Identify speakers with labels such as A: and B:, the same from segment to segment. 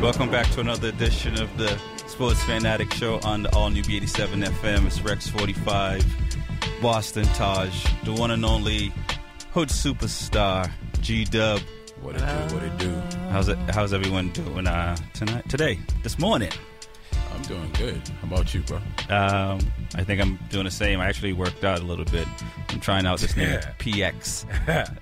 A: Welcome back to another edition of the Sports Fanatic Show on the All New B87 FM. It's Rex 45, Boston Taj, the one and only Hood Superstar, G Dub.
B: What it do? What it do?
A: How's it? How's everyone doing uh, tonight? Today, this morning.
B: I'm doing good. How about you, bro?
A: Um, I think I'm doing the same. I actually worked out a little bit. I'm trying out this new
B: Yeah.
A: PX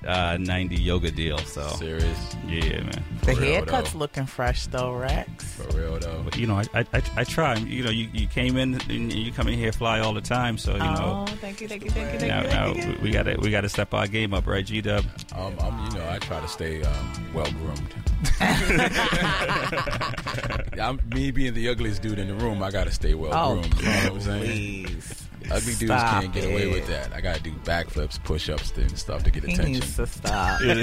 A: uh, 90 yoga deal. So
B: Serious.
A: yeah, man.
B: For
C: The
B: real,
C: haircut's
B: though.
C: looking fresh though, Rex.
B: For real though.
A: But, you know, I, I, I, I try. You know, you, you came in and you come in here fly all the time. So you know.
C: oh, thank you, thank you, thank you,
A: Now,
C: thank you,
A: now
C: thank you.
A: we- we gotta we gotta step our game up, right, G Dub?
B: Um, I'm, you know, I try to stay um, well groomed. I'm me being the ugliest dude in the room. I gotta stay well
C: Oh,
B: groomed. You know what I'm saying?
C: please.
B: Ugly dudes
C: Stop
B: can't get away
C: it.
B: with that. I gotta do backflips, push-ups, and stuff to get
C: He
B: attention.
C: needs to stop. Whatever.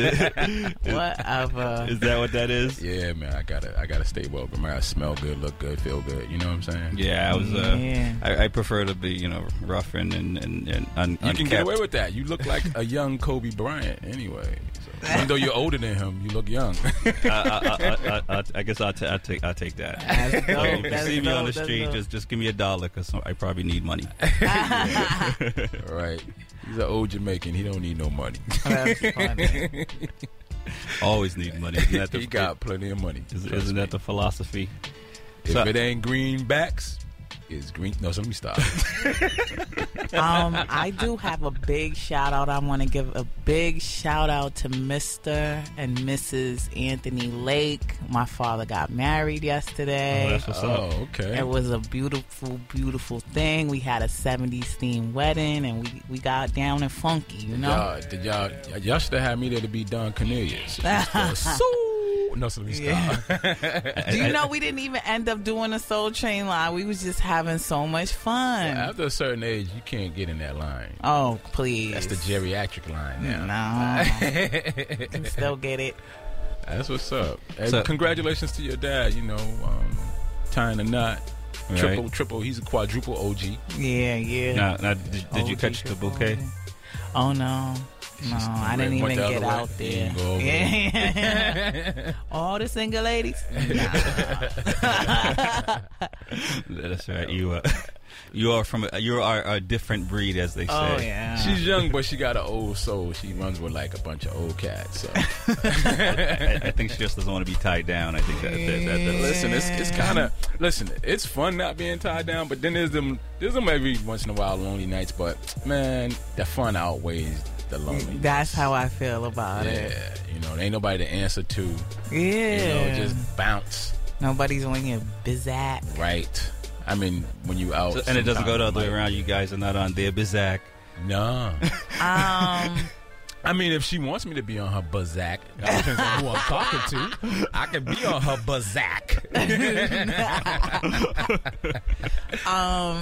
A: Is that what that is?
B: Yeah, man. I gotta, I gotta stay well groomed. I gotta smell good, look good, feel good. You know what I'm saying?
A: Yeah, I was. Uh,
C: Yeah.
A: I, I prefer to be, you know, rough and and and, and un,
B: You can get
A: unkept.
B: away with that. You look like a young Kobe Bryant, anyway. So, even though you're older than him, you look young.
A: I, I, I, I guess I'll, t- I'll take I'll take that.
C: That's dope,
A: If you
C: that's
A: see me on the
C: dope, that's
A: street,
C: dope.
A: just just give me a dollar because I probably need money.
B: All right. He's an old Jamaican. He don't need no money.
C: That's funny.
A: Always need money. Isn't that the,
B: he got plenty of money.
A: is,
B: Trust
A: isn't
B: me.
A: that the philosophy?
B: if
A: so-
B: it ain't greenbacks, it's green. No, so let me stop.
C: um, I do have a big shout out. I want to give a big shout out to Mr. and Mrs. Anthony Lake. My father got married yesterday.
A: That's what's up.
B: oh, okay.
C: It was a beautiful, beautiful thing. We had a 70s themed wedding and we, we got down and funky, you know?
B: Y'all, did y'all, y- y'all should have had me there to be Don Cornelius. so, no, so let me stop.
C: Do you know we didn't even end up doing a Soul Train line? We was just having so much fun.
B: After a certain age, you can't get in that line.
C: oh, please.
B: That's the geriatric line now.
C: No. Can still get it.
B: That's what's up. And
A: So-
B: congratulations to your dad. You know, um, tying a knot. Triple, triple. He's a quadruple OG.
C: Yeah, yeah.
A: Now, now, did, did you
C: OG
A: catch the bouquet?
C: Oh no. No, I didn't
B: went
C: even
B: the
C: get
B: other way.
C: out
B: You
C: there.
B: didn't go over
C: Yeah. All the single ladies.
A: That's right. You are you are from a, you are a different breed, as they say.
C: Oh yeah.
B: She's young, but she got an old soul. She runs with like a bunch of old cats. So.
A: I, I think she just doesn't want to be tied down. I think that, that, that, that's
B: listen, it's it's kind of listen. It's fun not being tied down, but then there's them there's them every once in a while lonely nights. But man, the fun outweighs the loneliness.
C: That's how I feel about it.
B: yeah, you know, there ain't nobody to answer to. You
C: Yeah.
B: know, just bounce
C: Nobody's on your bizac.
B: right. I mean, when you out,
A: So- and it doesn't go the other way
B: sometimes,
A: around. You guys are not on there, Bizak.
B: like, No,
C: Um,
B: I mean, if she wants me to be on her bazak, that depends on who I'm talking to. I can be on her bazak.
C: um,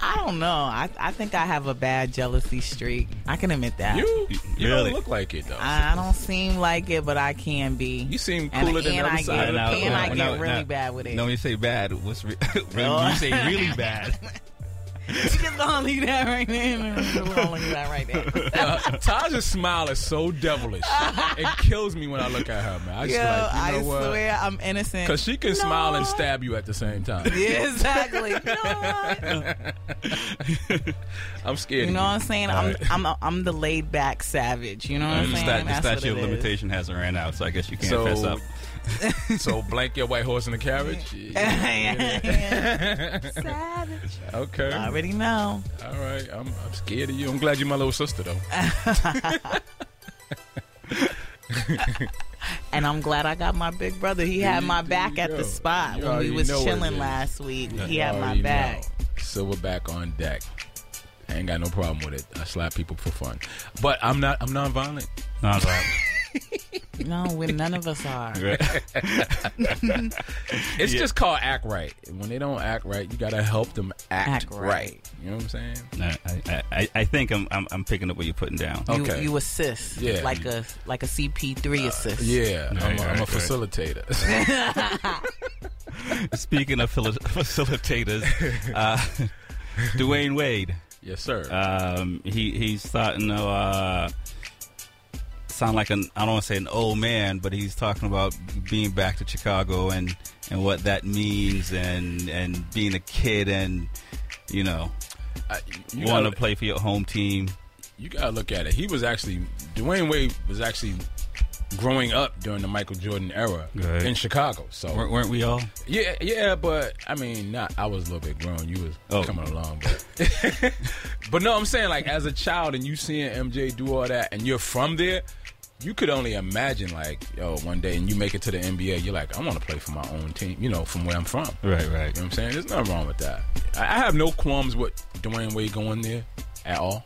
C: I don't know. I, I think I have a bad jealousy streak. I can admit that.
B: you, you
A: Really?
B: don't look like it though.
C: I, I don't seem like it, but I can be.
B: You seem
C: And-
B: cooler than
C: and
B: the other
C: I
B: side
C: get-
B: of the
C: and
B: pillow.
C: I get really bad with it.
A: No, when you say bad, what's re- when
C: Oh.
A: you say really bad?
C: Just don't leave that right there. Just don't leave that right there.
B: Uh, Taj's smile is so devilish. it kills me when I look at her, man. I just
C: Yo,
B: like, you know
C: I
B: what?
C: swear I'm innocent.
B: Cause she can smile and stab you at the same time.
C: Yeah, exactly. You know what?
B: I'm scared.
C: You know what I'm
B: of
C: saying?
B: All
C: I'm,
B: right.
C: I'm, I'm, the laid back savage. You know what I'm
A: the
C: saying?
A: stat- the
C: That's what
A: statute of
C: it is.
A: limitation hasn't ran out, so I guess you can't
B: So-
A: fess up.
B: you. so blank your white horse in the carriage. Yeah.
C: savage.
B: Okay.
C: I already know.
B: All right. I'm, I'm scared of you. I'm glad you're my little sister though.
C: And I'm glad I got my big brother. He
B: There
C: had
B: you-
C: my
B: there
C: back
B: you
C: at
B: go.
C: the spot
B: You
C: when we
B: already
C: was
B: know what it
C: chilling
B: is.
C: last week. He
B: You
C: had my
B: already
C: back.
B: know. Silverback on deck. I ain't got no problem with it. I slap people for fun, but I'm not. I'm non-violent.
A: No, I'm sorry.
C: No, we none of us are.
B: It's just called act right. When they don't act right, you gotta help them act,
C: Act right.
B: right. You know what I'm saying?
A: No, I, I- I, I think I'm, I'm I'm picking up what you're putting down.
C: You,
B: Okay.
C: you assist.
B: Yeah. Uh,
C: Like a like a CP3 assist.
B: Yeah, I'm,
A: Right, right,
B: a, I'm a
A: right.
B: facilitator.
A: Speaking of fili- facilitators, uh, Dwayne Wade.
B: yes, sir.
A: um, he he's starting to uh, sound like an I don't want to say an old man, but he's talking about being back to Chicago and and what that means and and being a kid and you know
B: I, you
A: wanting
B: gotta-
A: to play for your home team.
B: you gotta look at it. He was actually Dwayne Wade was actually growing up during the Michael Jordan era
A: Right.
B: in Chicago. So
A: Weren't, weren't we all?
B: yeah, yeah, but I mean, not I was a little bit grown. You was
A: Oh.
B: coming along, but but no, I'm saying like as a child and you seeing MJ do all that, and you're from there. You could only imagine, like, yo, one day, and you make it to the NBA. You're like, I want to play for my own team, you know, from where I'm from.
A: Right, right.
B: You know what I'm saying? There's nothing wrong with that. I I have no qualms with Dwayne Wade going there at all.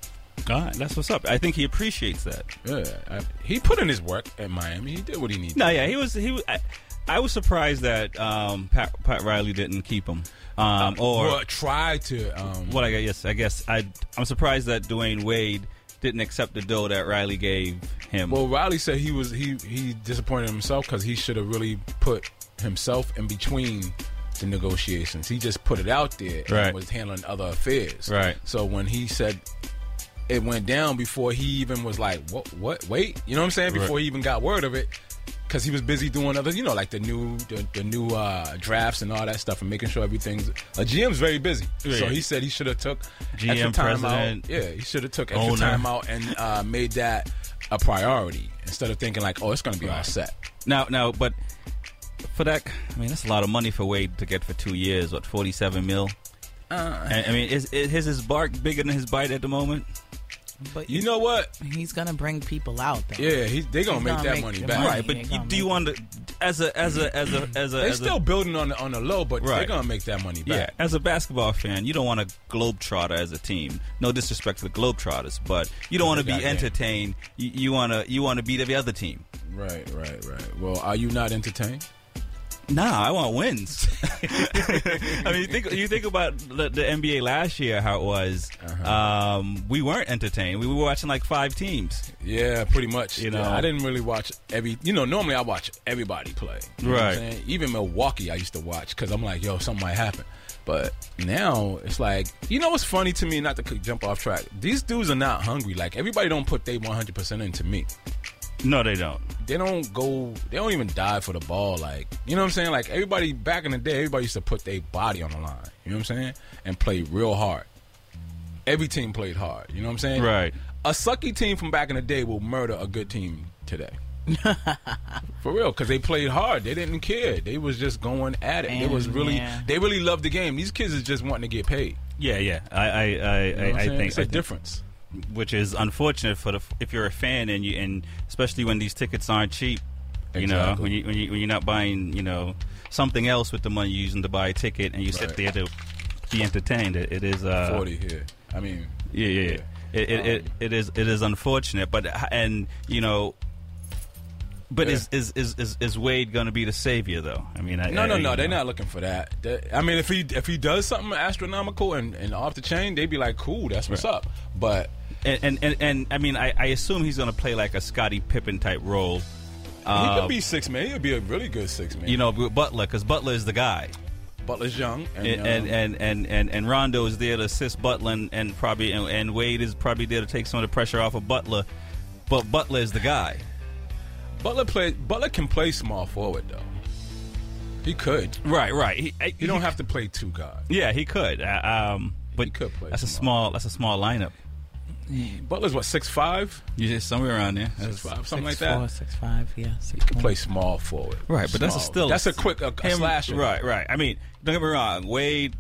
A: All right, that's what's up. I think he appreciates that.
B: Yeah, I, he put in his work at Miami. He did what he needed.
A: No, yeah, he was. He was. I, I was surprised that um, Pat, Pat Riley didn't keep him. Um, or
B: Well, tried to. Um,
A: what? I guess. Yes, I guess. I. I'm surprised that Dwayne Wade didn't accept the dough that Riley gave him.
B: Well, Riley said he was he he disappointed himself because he should have really put himself in between the negotiations. He just put it out there and
A: Right.
B: was handling other affairs.
A: Right.
B: So when he said it went down before he even was like, what? What? Wait, you know what I'm saying? Before
A: Right.
B: he even got word of it. Because he was busy doing other, you know, like the new, the, the new uh, drafts and all that stuff, and making sure everything's. A GM's very busy, so
A: Right.
B: he said he should have took extra
A: GM,
B: time out.
A: president,
B: Yeah, he should have took extra
A: owner.
B: time out and uh, made that a priority instead of thinking like, oh, it's going to be all set.
A: now, now, but for that, I mean, that's a lot of money for Wade to get for two years. What, 47 mil?
B: Uh,
A: I, I mean, is, is his his bark bigger than his bite at the moment?
C: But
B: you know what?
C: he's gonna bring people out. Though.
B: Yeah, he, they going to
C: He's
B: make
C: gonna
B: that
C: make
B: money
C: the
B: back.
C: money.
A: Right, but
C: ain't
A: you,
C: gonna
A: do you
C: make
A: want to as a as a as a as a
B: They're
A: as
B: still
A: a,
B: building on the on the low, but they're
A: Right.
B: going to make that money
A: yeah
B: back.
A: as a basketball fan, you don't want a globetrotter as a team. No disrespect to the globetrotters, but you don't want to
B: They got
A: be
B: that.
A: entertained. You, you wanna you want to beat every other team.
B: Right, right, right. Well, are you not entertained?
A: Nah, I want wins. I mean, you think you think about the, the NBA last year how it was.
B: Uh-huh.
A: Um, we weren't entertained. We were watching like five teams.
B: Yeah, pretty much.
A: You
B: Yeah,
A: know.
B: I didn't really watch every. You know, normally I watch everybody play. You know what I'm
A: Right.
B: saying? Even Milwaukee, I used to watch because I'm like, yo, something might happen. But now it's like, you know, what's funny to me, not to c- jump off track. These dudes are not hungry. Like everybody don't put they 100 percent into me.
A: No, they don't.
B: They don't go. They don't even die for the ball. Like you know what I'm saying. Like everybody back in the day, everybody used to put their body on the line. You know what I'm saying, and play real hard. Every team played hard. You know what I'm saying.
A: Right.
B: A sucky team from back in the day will murder a good team today. For real, because they played hard. They didn't care. They was just going at it. it
C: Damn,
B: was really,
C: yeah.
B: they really loved the game. These kids is just wanting to get paid.
A: Yeah, yeah. I I I,
B: You know what I'm
A: I, I
B: saying?
A: think
B: it's
A: I
B: a
A: think-
B: difference.
A: which is unfortunate for the if you're a fan and you and especially when these tickets aren't cheap. You know,
B: Exactly.
A: when you when you when you're not buying, you know, something else with the money you're using to buy a ticket, and you sit
B: Right.
A: there to be entertained. It, it is uh,
B: Forty here. I mean,
A: Yeah, yeah, yeah. It, it, it,
B: Um,
A: it is it is unfortunate, but and you know, but is, is is is is Wade going to be the savior though? I mean, I,
B: no,
A: I-
B: no,
A: you
B: no. They're
A: know.
B: not looking for that. They- I mean, if he if he does something astronomical and, and off the chain, they'd be like, cool, that's what's up. But
A: And and and, and I mean, I, I assume he's going to play like a Scottie Pippen type role.
B: he
A: Uh,
B: could be six man. He'd be a really good six man.
A: you know, with Butler because Butler is the guy.
B: Butler's young and
A: and
B: um,
A: and and and, and, and Rondo is there to assist Butler, and, and probably and, and Wade is probably there to take some of the pressure off of Butler. But Butler is the guy,
B: Butler play. Butler can play small forward though. He could.
A: right? Right. He,
B: You don't have to play two guard.
A: Yeah, he could. Uh, um, but
B: He could play
A: That's a
B: small.
A: small. That's a small lineup.
B: Butler's what six five,
A: You just somewhere around there.
B: six five, something like
C: Six
B: that.
C: four, six five, yeah. Six,
B: He can play small forward.
A: Right, but that's a
B: Small.
A: still-
B: that's a quick a, a
A: Him-
B: slasher.
A: Right, right. I mean, don't get me wrong. Wade,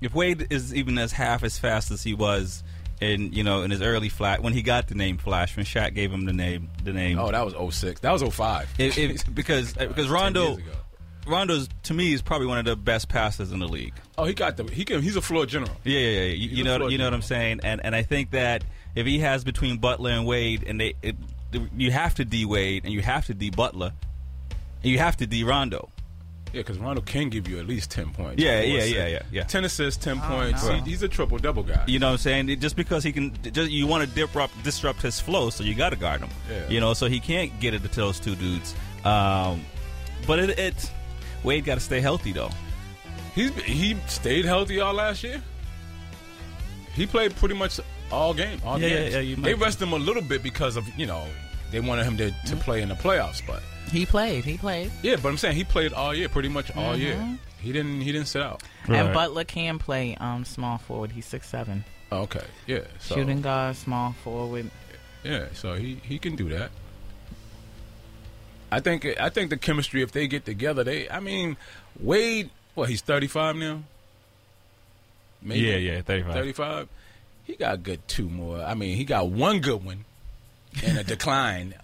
A: if Wade is even as half as fast as he was in you know in his early flat when he got the name Flash when Shaq gave him the name the name.
B: Oh, that was 06. That was 05.
A: If- if- because because
B: 10
A: Rondo
B: years ago.
A: Rondo's to me is probably one of the best passers in the league.
B: Oh, he got the he can he's a floor general.
A: Yeah, yeah, yeah. You,
B: He's
A: you
B: a
A: know,
B: floor
A: you know what I'm saying, and and I think that if he has between Butler and Wade, and they, it, you have to D Wade and you have to D Butler, and you have to D Rondo.
B: Yeah, because Rondo can give you at least ten points.
A: Yeah,
B: Four
A: yeah,
B: assists.
A: yeah, yeah, yeah.
B: Ten assists, ten points.
C: Oh, no.
B: He- he's a triple double guy.
A: You know what I'm saying? It- just because he can, just, you want to disrupt disrupt his flow, so you got to guard him.
B: Yeah.
A: You know, so he can't get it to those two dudes. Um, but it, it Wade got to stay healthy though.
B: He's he stayed healthy all last year. He played pretty much all game. All
A: Yeah,
B: games.
A: yeah, yeah, you
B: they
A: might- Mm-hmm.
B: rest him a little bit because of you know they wanted him to, to play in the playoff spot.
C: He played. He played.
B: Yeah, but I'm saying he played all year, pretty much all
A: Mm-hmm.
B: year. He didn't he didn't sit out.
C: And Butler can play um small forward. He's six seven.
B: Oh, okay, yeah, so,
C: Shooting guard, small forward.
B: Yeah, so he he can do that. I think I think the chemistry if they get together, they I mean Wade, what he's 35 now. Maybe
D: Yeah, yeah, 35.
B: 35. He got good two more. I mean, he got one good one and a decline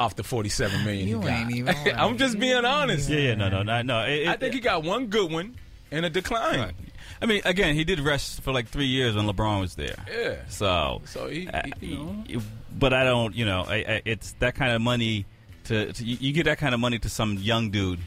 B: off the 47 million
C: You
B: he got.
C: ain't even right.
B: I'm just being honest.
D: Yeah, yeah, no, no, no, no. It,
B: I think he got one good one and a decline.
A: Right. I mean, again, he did rest for like three years when LeBron was there.
B: Yeah.
A: So,
B: So he,
A: uh,
B: he- you know,
A: y- but I don't, you know, I, I, it's that kind of money to, to you, you get that kind of money to some young dude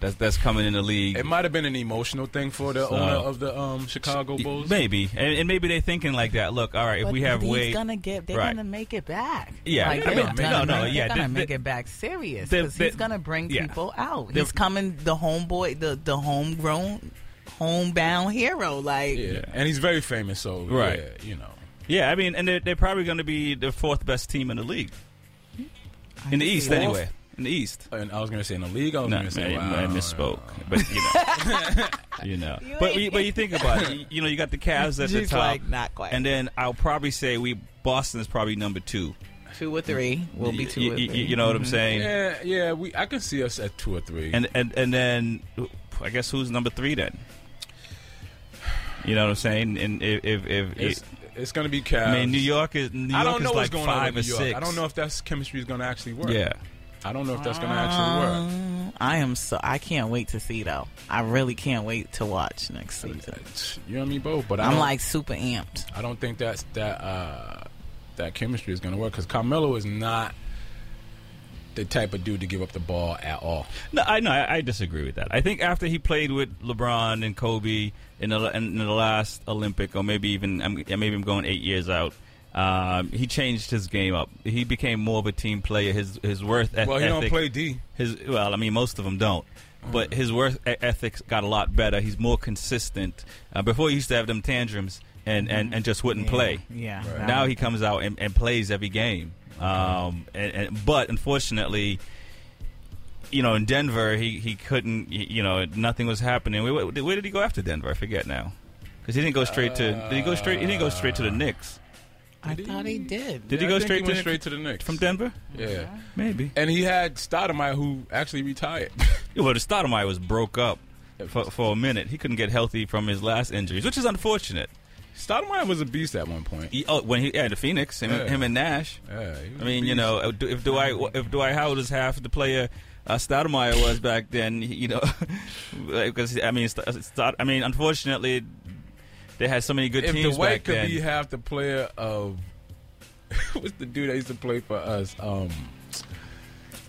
A: that's that's coming in the league.
B: it might have been an emotional thing for the
A: So-
B: owner of the um, Chicago Bulls.
A: Maybe, and, and maybe they're thinking like that. Look, all right, if
C: But
A: we have
C: he's
A: Wade,
C: gonna get. They're
A: Right.
C: gonna make it back.
A: Yeah,
C: Like,
B: I
C: they're
B: mean, no,
C: gonna
B: no,
C: make-
A: yeah,
C: They're
A: they-
C: gonna make
A: they-
C: it back serious
A: they-
C: 'cause
A: they-
C: he's gonna bring
A: yeah.
C: people out.
A: They-
C: He's coming the homeboy, the the homegrown, homebound hero. Like
B: Yeah. And he's very famous, so
A: Right.
B: yeah, you know.
A: Yeah, I mean, and they're, they're probably going to be the fourth best team in the league. In the East,
B: Fourth?
A: anyway. In the East.
B: And I was gonna say in the league, I was
A: No, I,
B: gonna say wow,
A: I misspoke, but you know, you know.
C: You
A: but
C: ain't-
A: you, but you think about it. You, you know, you got the Cavs at the
C: She's
A: top,
C: like not quite.
A: and then I'll probably say we Boston is probably number two.
C: two or three will be
A: You-
C: two. Mm-hmm.
A: you,
C: or
A: you-
C: three.
A: you know what I'm saying?
B: Yeah, yeah, we I can see us at two or three.
A: And and and then I guess who's number three then? You know what I'm saying? And if if, if
B: it's, it's gonna be Cavs.
A: I mean, New York is New York
B: I don't
A: is
B: know
A: like
B: what's going
A: five
B: on with
A: or
B: New York.
A: six.
B: I don't know if that's chemistry is gonna actually work.
A: Yeah.
B: I don't know if that's gonna actually work.
C: Um, I am so I can't wait to see though. I really can't wait to watch next season.
B: You and me both. But I
C: I'm
B: don't-
C: like super amped.
B: I don't think that's that uh, that chemistry is gonna work because Carmelo is not the type of dude to give up the ball at all.
A: No, I no, I, I disagree with that. I think after he played with LeBron and Kobe in the in the last Olympic, or maybe even I'm, maybe I'm going eight years out. Um, he changed his game up. He became more of a team player. His his worth eth-
B: Well, he don't
A: ethic-
B: play Mm. D.
A: His well, I mean, most of them don't. But his worth e- ethics got a lot better. He's more consistent. Uh, before he used to have them tantrums and, and, and just wouldn't
C: Yeah,
A: play.
C: Yeah.
B: Right.
A: Now he comes out and, and plays every game. Um, and, and, but unfortunately, you know, in Denver, he, he couldn't, y- you know, nothing was happening. Where, where where did he go after Denver? I forget now. Because he didn't go straight to, did he go straight, he didn't go straight to the Knicks.
C: I
B: Did he-
C: thought he did.
A: Did he
B: Yeah,
A: go
B: I think
A: straight to
B: went
A: the-
B: straight to the Knicks
A: From Denver?
B: Yeah,
A: Maybe.
B: and he had Stoudemire who actually retired.
A: Well, the Stoudemire was broke up for, for a minute. He couldn't get healthy from his last injuries, which is unfortunate.
B: Stoudemire was a beast at one point.
A: He, oh, when he had the Phoenix, him,
B: Yeah.
A: him and Nash.
B: Yeah, he
A: I
B: was a
A: mean, you
B: beast.
A: know, uh, if Dwight if Dwight Howard is half the player uh, Stoudemire was back then, you know, because I mean, St- uh, Stoud- I mean, unfortunately, they had so many good
B: if
A: teams
B: Dwight
A: back
B: could
A: then.
B: be half the player of what's the dude that used to play for us? Um,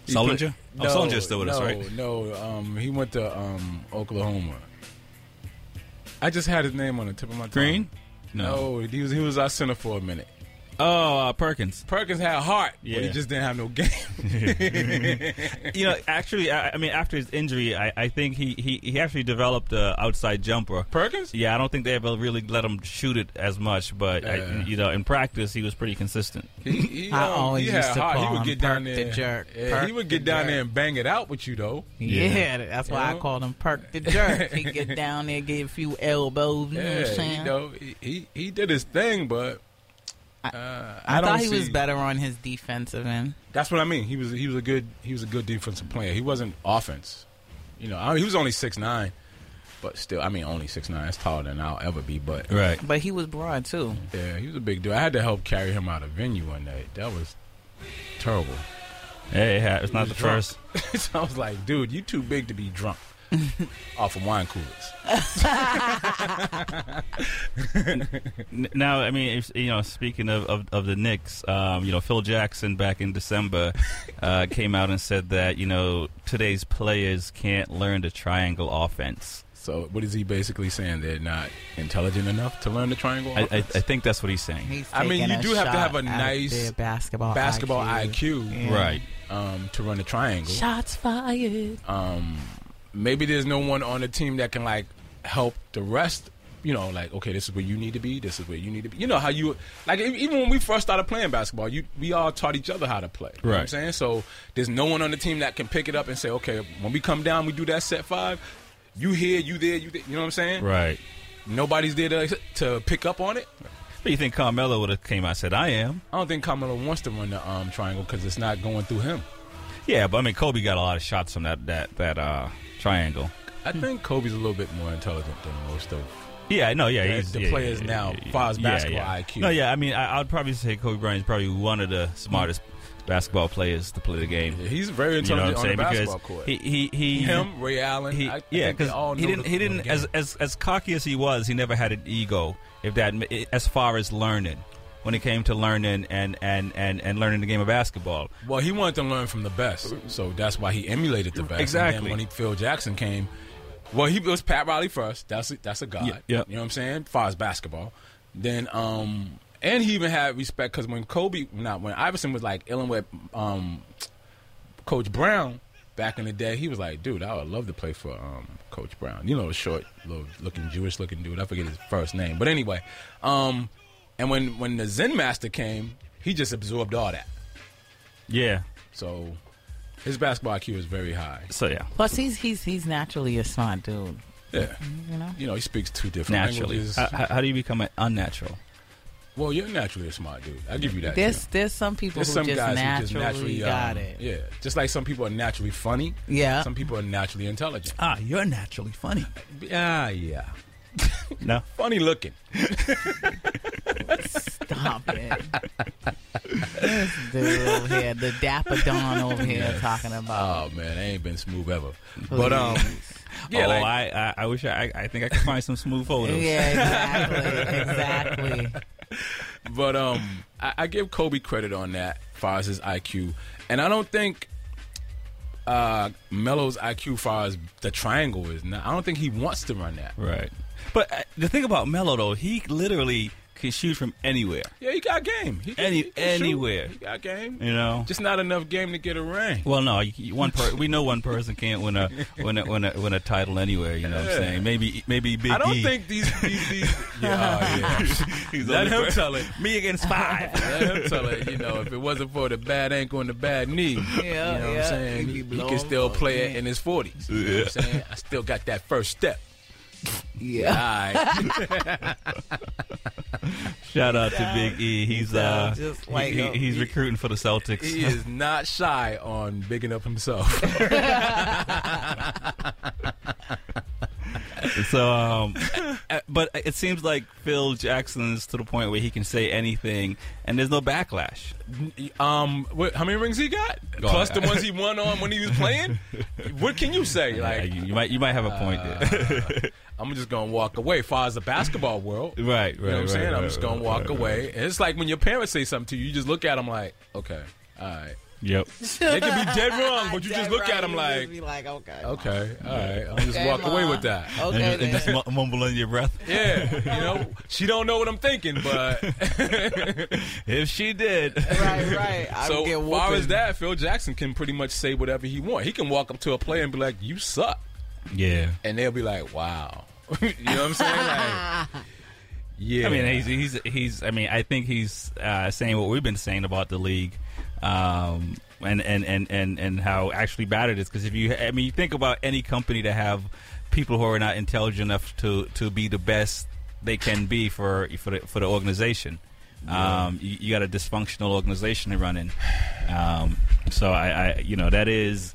B: he
A: Solinger?
B: put-
A: Oh, Solinger's still with
B: no,
A: us, right?
B: No, um, he went to um, Oklahoma. I just had his name on the tip of my tongue.
A: Green?
B: No, he was he was our center for a minute.
A: Oh, uh, Perkins.
B: Perkins had heart, but
A: Yeah.
B: he just didn't have no game.
A: you know, actually, I, I mean, after his injury, I, I think he, he, he actually developed a outside jumper.
B: Perkins?
A: Yeah, I don't think they ever really let him shoot it as much, but I,
B: Yeah.
A: you know, in practice, he was pretty consistent.
B: He, he,
C: I
B: um,
C: always
B: he had
C: used to
B: heart.
C: call
B: he would
C: him
B: get down
C: Perk
B: there.
C: the jerk,
B: Yeah, he
C: Perk
B: would
C: the
B: get down
C: jerk.
B: there and bang it out with you though.
C: Yeah, that's why
B: Yeah.
C: I called him Perk the Jerk. he get down there, get a few elbows. You know what I'm
B: Yeah,
C: saying?
B: you know, he, he he did his thing, but uh,
C: I,
B: don't
C: thought he was
B: see-
C: better on his defensive end.
B: That's what I mean. He was he was a good he was a good defensive player. He wasn't offense. You know, I mean, he was only six nine, but still, I mean, only six nine. That's taller than I'll ever be. But
A: Right.
C: But he was broad too.
B: yeah, he was a big dude. I had to help carry him out of venue one night. That was terrible.
A: Hey, yeah, it's not
B: He
A: the
B: was drunk.
A: first.
B: so I was like, dude, you too big to be drunk off of wine coolers.
A: N- Now, I mean, if, you know, speaking of, of, of the Knicks, um, you know, Phil Jackson back in December uh, came out and said that, you know, today's players can't learn the triangle offense.
B: So what is he basically saying? They're not intelligent enough to learn the triangle.
A: I, I, I
B: offense?
A: think that's what he's saying.
C: He's
B: I mean,
C: taking
B: you
C: a
B: do have to
C: shot
B: have a
C: at
B: nice
C: their basketball
B: basketball IQ,
C: Yeah.
A: Right.
B: um, to run the triangle.
C: Shots fired.
B: Uh, um, maybe there's no one on the team that can like help the rest you know, like okay, this is where you need to be. This is where you need to be. You know how you like e- even when we first started playing basketball, you we all taught each other how to play. You know what I'm
A: Right.
B: saying so there's no one on the team that can pick it up and say, okay, when we come down, we do that set five. You here, you there, you there. You know what I'm saying?
A: Right.
B: Nobody's there to, to pick up on it.
A: But you think Carmelo would have came out and said, I am.
B: I don't think Carmelo wants to run the um, triangle because it's not going through him.
A: Yeah, but I mean, Kobe got a lot of shots from that that that uh, triangle.
B: I think Kobe's a little bit more intelligent than most of.
A: Yeah, no, yeah,
B: The-
A: he's,
B: the
A: yeah,
B: players
A: yeah,
B: now,
A: yeah, yeah,
B: far as
A: yeah,
B: basketball
A: yeah.
B: IQ.
A: No, yeah, I mean, I, I'd probably say Kobe Bryant is probably one of the smartest basketball players to play the game.
B: He's very
A: you know what I'm
B: intelligent
A: saying?
B: on the
A: because
B: basketball court.
A: he he he
B: him, Ray Allen.
A: he
B: I, I
A: yeah
B: think they all
A: because he didn't
B: know the-
A: he
B: know the
A: didn't
B: game.
A: as as as cocky as he was, he never had an ego. If that as far as learning, when it came to learning and and and and learning the game of basketball,
B: Well, he wanted to learn from the best, so that's why he emulated the best. And
A: Exactly.
B: then when he, Phil Jackson came, well, he was Pat Riley first. That's a, that's a god.
A: Yeah, yeah.
B: You know what I'm saying? Far as basketball, then um, and he even had respect because when Kobe, not when Iverson was like Illinois with um, Coach Brown back in the day, he was like, dude, I would love to play for um, Coach Brown. You know, the short, little looking Jewish looking dude. I forget his first name, but anyway, um, and when when the Zen Master came, he just absorbed all that.
A: yeah.
B: So his basketball IQ is very high.
A: So yeah,
C: Plus, he's he's he's naturally a smart dude.
B: Yeah.
C: You know,
B: You know, he speaks two different
A: naturally. Uh,
B: languages.
A: How, how- how do you become an unnatural?
B: well, you're naturally a smart dude. I give you that.
C: there's
B: too.
C: there's some people
B: There's
C: who
B: some
C: just
B: guys who just
C: naturally
B: naturally um,
C: got it. Uh.
B: Yeah. Just like some people are naturally funny.
C: Yeah.
B: Some people are naturally intelligent.
A: Ah, you're naturally funny.
B: Ah, yeah.
A: No.
B: Funny looking.
C: Stop it. this dude over here, the Dapper Don over here, talking
B: Oh
C: about.
B: man, I ain't been smooth ever. But um, yeah,
A: oh,
B: like,
A: I, I I wish I I think I could find some smooth photos.
C: Yeah, exactly, exactly.
B: but um, I, I give Kobe credit on that, far as his IQ, and I don't think uh Melo's IQ, far as the triangle is. Now, I don't think he wants to run that.
A: Right. But uh, the thing about Melo though, he literally can shoot from anywhere.
B: Yeah, he got game. He
A: Any-
B: he shoot.
A: anywhere.
B: He got game.
A: You know.
B: Just not enough game to get a ring.
A: well, no, you- you- one per- we know one person can't win a win a, win a win a title anywhere. You know what I'm
B: Yeah.
A: saying? Maybe maybe Big
B: I don't
A: E.
B: think these these, these yeah, oh, yeah.
A: He's
B: Let
A: only
B: him
A: per-
B: tell it.
A: Me against five.
B: Let him tell it, you know, if it wasn't for the bad ankle and the bad knee, you know
C: Yeah,
B: what I'm
C: Oh, yeah.
B: saying?
C: He'd be
B: He,
C: blown
B: can still
C: up,
B: play
C: man.
B: it in his 40s. You know what I'm saying? I still got that first step. All
C: Yeah.
B: right.
A: Shout out to Big E. He's uh
C: Just
A: he-
C: like,
A: he-
C: uh,
A: he's recruiting for the Celtics.
B: he is not shy on bigging up himself.
A: So, um, uh, but it seems like Phil Jackson's to the point where he can say anything, and there's no backlash.
B: um, what, how many rings he got?
A: Go
B: Plus
A: on.
B: the ones he won on when he was playing? what can you say? Like,
A: Like, you, you might you might have a point
B: uh,
A: there.
B: I'm just gonna walk away. Far as the basketball world, you
A: right, right.
B: know what I'm
A: right,
B: saying? I'm
A: right,
B: just gonna
A: right,
B: walk
A: right, right.
B: away. And it's like when your parents say something to you, you just look at them like, okay, all right.
A: Yep.
B: They could be dead wrong, but you just look at them like,
C: be like, okay,
B: okay, all right. I'm just
C: Okay,
B: walk away
C: Ma.
B: with that.
A: And, just-
C: okay,
A: and
C: then.
A: just mu- mumble under your breath.
B: Yeah, you know, she don't know what I'm thinking, but
A: If she did,
C: right, right. I
B: so
C: would get
B: far as
C: whooping.
B: that, Phil Jackson can pretty much say whatever he want. He can walk up to a player and be like, "You suck,"
A: yeah.
B: and they'll be like, "Wow," you know what I'm saying? Like, yeah,
A: I mean, he's he's he's. I mean, I think he's uh, saying what we've been saying about the league, um, and and and and and how actually bad it is. Because if you, I mean, you think about any company to have people who are not intelligent enough to to be the best they can be for for the, for the organization. Um, you, you got a dysfunctional organization to run in. Um, so I, I, you know, that is.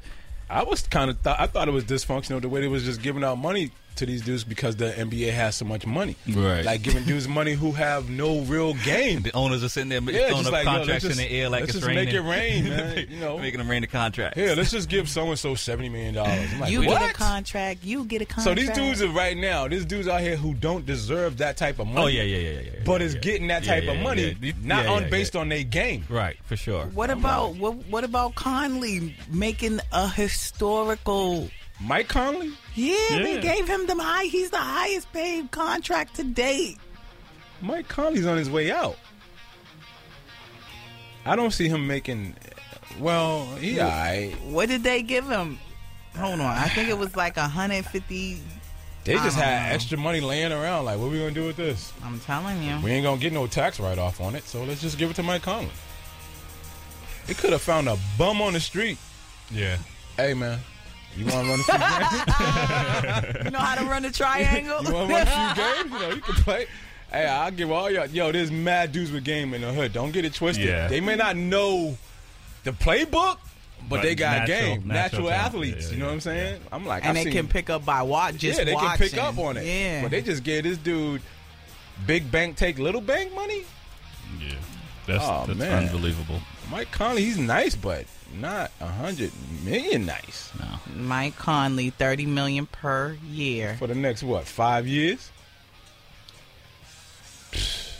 B: I was kind of thought I thought it was dysfunctional the way they was just giving out money to these dudes because the NBA has so much money,
A: Right.
B: Like giving dudes money who have no real game.
A: The owners are sitting there
B: Yeah,
A: throwing
B: just
A: up
B: like yo, let's
A: contracts
B: just,
A: in the air like
B: let's
A: it's
B: just
A: raining,
B: make it rain, man. You know,
A: making them rain the contracts.
B: yeah, let's just give so and so seventy million dollars. I'm like,
C: you
B: what?
C: get a contract. You get a contract.
B: so these dudes are right now. These dudes out here who don't deserve that type of money.
A: Oh yeah, yeah, yeah, yeah. yeah
B: But
A: yeah,
B: is
A: yeah.
B: getting that
A: Yeah,
B: type
A: yeah,
B: of
A: yeah,
B: money,
A: yeah.
B: not
A: Yeah,
B: on
A: yeah,
B: based
A: yeah.
B: on their game.
A: Right, for sure.
C: What about what? What about Conley making a historical?
B: Mike Conley,
C: Yeah, they
A: Yeah.
C: gave him the high. He's the highest paid contract to date.
B: Mike Conley's on his way out. I don't see him making. Well, he all right.
C: What did they give him? Hold on, I think it was like 150
B: They just
C: I don't
B: had
C: know.
B: extra money laying around. Like, what we gonna do with this?
C: I'm telling you.
B: We ain't gonna get no tax write off on it, so let's just give it to Mike Conley. They could have found a bum on the street.
D: Yeah.
B: Hey man, you wanna run a few games?
C: You know how to run the triangle?
B: You wanna run a few games? You know, you can play. Hey, I'll give all y'all yo, there's mad dudes with game in the hood. Don't get it twisted.
D: Yeah.
B: They may not know the playbook, but,
D: But
B: they got
D: natural-
B: game. Natural,
D: natural talent.
B: athletes.
D: Yeah,
B: you know
D: yeah,
B: what I'm saying? I'm like,
C: and
B: I've
C: they
B: seen-
C: can pick up by watch. Just
B: yeah, they can
C: watching.
B: pick up on it.
C: Yeah,
B: But they just gave this dude big bank take little bank money.
D: Yeah. That's,
B: Aw,
D: that's
B: man.
D: unbelievable.
B: Mike Conley, he's nice, but not a hundred million nice
D: No.
C: Mike Conley, thirty million per year.
B: for the next what five years.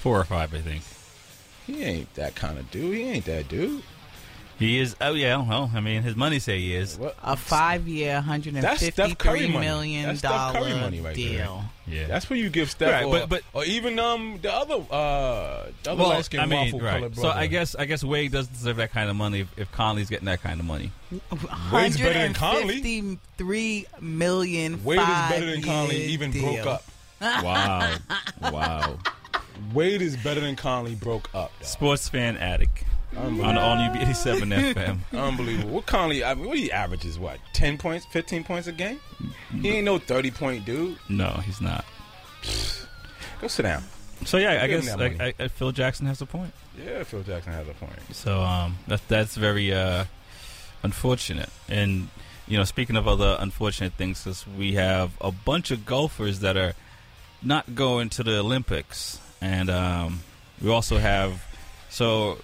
D: Four or five, I think.
B: He ain't that kind of dude. He ain't that dude.
A: He is. Oh yeah. Well, I mean, his money say he is.
B: What?
C: A five-year, one hundred and
B: That's Steph Curry
C: fifty-three
B: money.
C: million
B: That's Steph
C: dollar
B: Curry money right there.
C: deal.
D: Yeah.
B: That's what you give Steph,
A: Right,
B: or,
A: but- but-
B: or even um the other uh the other light skinned waffle colored
A: So
B: brother.
A: I guess I guess Wade does deserve that kind of money if, if Conley's getting that kind of money.
B: Wade's better than Conley.
C: Fifty-three million.
B: Wade is better than Conley.
C: five-year
B: Even
C: deal.
B: broke up.
D: wow. wow.
B: Wade is better than Conley. Broke up. dog.
A: Sports fan addict on
B: Unbelievable.
A: all new eighty seven FM.
B: Unbelievable. What Conley? I mean, what he averages? What ten points, fifteen points a game? He ain't no thirty point dude.
A: No, he's not.
B: Go sit down.
A: So yeah, I
B: Give him
A: guess
B: that money.
A: I, I, I, Phil Jackson has a point.
B: Yeah, Phil Jackson has a point.
A: So um, that that's very uh, unfortunate. And you know, speaking of other unfortunate things, 'cause we have a bunch of golfers that are not going to the Olympics, and um, we also have so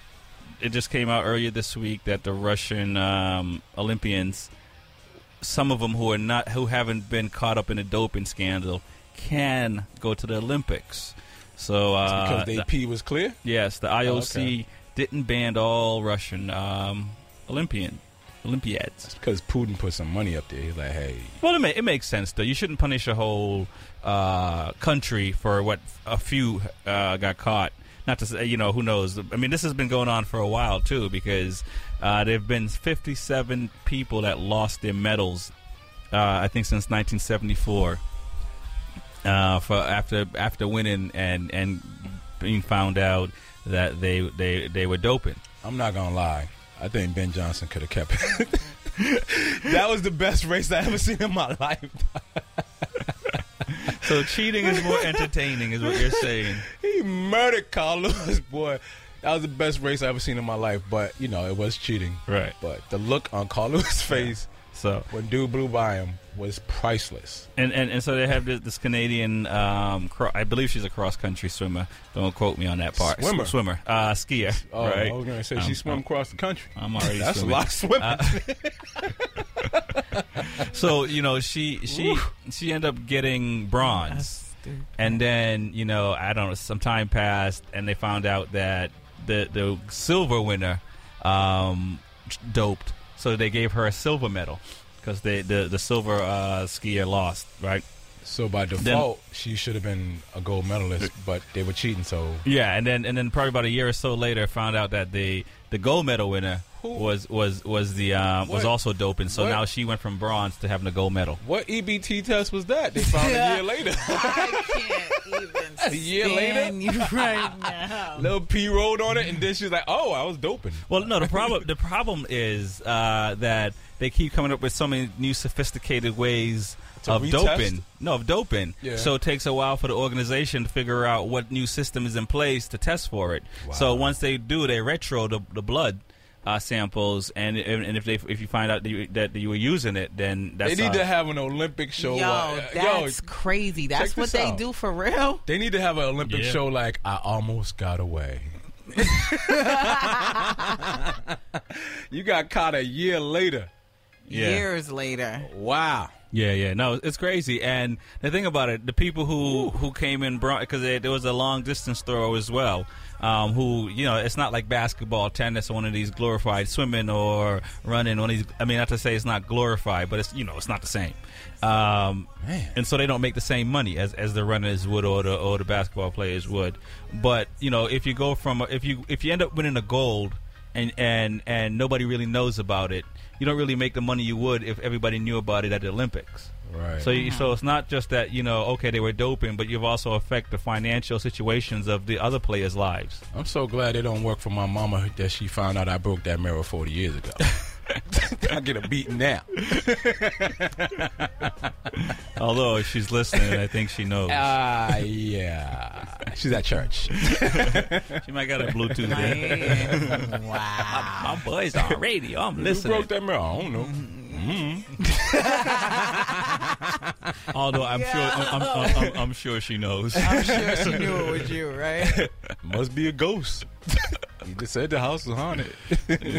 A: it just came out earlier this week that the Russian um, Olympians, some of them who are not who haven't been caught up in a doping scandal, can go to the Olympics. So uh,
B: Because they
A: the-
B: P was clear.
A: Yes, the IOC
B: okay.
A: didn't ban all Russian um, Olympian Olympiads.
B: It's because Putin put some money up there. He's like, hey,
A: Well, it, ma- it makes sense though. You shouldn't punish a whole uh, country for what a few uh, got caught. Not to say, you know, who knows? I mean, this has been going on for a while too, because uh, there have been 57 people that lost their medals. Uh, I think since 1974, uh, for after after winning and and being found out that they they they were doping.
B: I'm not gonna lie. I think Ben Johnson could have kept it. that was the best race I ever seen in my life.
A: So cheating is more entertaining, is what you're saying.
B: He murdered Carl Lewis, boy. That was the best race I ever seen in my life. But you know, it was cheating.
A: Right.
B: But the look on Carl Lewis' face
A: So
B: when dude blew by him was priceless.
A: and, and, and so they have this, this Canadian, um, cro- I believe she's a cross country swimmer. Don't quote me on that part.
B: Swimmer.
A: swimmer, uh, skier.
B: Oh,
A: right.
B: I was gonna say
A: Um,
B: she swam
A: um,
B: across the country.
A: I'm already
B: That's
A: swimming. Uh,
B: a lot of swimming.
A: So you know she she she ended up getting bronze.
C: That's stupid.
A: And then, you know, I don't know, some time passed and they found out that the the silver winner um, doped. So they gave her a silver medal because the, the silver uh, skier lost, right?
B: so by default, she should have been a gold medalist, but they were cheating. So
A: Yeah, and then and then probably about a year or so later found out that the the gold medal winner
B: Who-
A: was was was the um, was
B: What?
A: also doping. So
B: What?
A: now she went from bronze to having a gold medal.
B: what EBT test was that? They found a year later.
C: I can't even.
B: A year later?
C: stand you right now.
B: Little P rolled on it, and then she's like, "Oh, I was doping."
A: Well, no, the problem the problem is uh, that they keep coming up with so many new sophisticated ways
B: To
A: of
B: retest?
A: doping. No, of doping.
B: Yeah.
A: So it takes a while for the organization to figure out what new system is in place to test for it. So
B: Wow.
A: once they do, they retro the, the blood. Uh, samples and and and if they if you find out that you, that you were using it, then that's
B: They need
A: uh,
B: to have an Olympic show.
C: Yo,
B: uh,
C: that's
B: yo,
C: crazy.
B: check
C: That's what
B: this
C: they
B: out.
C: do for real.
B: they need to have an Olympic
D: Yeah.
B: show like I almost got away. you got caught a year later.
A: Yeah.
C: Years later.
B: Wow.
A: Yeah, yeah, no, it's crazy. And the thing about it, the people who who came in because there was a long distance throw as well. Um, who you know, it's not like basketball, tennis, or one of these glorified swimming or running. One of these, I mean, not to say it's not glorified, but it's you know, it's not the same. Um,
B: Man.
A: and so they don't make the same money as, as the runners would or the or the basketball players would. But you know, if you go from if you if you end up winning a gold and and and nobody really knows about it, you don't really make the money you would if everybody knew about it at the Olympics.
B: Right.
A: So, you, so it's not just that you know, okay, they were doping, but you've also affect the financial situations of the other players' lives.
B: I'm so glad it don't work for my mama that she found out I broke that mirror 40 years ago. I get a beating now.
A: Although, if she's listening, I think she knows.
B: Ah, yeah. She's at church.
A: she might got a Bluetooth. in.
C: Man, wow.
A: My boys on radio. I'm
B: Who
A: listening.
B: broke that mirror? I don't know.
A: Although I'm sure, I'm, I'm, I'm, I'm sure she knows.
C: I'm sure she knew it was you, right?
B: Must be a ghost. you just said the house was haunted.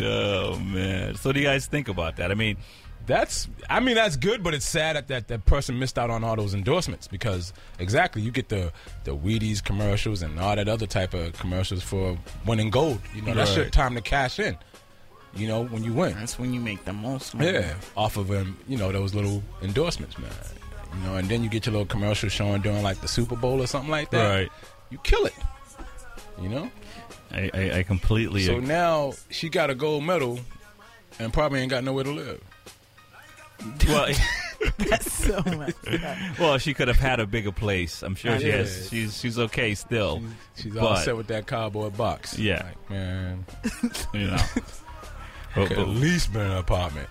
A: oh man! So, what do you guys think about that? I mean,
B: That's, I mean, that's good, but it's sad that, that that person missed out on all those endorsements because exactly you get the the Wheaties commercials and all that other type of commercials for winning gold. You know, that's your
A: Right.
B: time to cash in. You know, when you win,
C: That's when you make the most money.
B: yeah, off of um, you know those little endorsements, man. You know, and then you get your little commercial showing during like the Super Bowl or something like that.
A: right?
B: You kill it. You know.
A: I, I, I completely.
B: So now she got a gold medal and probably ain't got nowhere to live.
A: well,
C: That's so much.
A: well, she could have had a bigger place. I'm sure she
B: Yeah.
A: has. She's she's okay still.
B: She's
A: But-
B: all set with that cardboard box.
A: Yeah.
B: Like, man.
A: you know. But-
B: Could
A: but-
B: at least been an apartment.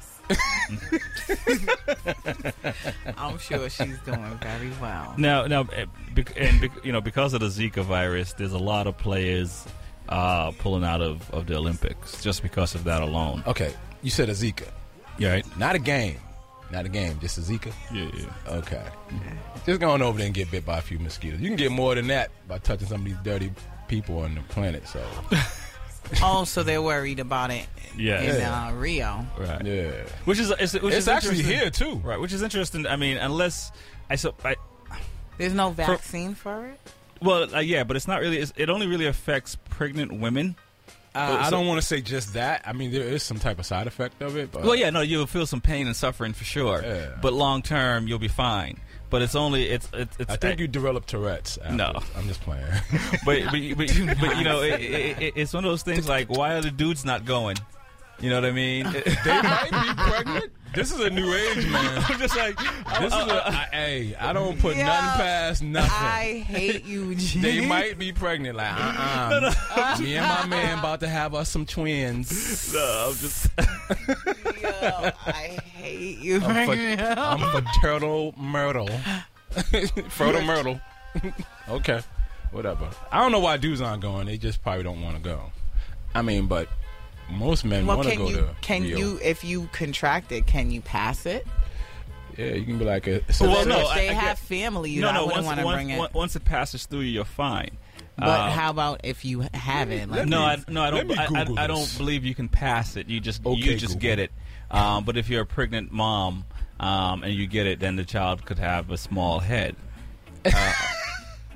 C: I'm sure she's doing very well.
A: now, now, eh, bec- and bec- you know, because of the Zika virus, there's a lot of players uh, pulling out of, of the Olympics just because of that alone.
B: Okay. You said a Zika.
A: Right?
B: Not a game. Not a game. Just a Zika.
A: Yeah, yeah.
B: Okay. Just going over there and get bit by a few mosquitoes. You can get more than that by touching some of these dirty people on the planet. So,
C: Oh, so they're worried about it
A: Yeah.
C: in
B: Yeah.
C: uh, Rio.
A: Right.
B: yeah.
A: Which is it's, which
B: It's
A: is
B: actually
A: interesting.
B: here, too.
A: Right. Which is interesting. I mean, unless I so I,
C: There's no vaccine for it?
A: well uh, yeah, but it's not really. It's, it only really affects pregnant women.
B: Uh,
A: so-
B: I don't want to say just that. I mean, there is some type of side effect of it. But
A: Well, yeah, no, you'll feel some pain and suffering for sure,
B: Yeah.
A: but long term you'll be fine. But it's only it's it's. it's
B: I think you develop Tourette's.
A: No.
B: afterwards. I'm just playing.
A: but but, you- but, you- but you know it, it, it, it's one of those things like why are the dudes not going? You know what I mean?
B: they might be pregnant. This is a new age, man.
A: I'm just like
B: This is a, I, hey, I don't put
C: Yeah.
B: nothing past nothing.
C: I hate you, G.
B: they might be pregnant. Like, uh-uh. Me and my man about to have us some twins.
A: no, I'm just
C: Yo, I hate you.
B: I'm, fa- I'm fraternal Myrtle. Frodo Myrtle. okay, whatever. I don't know why dudes aren't going. They just probably don't want to go. I mean, but most men
C: well,
B: want to
C: can
B: go
C: you
B: to
C: can
B: Rio.
C: you if you contract it, can you pass it?
B: Yeah, you can be like a.
A: Well,
C: But
A: no,
C: if
A: I-
C: they
A: I get-
C: have family, you
A: no
C: know, I
A: no once
C: wouldn't want to
A: once,
C: bring it.
A: on- once it passes through you, you're fine.
C: but
A: Um,
C: how about if you haven't? Like,
A: No, I, no, I don't.
B: Let me
A: I, I,
B: Google
A: I
B: this.
A: don't believe you can pass it. You just
B: Okay,
A: you just
B: Google.
A: get it. Um, but if you're a pregnant mom um, and you get it, then the child could have a small head. Uh,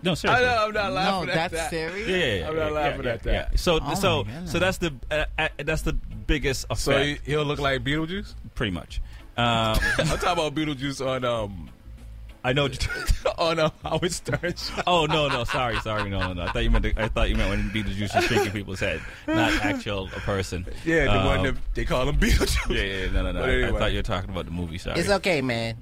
A: no,
B: I
A: seriously.
B: know, I'm not
C: no,
B: laughing at
C: that's
B: that.
C: serious.
A: Yeah, yeah, yeah,
B: I'm not
A: yeah,
B: laughing
A: yeah,
B: at
A: yeah,
B: that.
A: yeah. So,
C: Oh,
A: so,
C: my
A: so that's the uh, uh, that's the biggest effect,
B: So he, he'll look like Beetlejuice.
A: pretty much. Um,
B: I'm talking about Beetlejuice on um
A: I know. what you-
B: on um, Howard Stern. show.
A: Oh no, no, sorry, sorry, no, no, no. I thought you meant. The, I thought you meant when Beetlejuice was shaking people's head, not actual a person.
B: Yeah, the one
A: Um,
B: that they call him Beetlejuice.
A: Yeah, yeah, no, no, no. I-
B: But
A: I
B: anyway.
A: thought you were talking about the movie. Sorry.
C: okay, man.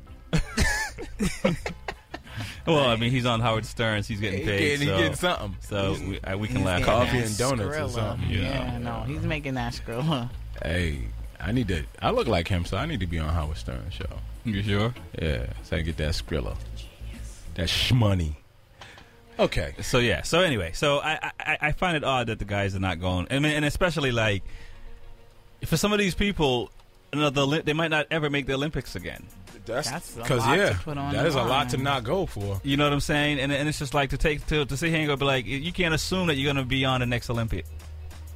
A: Well, I mean, he's on Howard Stern. He's getting
B: He
A: paid.
B: getting, he
A: so
B: getting something.
A: so we, I, we can
C: He's
A: laugh.
C: getting
A: at
B: Coffee
C: that
B: and donuts or
C: Skrilla.
B: something.
A: Yeah.
C: Yeah, no, he's making that Skrilla.
B: Hey, I need to. I look like him, so I need to be on Howard Stern show.
A: it. You sure?
B: Yeah, so I can get that Skrilla, that shmoney. Okay.
A: So yeah. So anyway, so I, I- I I find it odd that the guys are not going. I mean, and especially like for some of these people, you know, the, Olymp- they might not ever make the Olympics again.
C: That's a
B: because
C: lot
B: yeah,
C: to put on
B: that
C: the
B: is a lot to
C: line.
B: not go for.
A: You know what I'm saying? And and it's just like to take to to sit here and go be like, you can't assume that you're going to be on the next Olympic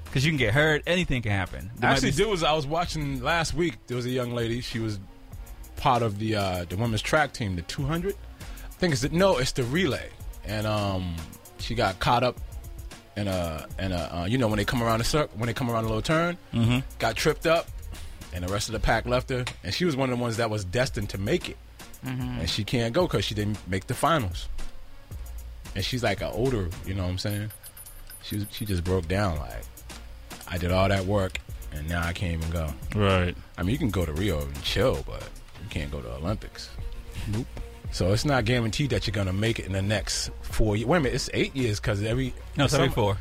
A: because you can get hurt. Anything can happen. There might
B: Actually,
A: be-
B: there was I was watching last week. There was a young lady. She was part of the uh, the women's track team, the 200. I think it's the, no, it's the relay, and um, she got caught up in a in a uh, you know when they come around the circle when they come around a little turn, mm-hmm. got tripped up, and the rest of the pack left her, and she was one of the ones that was destined to make it,
C: Mm-hmm.
B: and she can't go because she didn't make the finals, and she's like an older, you know what I'm saying? She was, she just broke down like. I did all that work and now I can't even go.
D: Right.
B: I mean, you can go to Rio and chill, but you can't go to Olympics.
D: Nope.
B: So it's not guaranteed that you're gonna make it in the next four. years. Wait a minute, it's eight years because every
A: No,
B: summer,
A: seventy four.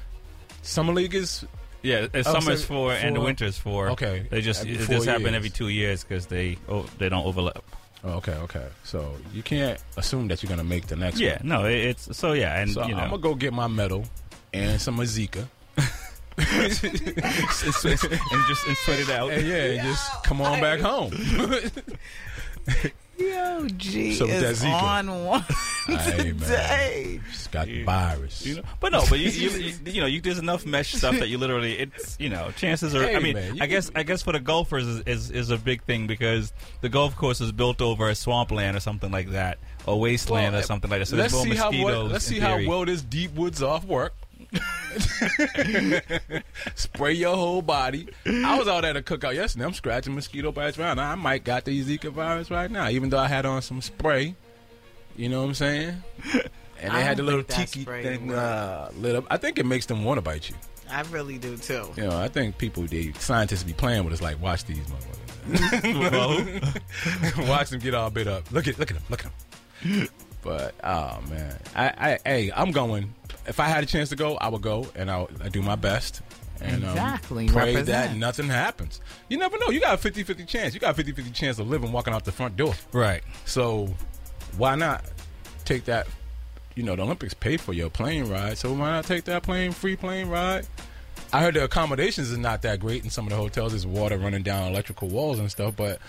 B: summer league is
A: Yeah, it's
B: Oh,
A: summer's
B: so
A: four, and the
B: four-
A: winter's four.
B: Okay,
A: they just
B: every
A: it
B: four
A: just happen
B: Uh, years.
A: every two years because they oh, they don't overlap.
B: oh, okay, okay. So you can't assume that you're gonna make the next.
A: Yeah, no, it, it's so yeah, and
B: one. So
A: you know,
B: I'm gonna go get my medal and some Azika.
A: and just and sweat it out.
B: And yeah, and just come on back home.
C: Yo, G
B: So with that
C: is
B: Zika.
C: on one
B: Aye, man.
C: today.
B: Just got the
A: Yeah.
B: virus.
A: You know, but no, but you, you, you, you know, you, there's enough mesh stuff that you literally, it's you know, chances are.
B: Hey,
A: I mean,
B: man, you
A: I guess, I guess for the golfers is, is is a big thing because the golf course is built over a swampland or something like that, or wasteland
B: Well,
A: or something like that. So
B: let's
A: there's more
B: see how
A: mosquitoes.
B: well, let's
A: in
B: see how
A: theory.
B: well this deep woods off work. Spray your whole body. I was out at a cookout yesterday. I'm scratching mosquito bites right now. I might got the Zika virus right now, even though I had on some spray. You know what I'm saying? And they
C: I
B: had the
C: don't
B: little
C: think that
B: tiki
C: spray
B: thing
C: works.
B: uh, lit up. I think it makes them want to bite you.
C: I really do too.
B: You know, I think people, the scientists, be playing with us. Like, watch these motherfuckers.
A: Well,
B: Watch him get all bit up. Look at look at him. Look at him. But oh man, I, I hey, I'm going. If I had a chance to go, I would go, and I'll I do my best. And, um,
C: Exactly.
B: pray that
C: Represent.
B: nothing happens. You never know. You got a 50-50 chance. You got a 50-50 chance of living walking out the front door.
D: Right.
B: So why not take that? You know, the Olympics pay for your plane ride, so why not take that plane free plane ride? I heard the accommodations is not that great in some of the hotels. There's water running down electrical walls and stuff, but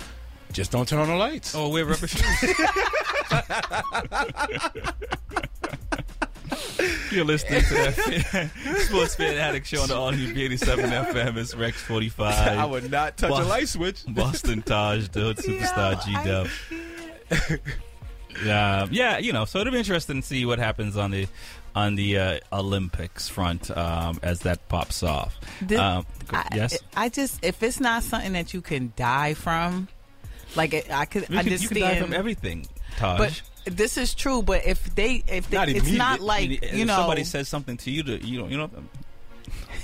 B: just don't turn on the lights.
A: oh, wear rubber shoes. You're listening to that Sports Fan Addict Show on the All New B87 FM. It's Rex 45.
B: I would not touch
A: Why?
B: a light switch.
A: Boston Taj, the hood superstar G
C: Yo, I
A: Dub. Um, yeah, you know, so it'll be interesting to see what happens on the on the uh, Olympics front um, as that pops off.
C: Did-
B: Uh,
A: um, go-
C: I,
A: yes,
C: I just if it's not something that you can die from, like it, I could
A: you can, you
C: understand.
A: can die from everything, Taj.
C: but this is true. But if they, if they,
B: Not
C: it's
A: I
B: immediate.
C: not
A: mean,
C: like
A: if
C: you know
A: somebody says something to you, to, you don't, you know,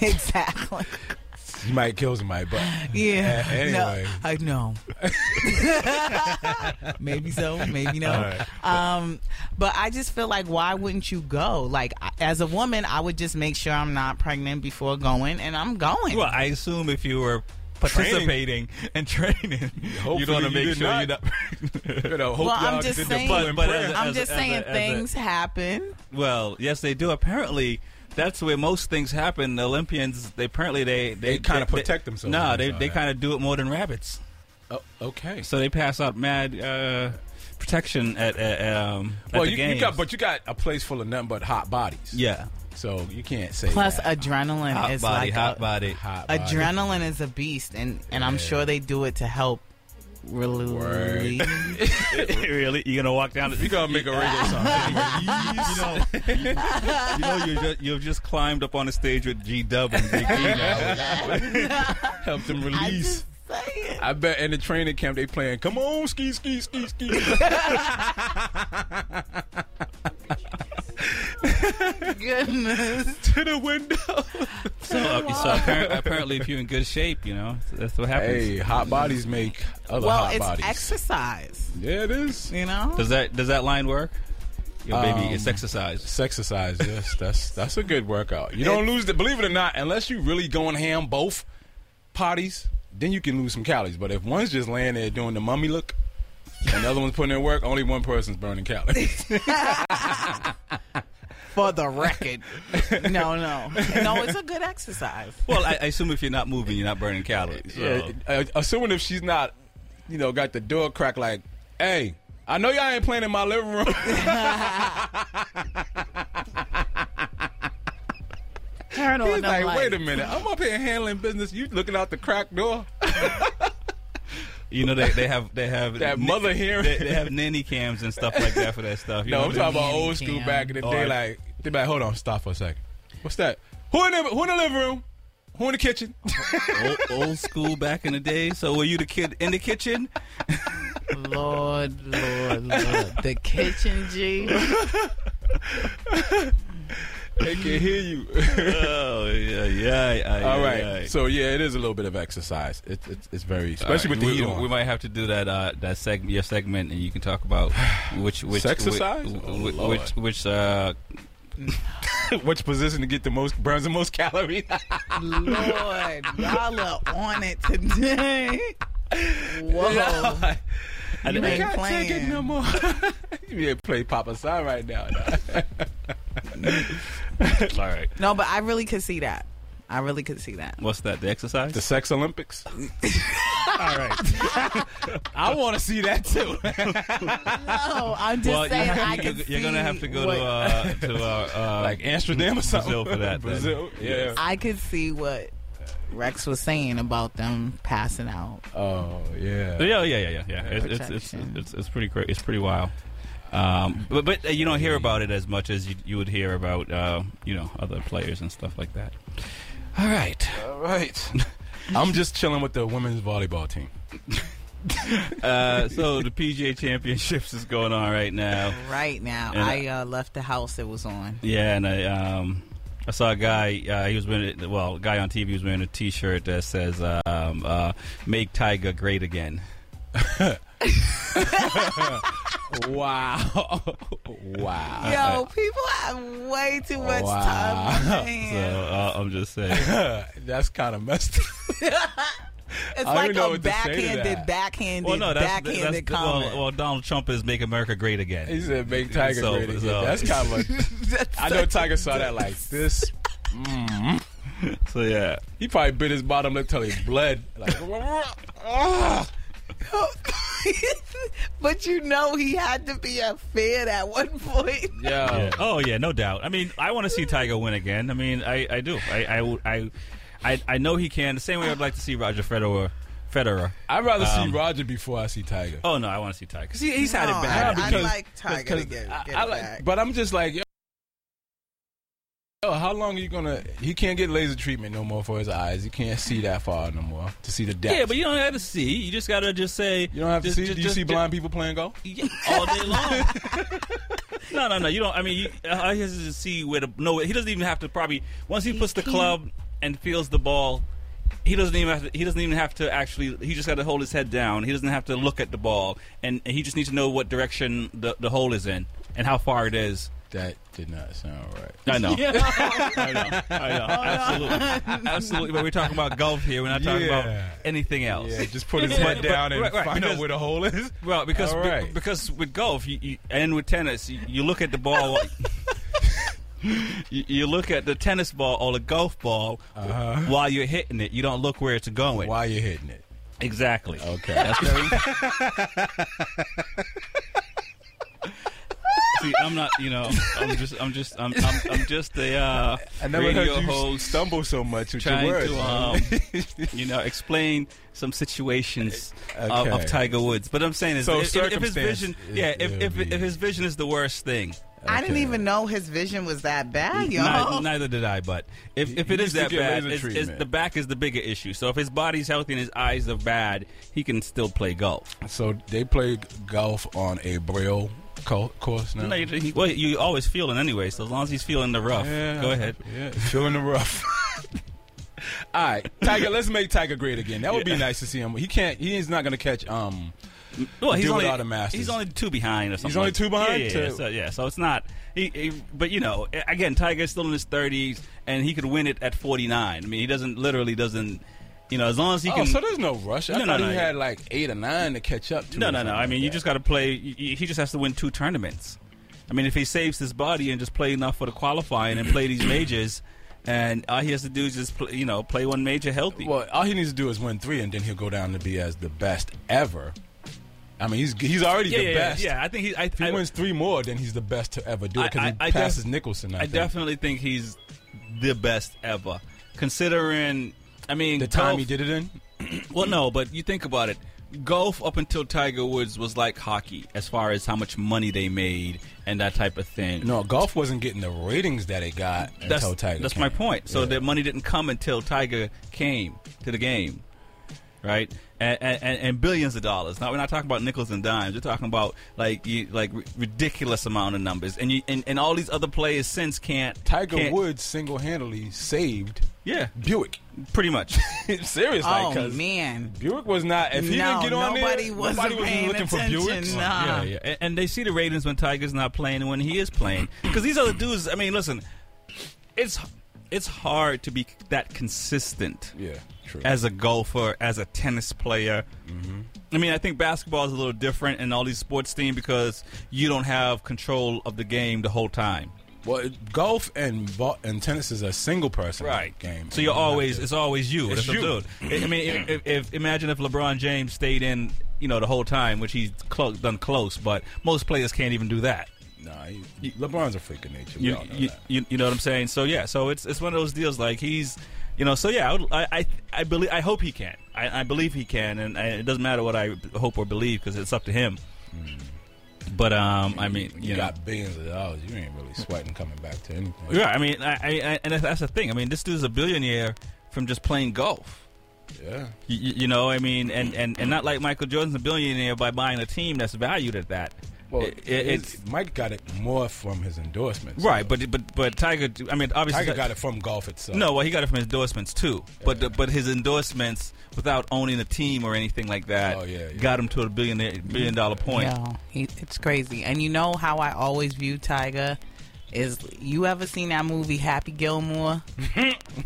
C: exactly.
B: You might kill somebody, but
C: Yeah.
B: A- anyway.
C: No, I know. maybe so, maybe no. Um, but I just feel like why wouldn't you go? Like I- as a woman, I would just make sure I'm not pregnant before going, and I'm going.
A: well, I assume if you were participating and training,
B: Hopefully
A: you'd want to
B: you
A: make
B: did
A: sure
B: not.
A: you're not.
B: you know, hope
C: Well,
B: y'all
C: I'm just
B: did
C: saying-
B: the blue in
A: But- but
B: prayer.
A: as a-
C: I'm
A: as
C: just
A: a-
C: saying
A: as a-
C: things happen.
A: Well, yes, they do. Apparently, that's where most things happen. The Olympians, they apparently they
B: They kinda protect themselves
A: No,
B: when
A: they
B: it's all
A: they
B: that.
A: kind of do it more than rabbits.
B: Oh, okay.
A: So they pass out mad uh, protection at, at um at
B: Well,
A: the
B: you, you
A: games.
B: got, but you got a place full of nothing but hot bodies.
A: yeah,
B: So you can't say
C: Plus,
B: that.
C: adrenaline
A: hot
C: is
A: body,
C: like
A: hot
C: a-
A: body.
B: hot body.
C: adrenaline is a beast, and and I'm
B: Yeah.
C: sure they do it to help. Really,
A: really, you gonna walk down? The,
B: You gonna make a radio song?
A: you know, you, know, you just, you've just climbed up on the stage with G Dub and Big E. now.
B: Help them
C: I
B: release.
C: just saying.
B: I bet in the training camp they playing. Come on, ski, ski, ski, ski.
C: Goodness.
B: to the window.
A: So, uh, so apparently, apparently, if you're in good shape, you know that's what happens.
B: Hey, hot bodies make other
C: Well,
B: hot
C: it's
B: bodies.
C: exercise.
B: yeah, it is.
C: You know.
A: Does that does that line work? Yo, baby,
B: Um,
A: it's exercise.
B: It's exercise. Yes, that's that's a good workout. You don't lose the. Believe it or not, unless you really going ham both potties, then you can lose some calories. But if one's just laying there doing the mummy look, and the other one's putting in work, only one person's burning calories.
C: for the record. no, no, no. It's a good exercise.
A: Well, I, I assume if you're not moving, you're not burning calories. so-
B: Yeah, uh, assuming if she's not, you know, got the door cracked, like, hey, I know y'all ain't playing in my living room.
C: Turn on
B: He's
C: the
B: like,
C: light.
B: wait a minute, I'm up here handling business. You looking out the crack door?
A: You know they, they have they have
B: That mother hearing.
A: They, they have nanny cams and stuff like that for that stuff. You
B: No,
A: know
B: I'm
A: what I
B: talking about
C: nanny
B: old school
C: cam.
B: back in the
A: Oh,
B: day.
A: I-
B: Like, they be like, hold on, stop for a second. What's that? Who in the who in the living room? Who in the kitchen?
A: mean? old, old school back in the day. So were you the kid in the kitchen?
C: Lord, Lord, Lord. The kitchen, G.
B: They can hear you.
A: Oh yeah, yeah. yeah,
B: All
A: yeah,
B: right.
A: yeah.
B: So yeah, it is a little bit of exercise. It, it's it's very especially
A: All right,
B: with the
A: we,
B: heat
A: we,
B: on.
A: we might have to do that uh, that segment, your segment, and you can talk about which which
B: Sexercise?
A: which
B: Oh,
A: which,
B: Lord.
A: which, uh,
B: Which position to get the most burns the most calories?
C: Lord, y'all are on it today. Whoa.
A: I,
C: You
A: I-
C: ain't playing.
B: more. you ain't play Papa Sign right now.
A: all right.
C: No, but I really could see that. I really could see that.
A: What's that? The exercise?
B: The Sex Olympics.
D: All right.
B: I want to see that too.
C: No, I'm just
A: well,
C: saying I
A: you,
C: could
A: you, you're gonna
C: see
A: have to go
C: what-
A: to uh, to uh, uh,
B: like Amsterdam or something.
A: Brazil for that, then.
B: Brazil. Yeah.
A: Yes.
C: I could see what Rex was saying about them passing out.
B: Oh yeah.
A: Yeah, yeah, yeah, yeah, yeah. It's it's it's,
C: Protection.
A: it's, it's pretty cra- it's pretty wild. Um, but but uh, you don't hear about it as much as you, you would hear about uh, you know other players and stuff like that. All right.
B: All right. I'm just chilling with the women's volleyball team.
A: Uh, so the PGA Championships is going on right now.
C: Right now,
A: And
C: I uh, left the house it was on.
A: Yeah, and I um, I saw a guy. Uh, he was wearing a- well, a guy on TV was wearing a T-shirt that says um, uh, "Make Tiger Great Again."
B: Wow. wow.
C: Yo, people have way too much
B: Wow.
C: time.
A: So
C: on their hands.
A: uh, I'm just saying.
B: That's kind of messed up.
C: it's
B: I don't
C: like
B: even know
C: a
B: what to say to
C: backhanded,
B: that.
C: backhanded,
A: Well, no, that's,
C: backhanded
A: that's
C: comment.
A: well, well, Donald Trump is "Make America Great Again."
B: He said, "Make Tiger
A: So-
B: great again."
A: so-
B: That's kind of. A,
C: That's
B: I know Tiger saw that like this.
A: So yeah.
B: He probably bit his bottom lip till he bled. Like,
C: oh, but you know he had to be a fan at one point.
B: yeah.
A: Yeah. Oh yeah, no doubt. I mean, I want to see Tiger win again. I mean, I, I do. I, I I I I know he can. The same way I'd like to see Roger Federer. Federer.
B: I'd rather
A: Um,
B: see Roger before I see Tiger.
A: Oh no, I want to see Tiger. 'Cause he- he's had
C: No,
A: it bad.
C: I- I
B: because-
C: like Tiger to
B: because
C: get-
B: I-
C: get
B: I
C: it
B: like-
C: back.
B: But I'm just like, yo, yo, how long are you gonna? He can't get laser treatment no more for his eyes. He can't see that far no more to see the depth.
A: yeah, but you don't have to see. You just gotta just say.
B: you don't have
A: just,
B: to see.
A: just-
B: Do you
A: just-
B: see blind people playing golf?
A: just- yeah, all day long? no, no, no. You don't. I mean, you, uh, he has to see where the no. He doesn't even have to probably once he, puts the club and feels the ball. He doesn't even have to, he doesn't even have to actually. He just got to hold his head down. He doesn't have to look at the ball, and he just needs to know what direction the the hole is in and how far it is.
B: That did not sound right.
A: I know.
C: Yeah.
A: I know. I know. Absolutely. Absolutely. But we're talking about golf here. We're not talking
B: Yeah.
A: about anything else.
B: Yeah, just put his
A: Yeah,
B: head
A: but-
B: down and
A: right, right,
B: find
A: because-
B: out where the hole is.
A: Well, because
B: All
A: be-
B: right.
A: because with golf you, you, and with tennis, you, you look at the ball. you, you look at the tennis ball or the golf ball
B: Uh-huh.
A: while you're hitting it. You don't look where it's going.
B: Why you hitting it?
A: Exactly.
B: Okay.
A: That's very. See, I'm not. You know, I'm just. I'm just. I'm. I'm, I'm just a uh,
B: I never
A: radio
B: heard you
A: host
B: stumble so much with your
A: trying
B: words.
A: to,
B: man.
A: um, you know, explain some situations uh, of,
B: Okay.
A: of Tiger Woods. But I'm saying is,
B: So
A: if, if- if his
B: circumstance
A: vision,
B: is-
A: yeah, if,
B: it'll
A: if,
B: be-
A: if his vision is the worst thing,
C: I didn't
B: Okay.
C: even know his vision was that bad, yo.
A: neither, neither did I. But if, if
B: He
A: it is
B: used to
A: that
B: get
A: bad,
B: laser
A: it's, it's-
B: treatment.
A: the back is the bigger issue. So if his body's healthy and his eyes are bad, he can still play golf.
B: So they play golf on a braille co- course now.
A: No, you, he- well, you always feeling anyway. So as long as he's feeling the rough,
B: Yeah.
A: go ahead.
B: Yeah, feeling the rough. All right, Tiger. Let's make Tiger great again. That would be nice to see him. He can't. He's not going to catch. Um,
A: Well, he's
B: Do
A: only
B: without a Masters.
A: he's only two behind or something.
B: only
A: like-
B: two behind?
A: Yeah, yeah, yeah.
B: Two.
A: So, yeah, so it's not. He, he- but you know, a- again, Tiger's still in his thirties, and he could win it at forty nine. I mean, he doesn't literally doesn't. You know, as long as he
B: oh,
A: can.
B: so there's no rush. I
A: No, no,
B: thought
A: no.
B: he had like eight or nine to catch up to.
A: no,
B: or
A: no, no.
B: something
A: I mean,
B: like
A: you
B: that.
A: just got to play. y- y- He just has to win two tournaments. I mean, if he saves his body and just play enough for the qualifying and play these majors, and all he has to do is just play, you know play one major healthy.
B: Well, all he needs to do is win three, and then he'll go down to be as the best ever. I mean, he's he's already
A: yeah,
B: the
A: yeah,
B: best.
A: yeah, yeah. I think he. I,
B: If he
A: I,
B: wins three more, then he's the best to ever do it
A: I-
B: because he
A: I- I def-
B: passes Nicholson. I,
A: I
B: think.
A: definitely think he's the best ever, considering. I mean,
B: the time
A: golf-
B: he did it in.
A: Well, no, but you think about it. Golf up until Tiger Woods was like hockey, as far as how much money they made and that type of thing.
B: No, golf wasn't getting the ratings that it got
A: that's
B: until Tiger.
A: that's
B: came.
A: my point. So
B: Yeah.
A: their money didn't come until Tiger came to the game. right? And, and, and billions of dollars. Now we're not talking about nickels and dimes. We're talking about like you, like r- ridiculous amount of numbers. And you and, and all these other players since can't
B: Tiger
A: can't-
B: Woods single handedly saved
A: Yeah,
B: Buick.
A: pretty much.
B: Seriously,
C: Oh
B: 'cause
C: man.
B: Buick was not. If he
C: No,
B: didn't get on
C: nobody
B: there,
C: wasn't
B: nobody was
C: paying
B: looking
C: attention,
B: for Buicks.
C: nah.
A: Yeah, yeah. And, and they see the ratings when Tiger's not playing and when he is playing. Because these other dudes, I mean, listen, it's it's hard to be that consistent
B: Yeah, true.
A: as a golfer, as a tennis player.
B: Mm-hmm.
A: I mean, I think basketball is a little different in all these sports teams because you don't have control of the game the whole time.
B: well, it- golf and bo- and tennis is a single person game.
A: So you're
B: You have
A: always
B: to-
A: it's always you.
B: It's
A: That's
B: you.
A: the dude. I I mean, if, if imagine if LeBron James stayed in, you know, the whole time, which he's clo- done close, but most players can't even do that.
B: nah. he- LeBron's a freak of nature. We
A: you,
B: all know
A: you,
B: that.
A: you, you know what I'm saying? So yeah, so it's it's one of those deals. Like he's, you know, so yeah, I would, I, I I believe I hope he can. I, I believe he can, and I, it doesn't matter what I hope or believe because it's up to him. But um, I mean,
B: Hmm. You
A: you know,
B: got billions of dollars. You ain't really sweating coming back to anything.
A: yeah, I mean, I, I, I and that's, that's the thing. I mean, this dude's a billionaire from just playing golf.
B: Yeah.
A: You, you you know, I mean, and, and, and not like Michael Jordan's a billionaire by buying a team that's valued at that.
B: Well,
A: It- it-
B: it's,
A: it's
B: Mike got it more from his endorsements.
A: right, but but but Tiger. I mean, obviously,
B: Tiger got it from golf itself.
A: No, well, he got it from his endorsements too. But the, but his endorsements, without owning a team or anything like that,
B: Oh, yeah, yeah.
A: got him to a billion billion dollar point.
C: No, he, it's crazy. And you know how I always view Tiger is you ever seen that movie Happy Gilmore?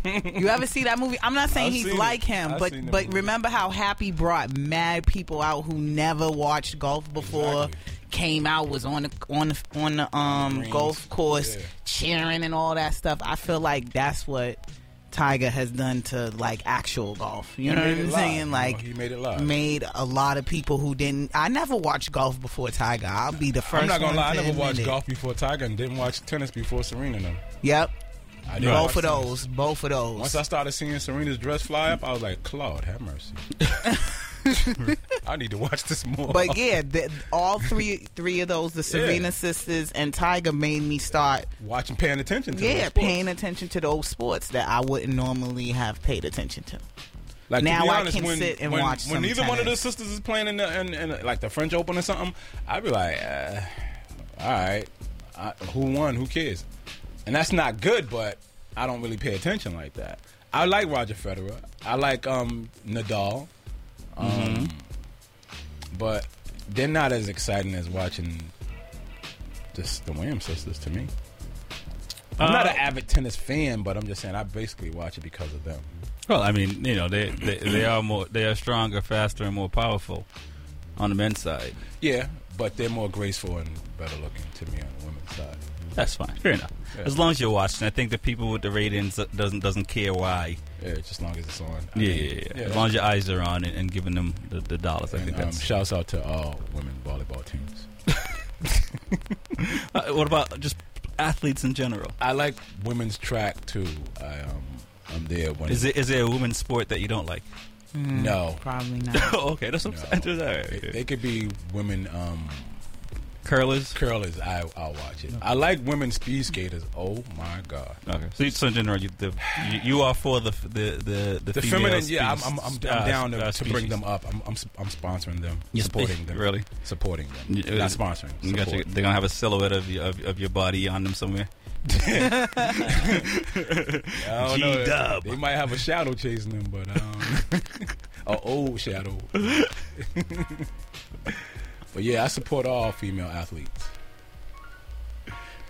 C: you ever see that movie? I'm not saying
B: I've
C: he's
B: seen it.
C: like him,
B: I've
C: but
B: seen the
C: but
B: movie.
C: remember how Happy brought mad people out who never watched golf before.
B: Exactly.
C: Came out was on the on the on the um
B: Greens.
C: golf course
B: Yeah.
C: cheering and all that stuff. I feel like that's what Tiger has done to like actual golf. You know
B: made it
C: what
B: live,
C: I'm
B: you
C: saying?
B: know,
C: Like
B: he made it live.
C: made a lot of people who didn't. I never watched golf before Tiger. I'll be the first.
B: I'm not gonna
C: one
B: lie. I
C: to
B: never
C: admit
B: watched
C: it.
B: golf before Tiger, and didn't watch tennis before Serena. No,
C: Yep,
B: I didn't
C: both
B: watch
C: of
B: tennis.
C: those. Both of those.
B: Once I started seeing Serena's dress fly up, I was like, Claude, have mercy. I need to watch this more.
C: but yeah, the, all three three of those, the Serena
B: Yeah.
C: sisters and Tiger, made me start
B: watching, paying attention to
C: yeah
B: the sports.
C: paying attention to those sports that I wouldn't normally have paid attention to.
B: Like, to
C: Now
B: be
C: I
B: honest,
C: can
B: when,
C: sit and
B: when,
C: watch
B: When
C: some
B: neither one of the
C: tennis.
B: sisters is playing in, the, in, in like the French Open or something, I'd be like, uh, all right, I, who won? Who cares? And that's not good, but I don't really pay attention like that. I like Roger Federer. I like um, Nadal. Um,
C: Mm-hmm.
B: But they're not as exciting as watching just the Wham sisters to me. I'm not
A: Uh,
B: an avid tennis fan, but I'm just saying I basically watch it because of them.
A: Well, I mean, you know, they, they they are more they are stronger, faster, and more powerful on the men's side.
B: Yeah, but they're more graceful and better looking to me on the women's side.
A: That's fine, fair enough.
B: Yeah.
A: As long as you're watching, I think the people with the ratings doesn't doesn't care why.
B: Yeah, just as long as it's on. I
A: Yeah,
B: mean,
A: yeah, yeah. As long as your eyes are on it and giving them the, the dollars, I
B: and,
A: think
B: um,
A: that's.
B: shouts out to all women volleyball teams.
A: Uh, what about just athletes in general?
B: I like women's track too. I um, I'm there when
A: Is it is there a women's sport that you don't like?
B: Mm, no.
C: Probably not.
A: oh, okay, that's what
B: No.
A: I'm saying. All right.
B: They, they could be women um,
A: Curlers.
B: curlers. I I'll watch it. I like women speed skaters. Oh my god.
A: Okay. So, you, so in general, you, the, you, you are for the the the the,
B: The
A: female
B: feminine, yeah, I'm,
A: species-
B: I'm, I'm, I'm
A: uh,
B: down to,
A: uh,
B: to bring
A: species.
B: them up. I'm, I'm, s- I'm sponsoring them,
A: Yes,
B: supporting
A: please.
B: them,
A: Really?
B: supporting them,
A: Yeah,
B: not
A: it-
B: sponsoring.
A: You got your-
B: support.
A: they're gonna have a silhouette of, your- of of your body on them somewhere.
B: I don't know.
A: G-Dub.
B: They might have a shadow chasing them, but um, an old shadow. but yeah, I support all female athletes,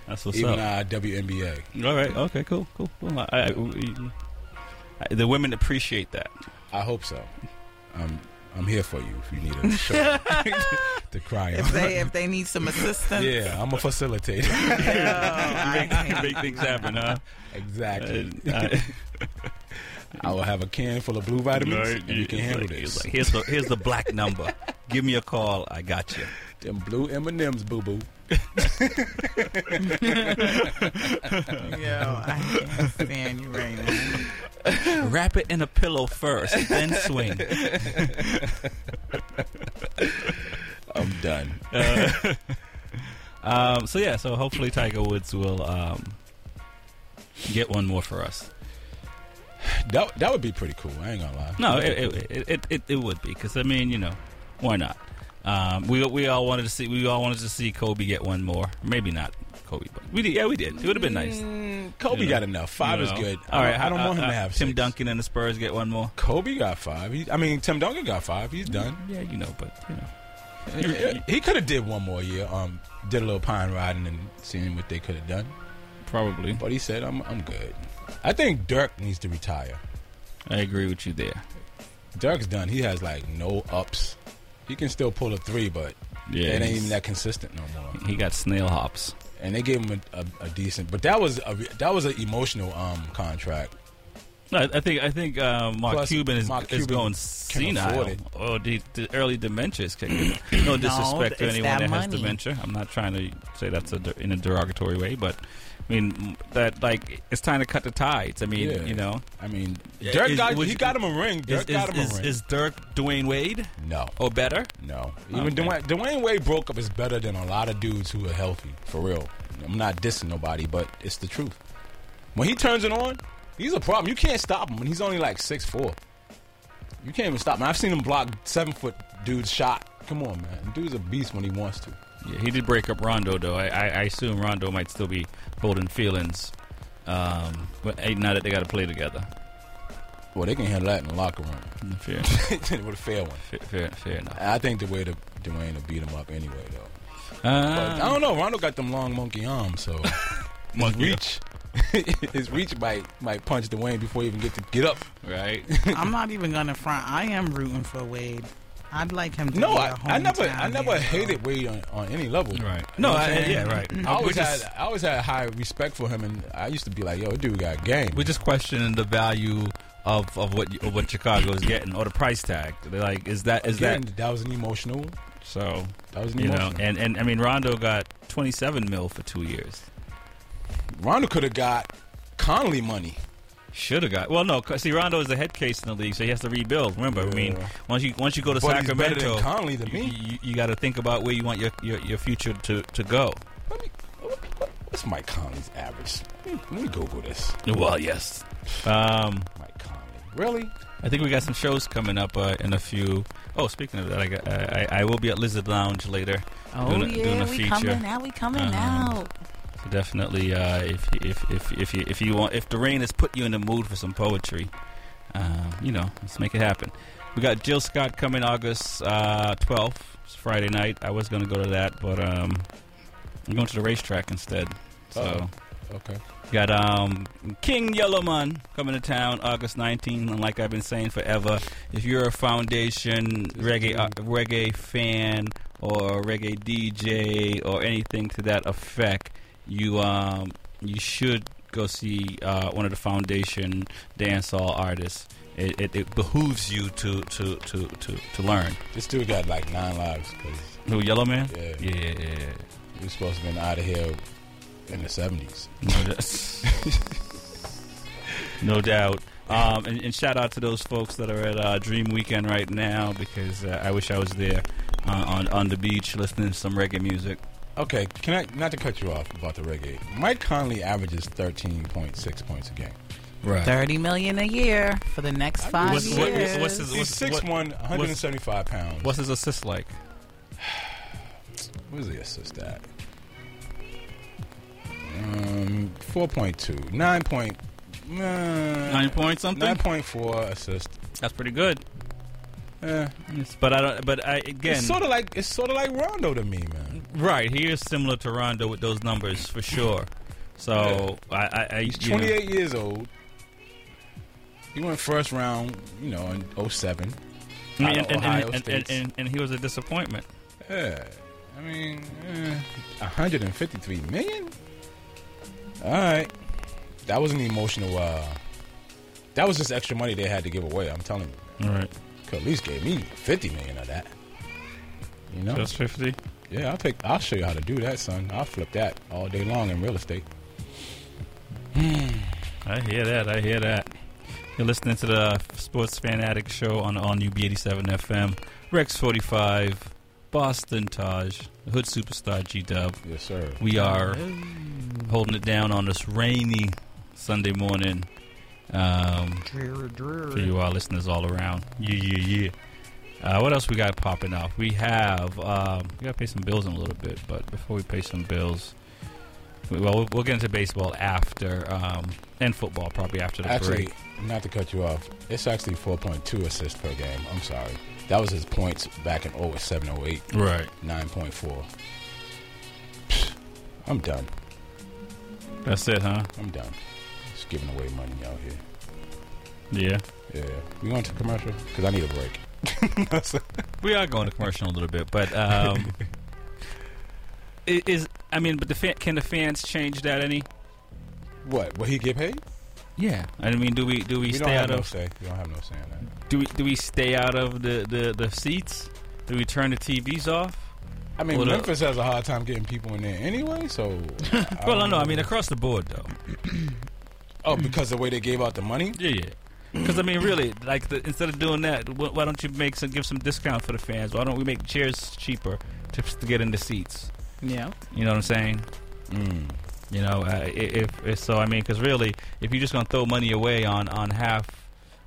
A: That's what's
B: even
A: up.
B: uh, our WNBA.
A: All right. Okay. Cool. Cool. Cool. I, I- we- I- the women appreciate that.
B: I hope so. I'm I'm here for you if you need a show to cry
C: if
B: on.
C: they if they need some assistance,
B: Yeah, I'm a facilitator.
C: yo, I
A: You
C: can't.
A: make things happen, huh?
B: exactly.
A: Uh, uh,
B: I will have a can full of blue vitamins,
A: right,
B: and you can
A: it's
B: handle
A: like- it's
B: this.
A: like, here's the here's the black number. Give me a call. I got you.
B: Them blue M and M's, boo boo.
C: Yo, I can't stand you right now.
A: Wrap it in a pillow first, then swing.
B: I'm done.
A: Uh, um, so yeah, so hopefully Tiger Woods will um, get one more for us.
B: That, that would be pretty cool. I ain't gonna lie.
A: No, it it, it, it, it, it would be because I mean, you know, why not? Um, we we all wanted to see we all wanted to see Kobe get one more. Maybe not Kobe, but we did. Yeah, we did. It would have been nice.
B: Mm, Kobe
A: You know.
B: got enough. Five
A: You
B: is
A: know?
B: good.
A: All right,
B: I don't
A: uh,
B: want him
A: uh,
B: to have
A: Tim
B: six.
A: Duncan and the Spurs get one more.
B: Kobe got five. He, I mean, Tim Duncan got five. He's done.
A: Yeah, you know, but you know,
B: he could have did one more year. Um, did a little pine riding and seeing what they could have done.
A: probably.
B: But he said, "I'm I'm good." I think Dirk needs to retire.
A: I agree with you there.
B: Dirk's done. He has like no ups. He can still pull a three, but
A: Yeah,
B: it ain't
A: he's-
B: even that consistent no more.
A: He got snail hops.
B: And they gave him a, a, a decent, but that was a re- that was an emotional um contract.
A: No, I I think I think uh, Mark
B: Plus,
A: Cuban is,
B: Mark
A: is
B: Cuban
A: going
B: can
A: senile.
B: afford it.
A: Oh, the, the early dementia is kicking. in. No disrespect to
C: it's
A: anyone
C: that
A: that has
C: money.
A: dementia. I'm not trying to say that's a, der- in a derogatory way, but I mean m- that like it's time to cut the tides. I mean,
B: Yeah.
A: you know,
B: I mean,
A: Yeah,
B: Dirk
A: is-
B: got
A: would
B: he
A: you-
B: got him a ring.
A: is,
B: Dirk got
A: is,
B: him a
A: is,
B: ring.
A: is Dirk Dwayne Wade
B: no,
A: or better?
B: no. Even
A: Okay.
B: Dwayne, Dwayne Wade broke up is better than a lot of dudes who are healthy for real. I'm not dissing nobody, but it's the truth. When he turns it on, he's a problem. You can't stop him when he's only like six four. You can't even stop him. I've seen him block seven foot dudes shot. Come on, man. Dude's a beast when he wants to.
A: Yeah, he did break up Rondo though. I, I, I assume Rondo might still be holding feelings. Um, but eh, now that they got to play together,
B: Well, they can handle that in the locker room.
A: fair,
B: with a fair one.
A: fair, fair, fair enough.
B: I think the way to Dwayne to beat him up anyway, though. But I
A: Uh,
B: don't know. Rondo got them long monkey arms, so his
A: Monkey
B: reach, his reach might might punch Dwayne before he even get to get up.
A: right?
E: I'm not even gonna front. I am rooting for Wade. I'd like him to
B: No,
E: be
B: I,
E: a
B: I never,
E: hometown
B: I never
E: hero.
B: hated Wade on, on any level.
A: Right.
B: You
A: No,
B: know what I'm
A: I,
B: saying?
A: yeah, right.
B: I
A: we're,
B: always
A: just,
B: had, I always had high respect for him, and I used to be like, "Yo, dude got game."
A: we're just questioning the value of, of what of what Chicago is getting or the price tag. They're like, is that is
B: Again,
A: that
B: that was an emotional.
A: so?
B: That was an
A: You know,
B: emotional.
A: and, and I mean, Rondo got twenty seven mil for two years.
B: Rondo could have got Conley money.
A: Should have got well, no. 'cause See, Rondo is the head case in the league, so he has to rebuild. Remember, I mean,
B: Yeah.
A: once you once you go to
B: But he's better than
A: Sacramento,
B: Conley to
A: you,
B: me.
A: you, got to think about where you want your, your, your future to, to go.
B: Let me, what, what- what's Mike Conley's average? Hmm, Let me Google this.
A: Well, yes. Um,
B: Mike Conley. Really?
A: I think we got some shows coming up uh, in a few. Oh, speaking of that, I, got, I I I will be at Lizard Lounge later.
C: Oh
A: doing a,
C: yeah,
A: doing a
C: we
A: feature.
C: coming out. We coming
A: Um,
C: out.
A: So definitely, uh, if if if if you if you want, if the rain has put you in the mood for some poetry, uh, you know, let's make it happen. We got Jill Scott coming August uh, twelfth, It's Friday night. I was going to go to that, but um, I'm going to the racetrack instead. So.
B: Uh-oh. Okay.
A: Got um King Yellowman coming to town August 19th. And like I've been saying forever, if you're a foundation reggae uh, reggae fan or a reggae DJ or anything to that effect, you um you should go see uh, one of the foundation dancehall artists. It, it, it behooves you to to to to, to learn.
B: This dude got like nine lives because
A: Who Yellowman?
B: Yeah.
A: Yeah, yeah.
B: he was supposed to have been out of here in the 70s.
A: No, that's- no doubt. Um, and, and shout out to those folks that are at uh, Dream Weekend right now because uh, I wish I was there uh, on on the beach listening to some reggae music.
B: Okay, can I not to cut you off about the reggae? Mike Conley averages 13.6 points a game.
A: Right.
C: Thirty million a year for the next five
A: What's-
C: years.
A: what- what's- what's his-
B: He's
A: what-
B: 6'1", 175 pounds.
A: What's his assist like?
B: What is the assist at? Um, 4.2. 9 point...
A: Nine
B: Nine
A: point something.
B: 9.4 assist.
A: That's pretty good.
B: Eh.
A: Yes, But I don't. But I again.
B: It's sort of like it's sort of like Rondo to me, man.
A: right. He is similar to Rondo with those numbers for sure. So I, I, I
B: He's
A: you know,
B: 28 years old. He went first round, you know, in 07.
A: I mean,
B: out of
A: and, and,
B: Ohio
A: and, and,
B: State's-
A: and, and, and he was a disappointment.
B: Yeah. I mean, eh, 153 million? All right. That was an emotional. Uh, that was just extra money they had to give away, I'm telling you.
A: All right.
B: Could at least gave me 50 million of that. You know?
A: Just fifty.
B: yeah, I'll take I'll show you how to do that, son. I'll flip that all day long in real estate.
A: I hear that. I hear that. You're listening to the Sports Fanatic Show on on UB87 FM, Rex 45, Boston Taj, the Hood Superstar G Dub.
B: Yes, sir.
A: We are holding it down on this rainy Sunday morning Um,
F: Drear, drear.
A: for you, our listeners all around. Yeah, yeah, yeah. Uh, what else we got popping off? We have um, we got to pay some bills in a little bit, but before we pay some bills, we- well, we'll- we'll get into baseball after um, and football probably after the
B: Actually,
A: break.
B: not to cut you off, it's actually 4.2 assists per game. I'm sorry. That was his points back in 07, 08.
A: Right,
B: 9.4. Psh, I'm done.
A: that's it, huh?
B: I'm done. Just giving away money out here.
A: Yeah,
B: Yeah. We going to commercial? Because I need a break.
A: we are going to commercial in a little bit, but um, i- is I mean, but the fan, can the fans change that any?
B: What? Will he get paid?
A: Yeah, I mean, do we do we,
B: We don't
A: stay
B: have
A: out
B: no
A: of
B: say. We don't have no say in that.
A: do we do we stay out of the, the, the seats? Do we turn the TVs off?
B: I mean,
A: Well, the-
B: Memphis has a hard time getting people in there anyway, so. I
A: Well, I
B: don't
A: know. I mean, across the board, though.
B: Oh, because the way they gave out the money?
A: Yeah, yeah. Because I mean, really, like the, instead of doing that, wh- why don't you make some give some discount for the fans? Why don't we make chairs cheaper to, to get in the seats?
F: Yeah.
A: You know what I'm saying?
B: Mm.
A: You know, uh, i- if, if so, I mean, because really, if you're just gonna throw money away on on half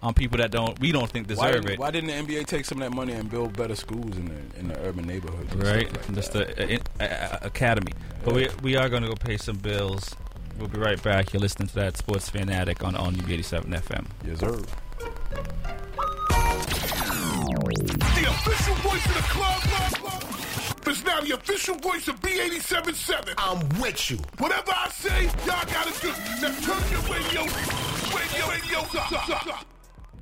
A: on people that don't we don't think
B: Why,
A: deserve
B: didn't,
A: it,
B: why didn't the NBA take some of that money and build better schools in the, in the urban neighborhoods? and
A: right?
B: stuff like
A: That's
B: that?
A: the uh, in- uh, uh, academy. But we we are gonna go pay some bills. We'll be right back. You're listening to that Sports Fanatic on All New 87 FM.
B: Yes, sir.
G: The official voice of the club, club, club is now the official voice of B877. I'm with you. Whatever I say, y'all gotta do. Now turn your radio, radio, radio up, up, up.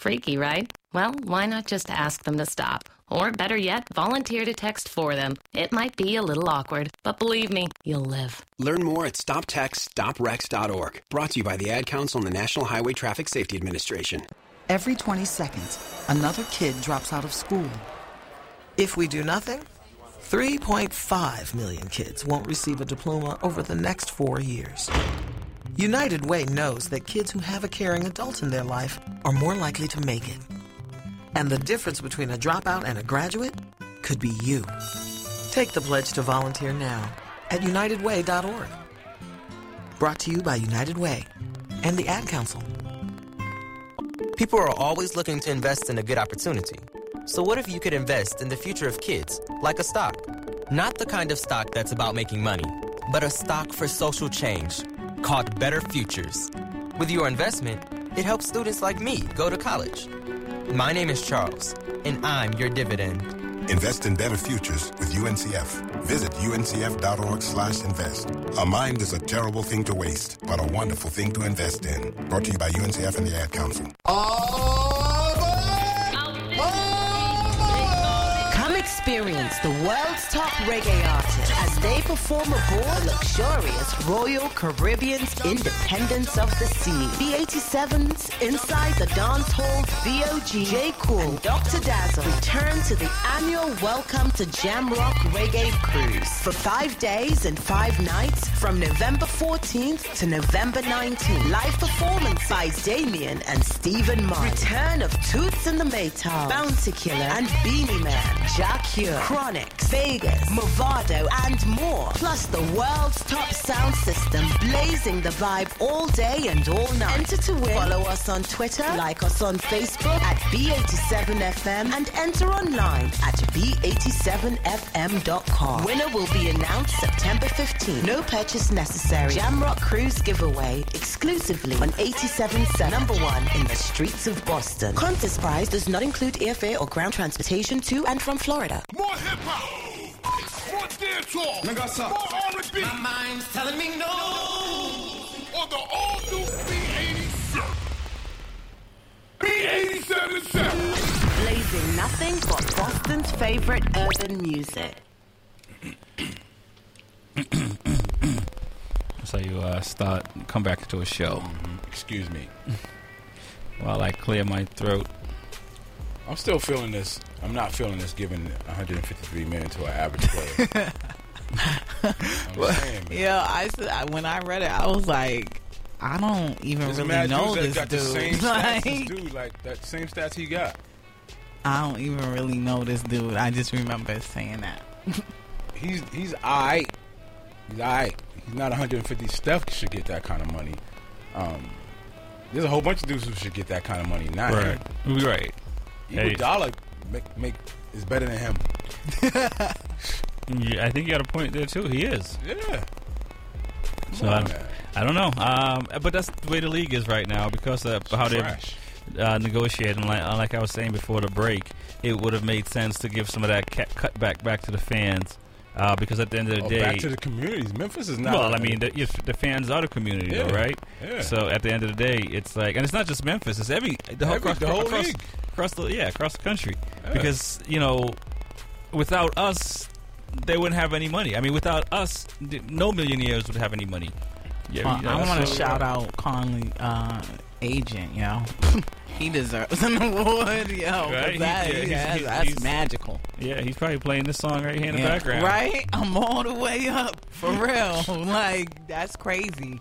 H: Freaky, right? Well, why not just ask them to stop? Or better yet, volunteer to text for them. It might be a little awkward, but believe me, you'll live.
I: Learn more at stoptextstoprex.org. Brought to you by the Ad Council and the National Highway Traffic Safety Administration.
J: Every 20 seconds, another kid drops out of school. If we do nothing, 3.5 million kids won't receive a diploma over the next four years. United Way knows that kids who have a caring adult in their life are more likely to make it. And the difference between a dropout and a graduate could be you. Take the pledge to volunteer now at unitedway.org. Brought to you by United Way and the Ad Council.
K: People are always looking to invest in a good opportunity. So, what if you could invest in the future of kids, like a stock? Not the kind of stock that's about making money, but a stock for social change called Better Futures. With your investment, it helps students like me go to college. My name is Charles, and I'm your dividend.
G: Invest in better futures with UNCF. Visit uncf.org slash invest. A mind is a terrible thing to waste, but a wonderful thing to invest in. Brought to you by UNCF and the Ad Council.
L: Come experience the world's top reggae artists as they perform aboard the luxurious Royal Caribbean's Independence of the Sea. The 87s inside the dance halls VOG, J. Cool, and Dr. Dazzle return to the annual Welcome to Jamrock Reggae Cruise for five days and five nights from November 14th to November 19th. Live performance by Damien and Stephen Marr. Return of Toots and the Maytals, Bounty Killer and Beanie Man, Jack Hugh, Chronix, Vegas, Movado, and more. Plus the world's top sound system, blazing the vibe all day and all night. Enter to win. Follow us on Twitter, like us on Facebook at B87FM, and enter online at B87FM.com. Winner will be announced September 15th. No purchase necessary. Jamrock Cruise giveaway exclusively on 87.7, number one in the streets of Boston. Contest prize does not include airfare or ground transportation to and from Florida.
G: More hip hop, more dance hall, more R&B. My mind's telling me no. On the all new B87. B87.
L: Blazing nothing but Boston's favorite urban music.
A: That's how you uh, start come back to a show.
B: Mm, Excuse me.
A: While I clear my throat.
B: I'm still feeling this. I'm not feeling this given 153 minutes to an average player. I'm saying, man.
C: Yeah, I s- I- when I read it, I was like, I don't even
B: There's a
C: really
B: mad
C: know
B: dudes
C: this
B: that got
C: dude.
B: the same
C: like,
B: stats as dude, like that same stats he got.
C: I don't even really know this dude. I just remember saying that.
B: He's he's alright. He's alright. He's not 150. Steph should get that kind of money. Um, there's a whole bunch of dudes who should get that kind of money. Not
A: Right.
B: him.
A: Right. Hey.
B: Iguodala make make is better than him.
A: Yeah, I think you got a point there too. He is.
B: Yeah.
A: So
B: Come
A: I,
B: on,
A: I don't know, um, but that's the way the league is right now because of how they
B: trash.
A: uh, negotiated. And like, like I was saying before the break, it would have made sense to give some of that cut cutback back to the fans uh, because at the end of the
B: Oh,
A: day,
B: back to the communities. Memphis is not.
A: well, I mean, the, if the fans are the community, though,
B: Yeah,
A: right?
B: yeah.
A: So at the end of the day, it's like, and it's not just Memphis; it's every the whole,
B: Every-
A: across,
B: the whole
A: across,
B: league.
A: across the yeah, across the country.
B: Yeah.
A: Because you know, without us, they wouldn't have any money. I mean, without us, th- no millionaires would have any money.
C: Well,
A: you know,
C: I want to
A: so-
C: shout out Conley uh, agent, yo. he deserves an award, yo. 'cause
A: Right?
C: that-
A: He- yeah, he's-
C: yeah,
A: he's-
C: that's
A: he's-
C: magical.
A: Yeah, he's probably playing this song right here in
C: Yeah.
A: the background.
C: Right? I'm all the way up for real. like that's crazy.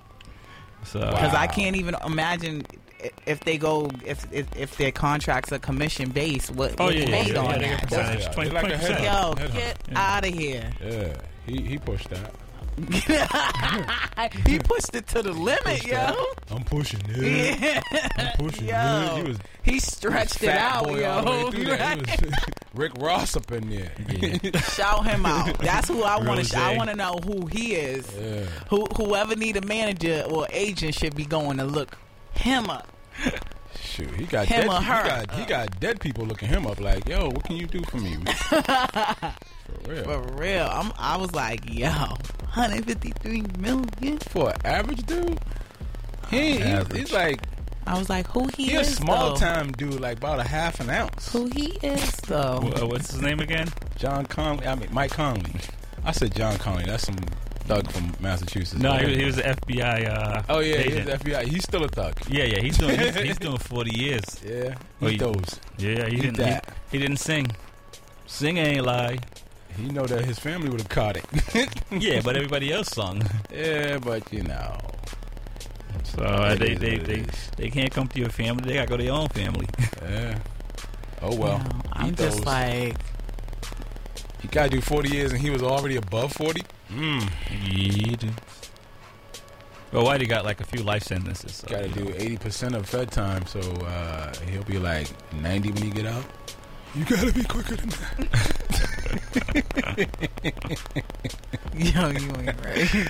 A: So
C: Because I can't even imagine i- if they go if if, if their contracts are commission based. What?
A: Oh,
C: what's
A: yeah, yeah,
C: made
A: yeah,
C: on
A: yeah, they
C: that?
A: get percentage,
C: That's-
A: 20 They're like a 20%.
C: Yo,
A: head hunt.
C: get
A: Head
C: out of here.
B: Yeah, he he pushed that.
C: he pushed it to the limit, yo.
B: I'm pushing it.
C: Yeah.
B: I'm pushing
C: Yo.
B: it. He was
C: He stretched it
B: fat
C: out,
B: boy all the way
C: yo.
B: through that. He was- Rick Ross up in there.
C: Shout him out. That's who I want
B: Rosé.
C: to. I want to know who he is.
B: Yeah.
C: Who whoever need a manager or agent should be going to look him up.
B: Shoot, he got
C: Him
B: dead,
C: or her.
B: He got, he got dead people looking him up. Like, yo, what can you do for me? For real.
C: For real, I'm, I was like, yo, 153 million
B: for an average dude. He, he's,
C: Average.
B: he's like
C: I was like, who he,
B: he a
C: is?
B: small
C: though.
B: time dude, like about a half an ounce.
C: Who he is though?
A: Wha- what's his name again?
B: John Conley. I mean, Mike Conley. I said John Conley. That's some thug from Massachusetts.
A: No, he, he was an FBI. Uh,
B: Oh yeah,
A: agent.
B: he's FBI. He's still a thug.
A: Yeah, yeah, he's doing he's, he's doing forty years.
B: Yeah,
A: Well,
B: he those.
A: Yeah, he,
B: He
A: didn't.
B: that.
A: He, he didn't sing. Sing ain't lie.
B: He know that his family would have caught it.
A: yeah, but everybody else sung.
B: yeah, but you know.
A: So uh,
B: It
A: they
B: is
A: they,
B: what it
A: they
B: is.
A: they can't come to your family. They gotta go to their own family.
B: Yeah. Oh well.
C: You know,
B: He
C: I'm just
B: those.
C: like,
B: You gotta do 40 years, and he was already above 40. Mm.
A: Yeah, dude. Well, Whitey got like a few life sentences. so,
B: Gotta
A: you
B: do
A: know.
B: 80% of Fed time, so uh, he'll be like 90 when he get out. You gotta be quicker than that.
C: yo, you ain't right.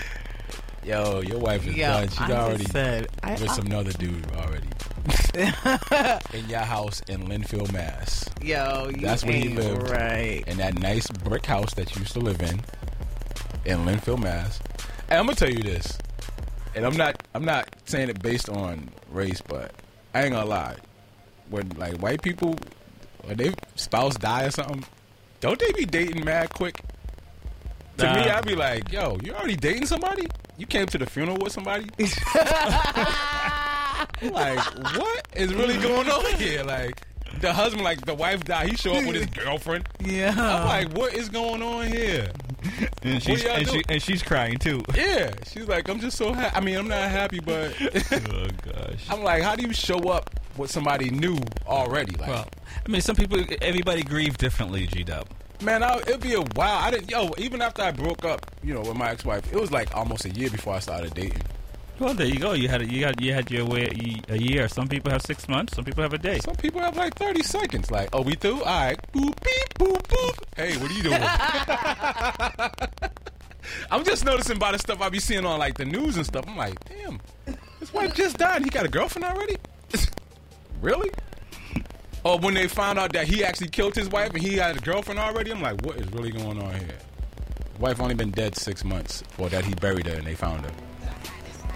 B: Yo, your wife is
C: Yo,
B: done. She's
C: I just
B: already
C: said, I-
B: with
C: I-
B: some other dude already in your house in Linfield, Mass.
C: Yo, you
B: That's where he
C: ain't
B: lived.
C: Right.
B: In that nice brick house that you used to live in in Linfield, Mass. And I'm gonna tell you this. And I'm not I'm not saying it based on race, but I ain't gonna lie. When like white people when they spouse die or something, don't they be dating mad quick? To me,
A: Nah.
B: I'd be like, yo, you already dating somebody? You came to the funeral with somebody? like, what is really going on here? Like, the husband, like, the wife died. He show up with his girlfriend.
C: Yeah.
B: I'm like, what is going on here?
A: And
B: What
A: she's
B: y'all
A: and,
B: do?
A: she, and she's crying too.
B: Yeah. She's like, I'm just so happy. I mean, I'm not happy, but
A: oh gosh.
B: I'm like, how do you show up with somebody new already? Like,
A: Well, I mean, some people, everybody grieve differently. G Dub.
B: Man, I, it'd be a while. I didn't, yo, even after I broke up, you know, with my ex-wife, it was like almost a year before I started dating.
A: Well, there you go. You had a- you got you had your way a year. Some people have six months. Some people have a day.
B: Some people have like 30 seconds. Like, oh, we through? All right. Boop, beep, boop, boop. Hey, what are you doing? I'm just noticing by the stuff I be seeing on like the news and stuff. I'm like, damn, this wife just died. and He got a girlfriend already? really? Or when they found out that he actually killed his wife and he had a girlfriend already, I'm like, what is really going on here? Wife only been dead six months, or that he buried her and they found her.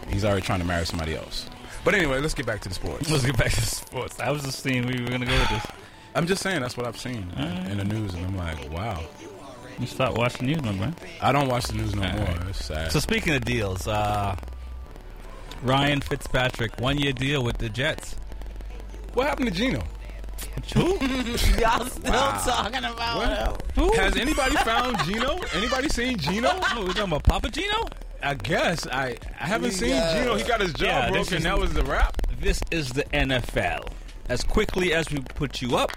B: He's already trying to marry somebody else. But anyway, let's get back to the sports.
A: Let's get back to sports. I was just seeing where you were gonna go with this.
B: I'm just saying that's what I've seen in the news, and I'm like, wow.
A: You stop watching news, my man.
B: I don't watch the news no more. It's sad.
A: So speaking of deals, uh, Ryan Fitzpatrick, one year deal with the Jets.
B: what happened to Gino?
C: Y'all still
B: Wow.
C: talking about him.
B: Has anybody found Gino? Anybody seen Gino?
A: Oh, we talking about Papa Gino?
B: I guess I I haven't
A: We
B: seen
A: got-
B: Gino. He got his jaw
A: Yeah, this
B: broken.
A: is-
B: That was the wrap.
A: This is the NFL. As quickly as we put you up,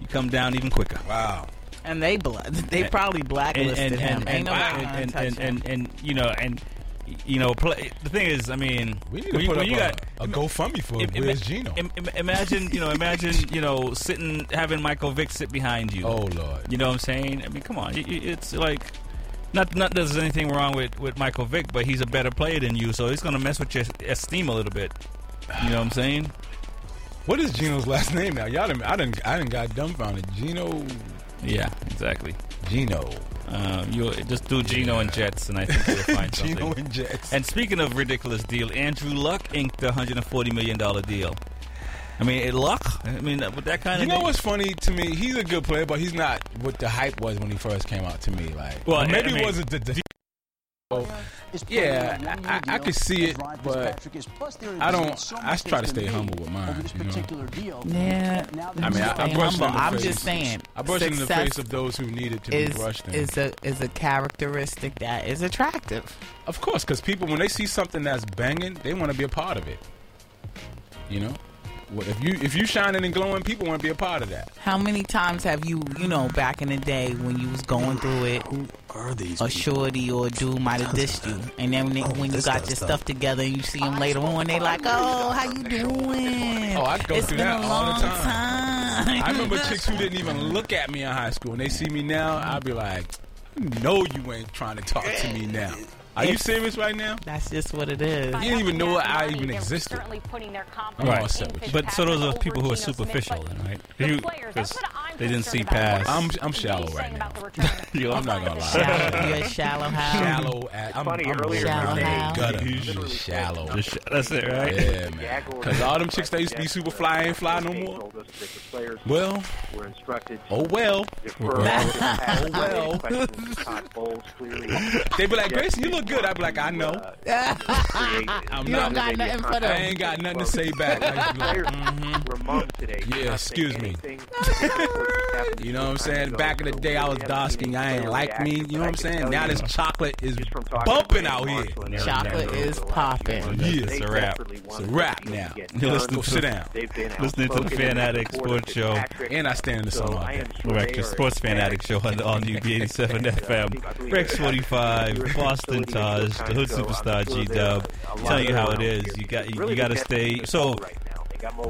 A: you come down even quicker.
B: Wow.
E: And they blood. They
A: And-
E: probably blacklisted
A: and, and,
E: him.
A: And,
E: Ain't
A: and,
E: nobody gonna
A: and,
E: touch
A: and,
E: him.
A: and, and, you know, and you know, play, the thing is, I mean,
B: We need to put up a- a GoFundMe for Where's Gino?
A: Im, im- imagine, you know, imagine, you know, sitting having Michael Vick sit behind you.
B: Oh, Lord.
A: You know what I'm saying? I mean, come on, Y- y- it's like. Not, not that there's anything wrong with, with Michael Vick, but he's a better player than you, so he's going to mess with your esteem a little bit. You know what I'm saying?
B: What is Gino's last name now? Y'all, done, I didn't, I didn't got dumbfounded. Gino.
A: Yeah, exactly.
B: Gino.
A: Um, you just do Gino and Jets, and I think you'll find something.
B: Geno and Jets.
A: And speaking of ridiculous deal, Andrew Luck inked a hundred and forty million dollar deal. I mean, it, Luck. I mean, uh, with that kind
B: You
A: of.
B: know what's funny to me? He's a good player, but he's not what the hype was when he first came out to me. Like,
A: Well,
B: well, maybe
A: I mean-
B: it wasn't the. the yeah, I, I- I could see it, but I don't. I try to stay humble with mine. you know?
E: Yeah.
B: I mean, I, I brushed it in the
E: I'm
B: face.
E: just saying.
B: I brushed it in the
E: success
B: face of those who needed to
E: is,
B: be brushed in.
E: Is a is a characteristic that is attractive.
B: Of course, because people, when they see something that's banging, they want to be a part of it. You know, Well, if you if you shining and glowing, people want to be a part of that.
E: How many times have you, you know, back in the day when you was going through it, a shorty or a dude might have dissed you, and then when,
B: Oh,
E: they- when you
C: this
E: got
C: does
E: your
C: stuff.
E: stuff together and you see them later on, they like, oh, how you doing?
B: Oh, I go
E: It's
B: through
E: been
B: that
E: a
B: all the
E: long
B: time. I remember chicks who didn't even look at me in high school, and they see me now, I'd be like, "No, you ain't trying to talk to me now. Are you serious right now?
E: That's just what it is.
B: You didn't even know I even existed." I'm all set with you.
G: But so those are those people who are superficial, then, right? You, 'cause they didn't see past.
B: I'm I'm shallow right now.
G: You
B: I'm not gonna lie.
E: Shallow. You're a shallow house.
B: Shallow. At, I'm,
E: Funny,
B: I'm
E: earlier
B: shallow.
E: when they-
B: Gutter. Just shallow.
G: that's it, right?
B: Yeah, man. Because all them chicks that used to be super fly ain't fly no more. Well,
M: were instructed.
B: Oh well.
M: oh
B: well. They be like, Grayson, you look good. I be like, I know. I'm
E: you
B: not.
E: don't got nothing for
B: I
E: them.
B: ain't got nothing to say back. I just be like, mm-hmm. Yeah, excuse me. You know what I'm saying? Back in the day, I was dosking. I ain't like me. You know what I'm saying? Now this chocolate is bumping out here.
E: Chocolate is popping.
B: Yeah,
A: It's a wrap.
B: It's a wrap now.
A: You're
B: Let's
A: listening
B: go
A: to
B: sit down.
A: Listening to the Fanatic Sports Show.
B: And I stand in the sun all day.
A: Correct. The Sports Fanatic Show on the all new B87 FM. Rex 45, Boston Taj, the Hood Superstar G Dub. Telling you how it is. You got you, got to stay. So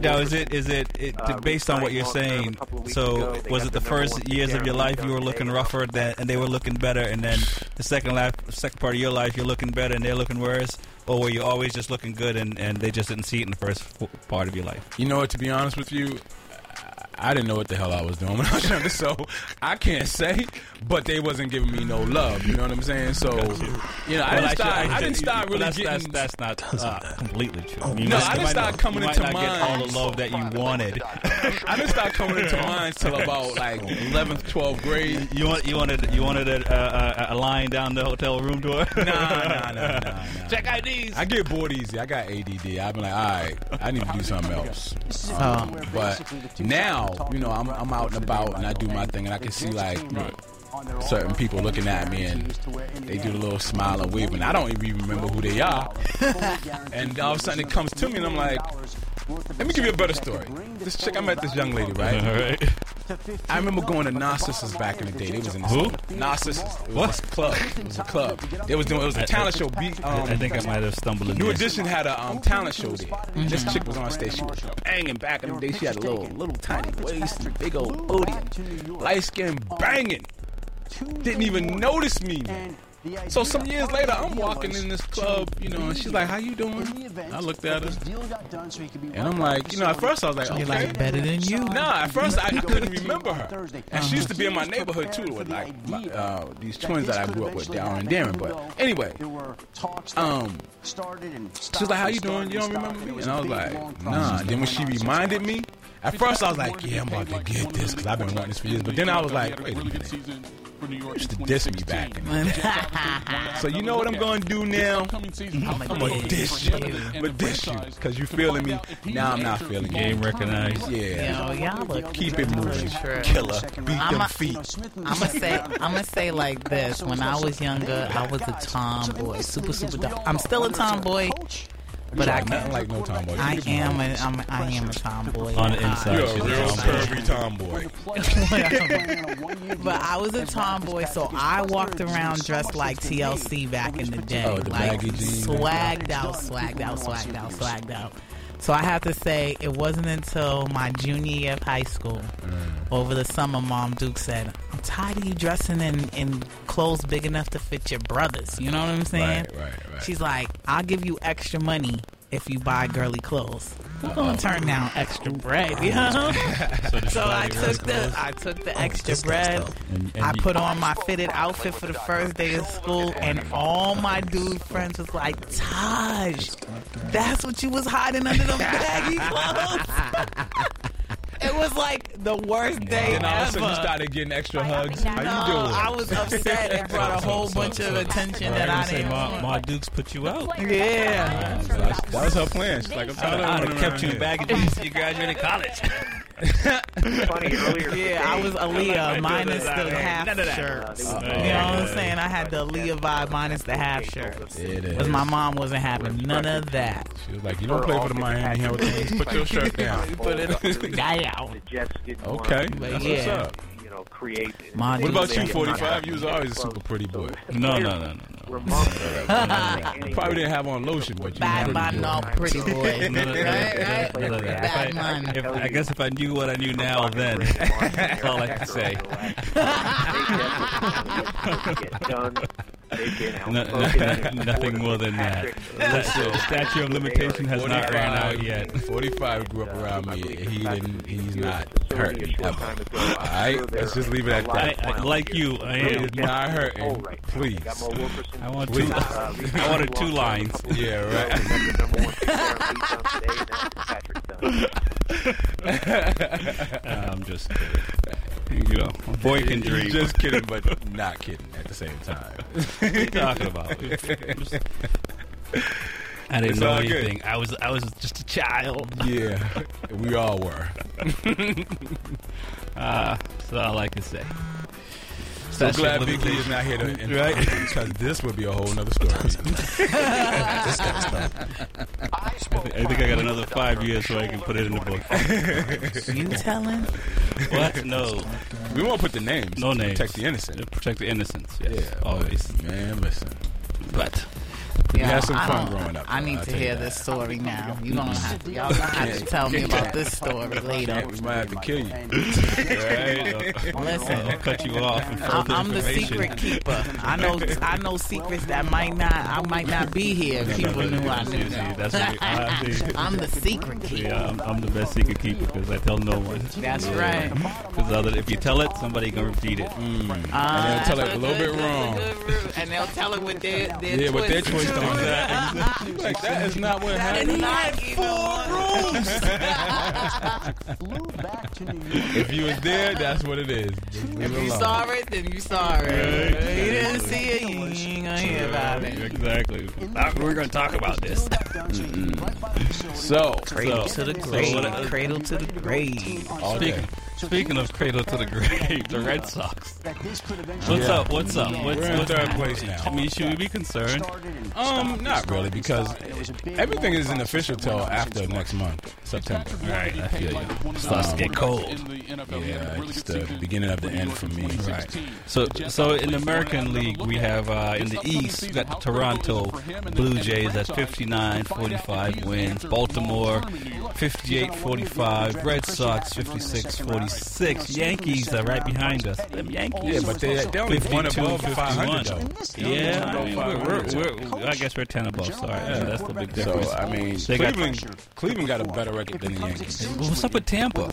A: now is it is it, it based on what you're saying? So was it the first years of your life you were looking rougher than and they were looking better, and then the second life second part of your life you're looking better and they're looking worse, or were you always just looking good and and they just didn't see it in the first f- part of your life?
B: You know what? To be honest with you, I I didn't know what the hell I was doing when I was younger, so I can't say. But they wasn't giving me no love. You know what I'm saying? So you know, I didn't start. I didn't start really
G: that's,
B: getting.
G: That's, that's not uh, completely true. You
B: Oh, no,
G: might-
B: I
G: you
B: didn't
G: might
B: start
G: not-
B: coming
G: you might
B: into
G: not
B: mine.
G: get all the love that you wanted.
B: I didn't start coming into mine till about like 11th, 12th grade.
A: You want you wanted you wanted a, a, a- a line down the hotel room door? nah,
B: nah, nah, nah.
A: Check IDs.
B: I get bored easy. I got ADD. I've been like, all right, I need to do something else.
E: is
B: Um,
E: where basically the
B: but
E: two
B: now, you know, I'm, I'm out and about and I do my thing and I can see like you know, certain people looking at me and
E: E
B: they do the little smile and wave and I don't even remember who they are. and all of a sudden it comes to me and I'm like, let me give you a better story. This chick, I met this young lady, right?
G: All right.
B: I remember going to Narcissus back in the day. They was in the
G: Who?
B: Narcissus. It was like a club. It was a club. They was doing. It was
G: I-
B: a talent
G: I-
B: show. Be,
G: I-
B: um,
G: I think I might have stumbled in
B: New
G: there.
B: Edition had a um, talent show there. This chick was on stage. She was banging back in the day. She had a little, little tiny waist, and big old booty, light skin banging. Didn't even notice me. man. So some years later, I'm walking in this club, you know, and she's like, "How you doing?" I looked at her. And I'm like, you know, at first I was like, okay.
E: You're like, better than you.
B: Nah, at first I, I couldn't remember her. And she used to be in my neighborhood too, with like my, uh, these twins that I grew up with down in Darren. But anyway, um, she was like, how you doing? You don't remember me? And I was like, nah. Then when she reminded me, at first I was like, yeah, I'm about to get this because I've been wanting this for years. But then I was like, wait a minute.
N: for New York.
B: Used to
N: in
B: diss me back.
N: 2016. Jets averaging one
B: So you
N: out
B: know
N: of
B: what
N: the
B: I'm gonna
N: lookout.
B: do
N: This
B: now?
N: upcoming season,
B: I'm
N: I'm
B: gonna
N: gonna
B: dish
N: dish
B: you,
N: you.
B: I'ma dish you, cause you feeling me. Now I'm not feeling you.
A: Game recognized.
B: Yeah.
C: Yo, y'all look
B: Keep it moving,
C: True.
B: killer. Beat
C: I'ma-
B: them feet.
C: I'ma say I'ma say like this. When I was younger, I was a tomboy, super super. Dom- I'm still a tomboy, but I
B: nothing
C: can
B: like no tomboy. You
C: I
B: just
C: am
B: want-
C: a I'm, a- I am a tomboy
A: On the inside,
B: You're a
A: she's a
B: real
A: tomboy.
B: pervy tomboy.
C: but I was a tomboy, so I walked around dressed like TLC back in the day,
B: Oh, the
C: like
B: baggy jeans.
C: swagged out, swagged out, swagged out, swagged out. So I have to say, it wasn't until my junior year of high school, over the summer, Mom Duke said, "I'm tired of you dressing in, in clothes big enough to fit your brothers." You know what I'm saying?
B: Right, right, right.
C: She's like, "I'll give you extra money if you buy girly clothes." Who's gonna turn down extra bread? You know?
A: Uh-huh. So did
C: so
A: you buy
C: I
A: your
C: took the
A: clothes?
C: I took the
A: Oh,
C: extra
A: this guy's
C: bread.
A: tough. And- and
C: I
A: you-
C: put on my fitted outfit for the first day of school, and all my dude friends was like, "Taj, that's what you was hiding under them baggy clothes." it was like the worst day
B: Then all of a
C: ever.
B: sudden you started getting extra hugs. How you
C: No,
B: doing?
C: I was upset. It brought a whole bunch of attention that I didn't
A: My,
C: want.
A: my Dukes put you out.
C: Yeah.
B: That was her plan. She's like, I'm tired of
A: I'd
B: running
A: have kept
B: around
A: you
B: here.
A: in baggages till you graduated college.
G: Funny earlier.
C: Yeah, I was Aaliyah minus the half
A: None of that.
C: shirts. You
A: Uh,
C: know what
A: yeah.
C: I'm saying? I had the Aaliyah vibe minus the half shirts.
B: It
C: Because
B: is.
C: my mom wasn't having none of that.
B: She was like, you don't play for the Miami Hurricanes. Put your shirt down.
C: Put it die out.
G: The Jets didn't want
B: Okay,
G: to,
B: that's what's
C: yeah.
B: up.
G: You know, create.
C: My
B: What about you,
G: Yeah.
B: 45? You was always a super pretty boy.
A: No, no, no, no.
B: You Probably didn't have on lotion, but you
C: Bad
B: were
C: man,
B: pretty
C: not
B: boy.
C: pretty boy.
A: No, no, no, no,
C: Right,
A: no, no, no, no. If
C: Bad
A: I-
C: man.
A: if- I guess if I knew what I knew now, then that's all I can say. No- no- nothing more than that. Listen, statute of limitation has not ran out yet.
B: 45 grew up around me, and he didn't, he's not hurting ever. All right? Let's just leave it at
A: I,
B: that.
A: I, like you, I am.
B: Not hurting, please.
A: I want two.
B: Uh,
A: I wanted two lines.
B: Yeah, right.
A: Uh, I'm just kidding. You know, a boy can dream.
B: Just kidding, but not kidding at the same time.
A: what are you talking about? Just- I didn't
B: It's
A: know
B: all good.
A: anything. I was I was just a child.
B: Yeah, we all were.
A: Uh, that's all I can say.
B: So
A: Statute
B: glad
A: of
B: Big Lee
A: limitations.
B: is not here to
A: Right.
B: because this would be a whole nother story. this guy's
A: I thi- I think I got another five years so I can put it in the book.
C: You telling?
A: what? No.
B: We won't put the names.
A: No
B: to
A: names.
B: Protect the innocent.
A: Protect the innocence. Yes.
B: Yeah,
A: Always.
B: Man, listen.
A: But
B: We
C: Yo,
B: had some
C: I
B: fun
C: don't-
B: growing up.
C: I
B: though,
C: need
B: I'll
C: to
B: tell you
C: hear
B: that. Mm-hmm.
C: this story now. You gonna have to, y'all gonna have to tell me about this story later.
B: Yeah, we might have to kill you.
C: Listen.
A: I'll cut you off and
C: I-
A: further
C: I'm the
A: information.
C: secret keeper. I know I know secrets that might not I might not be here if people knew I
A: See,
C: knew
A: see,
C: them.
A: that's what you- I see.
C: I'm the secret
A: See,
C: keeper.
A: I'm, I'm the best secret keeper because I tell no one.
C: That's right.
A: Because other, if you tell it, somebody gonna repeat it.
C: Ah,
B: And they'll tell it
C: that's
B: a little
C: good-
B: bit
C: that's a
B: wrong.
C: good route. And they'll tell it with their, their
B: Yeah, with their
C: twist.
B: twist on that. Like, that is not what
C: And
B: happened.
C: he had four rooms.
B: If you was there, that's what it is. Just leave
C: If
B: it
C: you
B: alone.
C: saw it, then you saw it.
A: Right.
C: If You didn't see it, you ain't gonna hear about it.
A: Exactly. Uh, We're gonna talk about this.
B: So,
C: Cradle
A: So-
C: to the
A: so
C: grave.
A: what I-
C: cradle to the grave.
B: all day.
A: Speaking, speaking of cradle to the grave, the Red Sox. What's
B: Yeah.
A: up? What's up? What's,
B: We're in
A: what's
B: third place now.
A: I mean, should we be concerned?
B: Um, not really, because everything isn't official till after next month, September.
A: Right, I feel you. Starts to get cold.
B: Yeah, it's the beginning of the end for me. Right.
A: So, so in the American League, we have uh, in the East, we got the Toronto Blue Jays at 59 45 wins, Baltimore 58 45, Red Sox 56 46, Yankees are right behind us. Them Yankees.
B: Yeah, but they- they only one above 500, though.
A: 51. Yeah, I mean, we're, we're, we're,
G: I guess we're ten above. Sorry, yeah, that's the big difference.
B: So I mean,
G: They got-
B: Cleveland, Cleveland got a better record than the Yankees.
A: What's up with Tampa?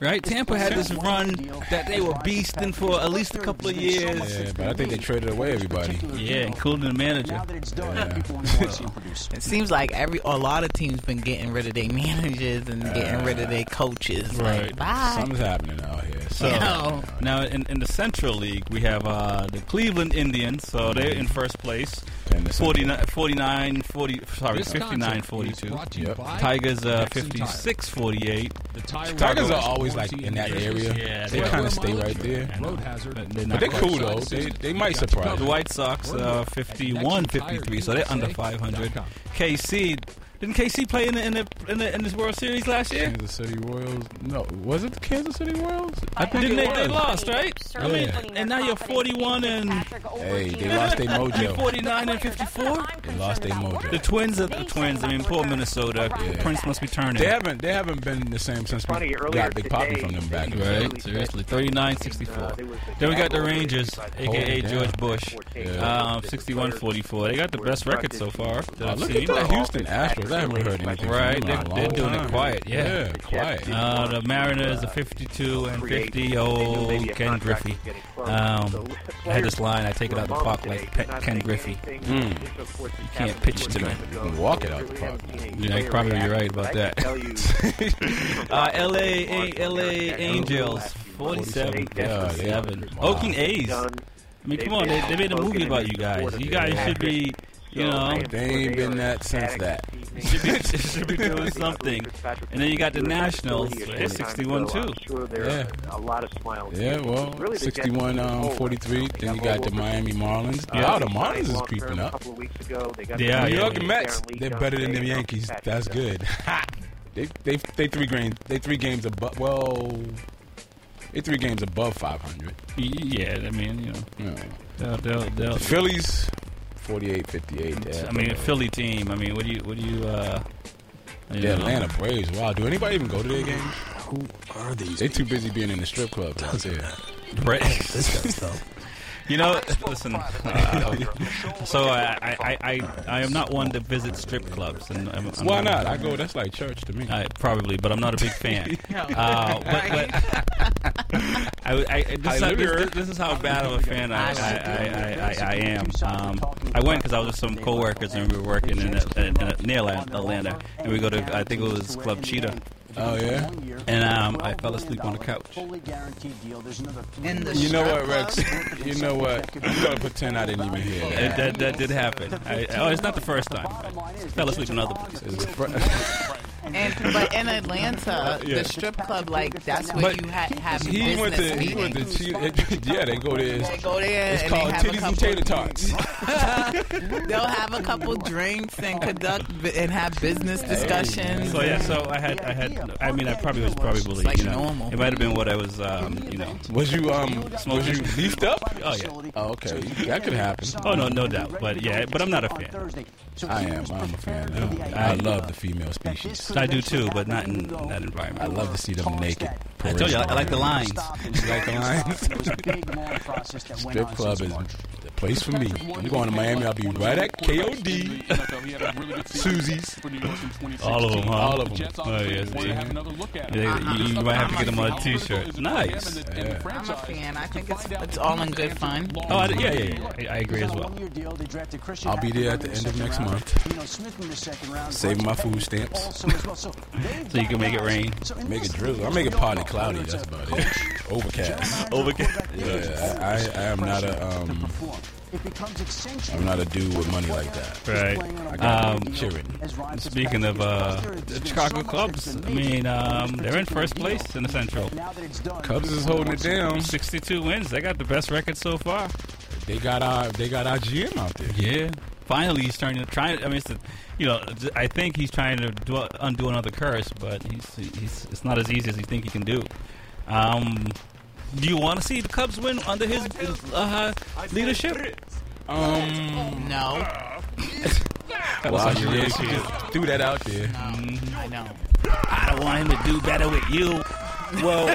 A: Right? Tampa had this run that they were beasting for at least a couple of years.
B: Yeah, but I think they traded away everybody.
A: Yeah, including the manager.
E: It seems like every a lot of teams been getting rid of their managers and getting rid of their coaches. Like, bye.
B: Something's happening out here.
A: So
E: No.
A: now in, in the Central League, we have uh, the Cleveland Indians. So they're in first place.
B: And the Central.
A: 49, 49 40, sorry,
B: This content
A: 59
B: is
A: 42.
B: brought to you by
A: Tigers uh,
B: Jackson Tire.
A: 56 48.
B: The Tigers are always like in that area.
A: Yeah,
B: they
A: are.
B: kind of stay right there.
A: Road
B: hazard. But
A: They're
B: they're,
A: not quite.
B: cool though. They, they might surprise.
A: The White Sox uh, 51 53, so they're under 500. KC, didn't KC play in the, in the, in the, in the World Series last year?
B: Kansas City Royals. No, was it the Kansas City Royals? I think
A: Didn't
B: it
A: they, they
B: was.
A: lost, right? I mean,
B: Yeah.
A: and now you're 41 and.
B: Hey, they lost their
A: You're
B: mojo.
A: 49 and 54?
B: They lost their mojo.
A: The Twins are the Twins. I mean, poor Minnesota. Prince must be turning.
B: They haven't they haven't been the same since we
A: Funny, earlier
B: got Big Poppy
A: today,
B: from them back. in the day.
A: Right, seriously. 39 64. Then we got the Rangers, aka
B: Hold it
A: George
B: down.
A: Bush, um, 61 44. They got the best record so far. that
B: Oh,
A: I've
B: look
A: seen.
B: at the Houston Astros. I haven't heard anything from
A: Right,
B: them in
A: they're,
B: a
A: they're
B: long
A: doing it
B: time.
A: quiet, yeah.
B: Yeah, quiet.
A: Uh, the Mariners are 52 and 50. Old Ken Griffey. Um, I had this line, I take it out the park like Pe- Ken Griffey.
B: Mm.
A: You can't pitch to me.
B: You can walk it out the park.
A: Yeah, you're probably right about that. uh, LA, A- LA Angels, 47
B: Yeah, they are.
A: 57.
B: Wow.
A: Oakland A's. I mean, come on, they, they made a movie about you guys. You guys should be, you know,
B: they ain't been that since that.
A: should be, should be doing something. And then you got the Nationals, they're 61 too.
B: Yeah.
M: A lot of smiles.
B: Yeah, well,
M: Really, the
B: 61,
M: Jets-
B: um, 43. Then you got the Miami Marlins.
M: Uh,
A: Yeah.
B: Wow, the Marlins is creeping up.
M: couple of weeks ago. They got
B: New York Mets, they're better than them Yankees. That's good. Ha! they, they, they three games. They three games above. Well, they three games above 500.
G: Yeah, I mean, you know. They'll, they'll, they'll,
B: The Phillies, 48, 58. yeah.
G: I mean, a Philly team. I mean, what do you, what do you, uh, you
B: The
G: know?
B: Atlanta Braves. Wow, do anybody even go to their games? Who are these? They too busy being in the strip club. That's it.
A: Right. This guy's
B: though.
A: You know, listen. uh, so I, I, I, I am not one to visit strip clubs. And I'm, I'm
B: Why not? I go. That's like church to me.
A: I, probably, but I'm not a big fan.
B: No.
A: uh, but, but I, I, I- this, is how, this, this is how bad of a fan I, I, I, I, I, I am. Um, I went because I was with some coworkers and we were working in, a, in, a, near Atlan- Atlanta, and we go to I think it was Club Cheetah.
B: Oh, yeah?
A: And um, I fell asleep on the couch.
B: You know what, Rex? You know what? I'm gonna pretend I didn't even hear
A: It-
B: that.
A: that, that did happen. I, oh, it's not the first time. I fell asleep in other places.
E: And but in Atlanta,
B: Yeah.
E: the strip club, like that's where
B: But
E: you ha- have
B: He
E: business
B: went to he went
E: meetings.
B: to cheat. Yeah, they go there. They
E: go there
B: It's
E: and they
B: called
E: have a
B: titties
E: couple-
B: and tater tots.
E: They'll have a couple drinks and conduct b- and have business discussions.
A: So yeah, so I had, I had, I mean, I probably was probably,
E: like
A: you know,
E: normal.
A: it might have been what I was, um, you know.
B: Was you um? Was you beefed up?
A: Oh yeah.
B: Oh okay, that could happen.
A: Oh no, no doubt. But yeah, but I'm not a fan.
B: I am. I'm a fan. Of, I love the female species.
A: I do too, but not in that environment.
B: I love to see them naked.
A: I told you, I, I like the lines.
B: You like the lines? Strip club is the place for me. I'm going to Miami. I'll be right at KOD, Susie's,
G: All of them, huh?
B: All of them.
G: Oh, yes. Yeah, you, you might have to get them on a t-shirt. Nice.
E: I'm a fan. I think it's, it's all in good fun.
G: Oh, I, yeah, yeah, yeah. I, I agree as well.
B: I'll be there at the end of next month. Saving my food stamps.
A: So you can make it rain.
B: Make it drizzle. I make it partly cloudy. That's about it. Overcast.
A: Overcast.
B: Yeah, I, I am not a um. I'm not a dude with money like that.
A: Right.
B: I got
A: Um,
B: cheering.
A: Speaking of uh, the Chicago clubs, I mean, um, they're in first place in the Central.
B: Cubs is holding it down.
A: 62 wins. They got the best record so far.
B: They got our they got our GM out there.
A: Yeah. Finally, he's trying to try. I mean, it's the, you know, I think he's trying to do, undo another curse, but he's, he's it's not as easy as you think he can do. Um, do you want to see the Cubs win under his uh, leadership?
B: Um,
E: No,
A: That was
B: wow,
A: on your
B: yeah,
A: real
B: she
A: sheet.
B: just threw that out there.
E: I know.
A: I don't want him to do better with you. Well,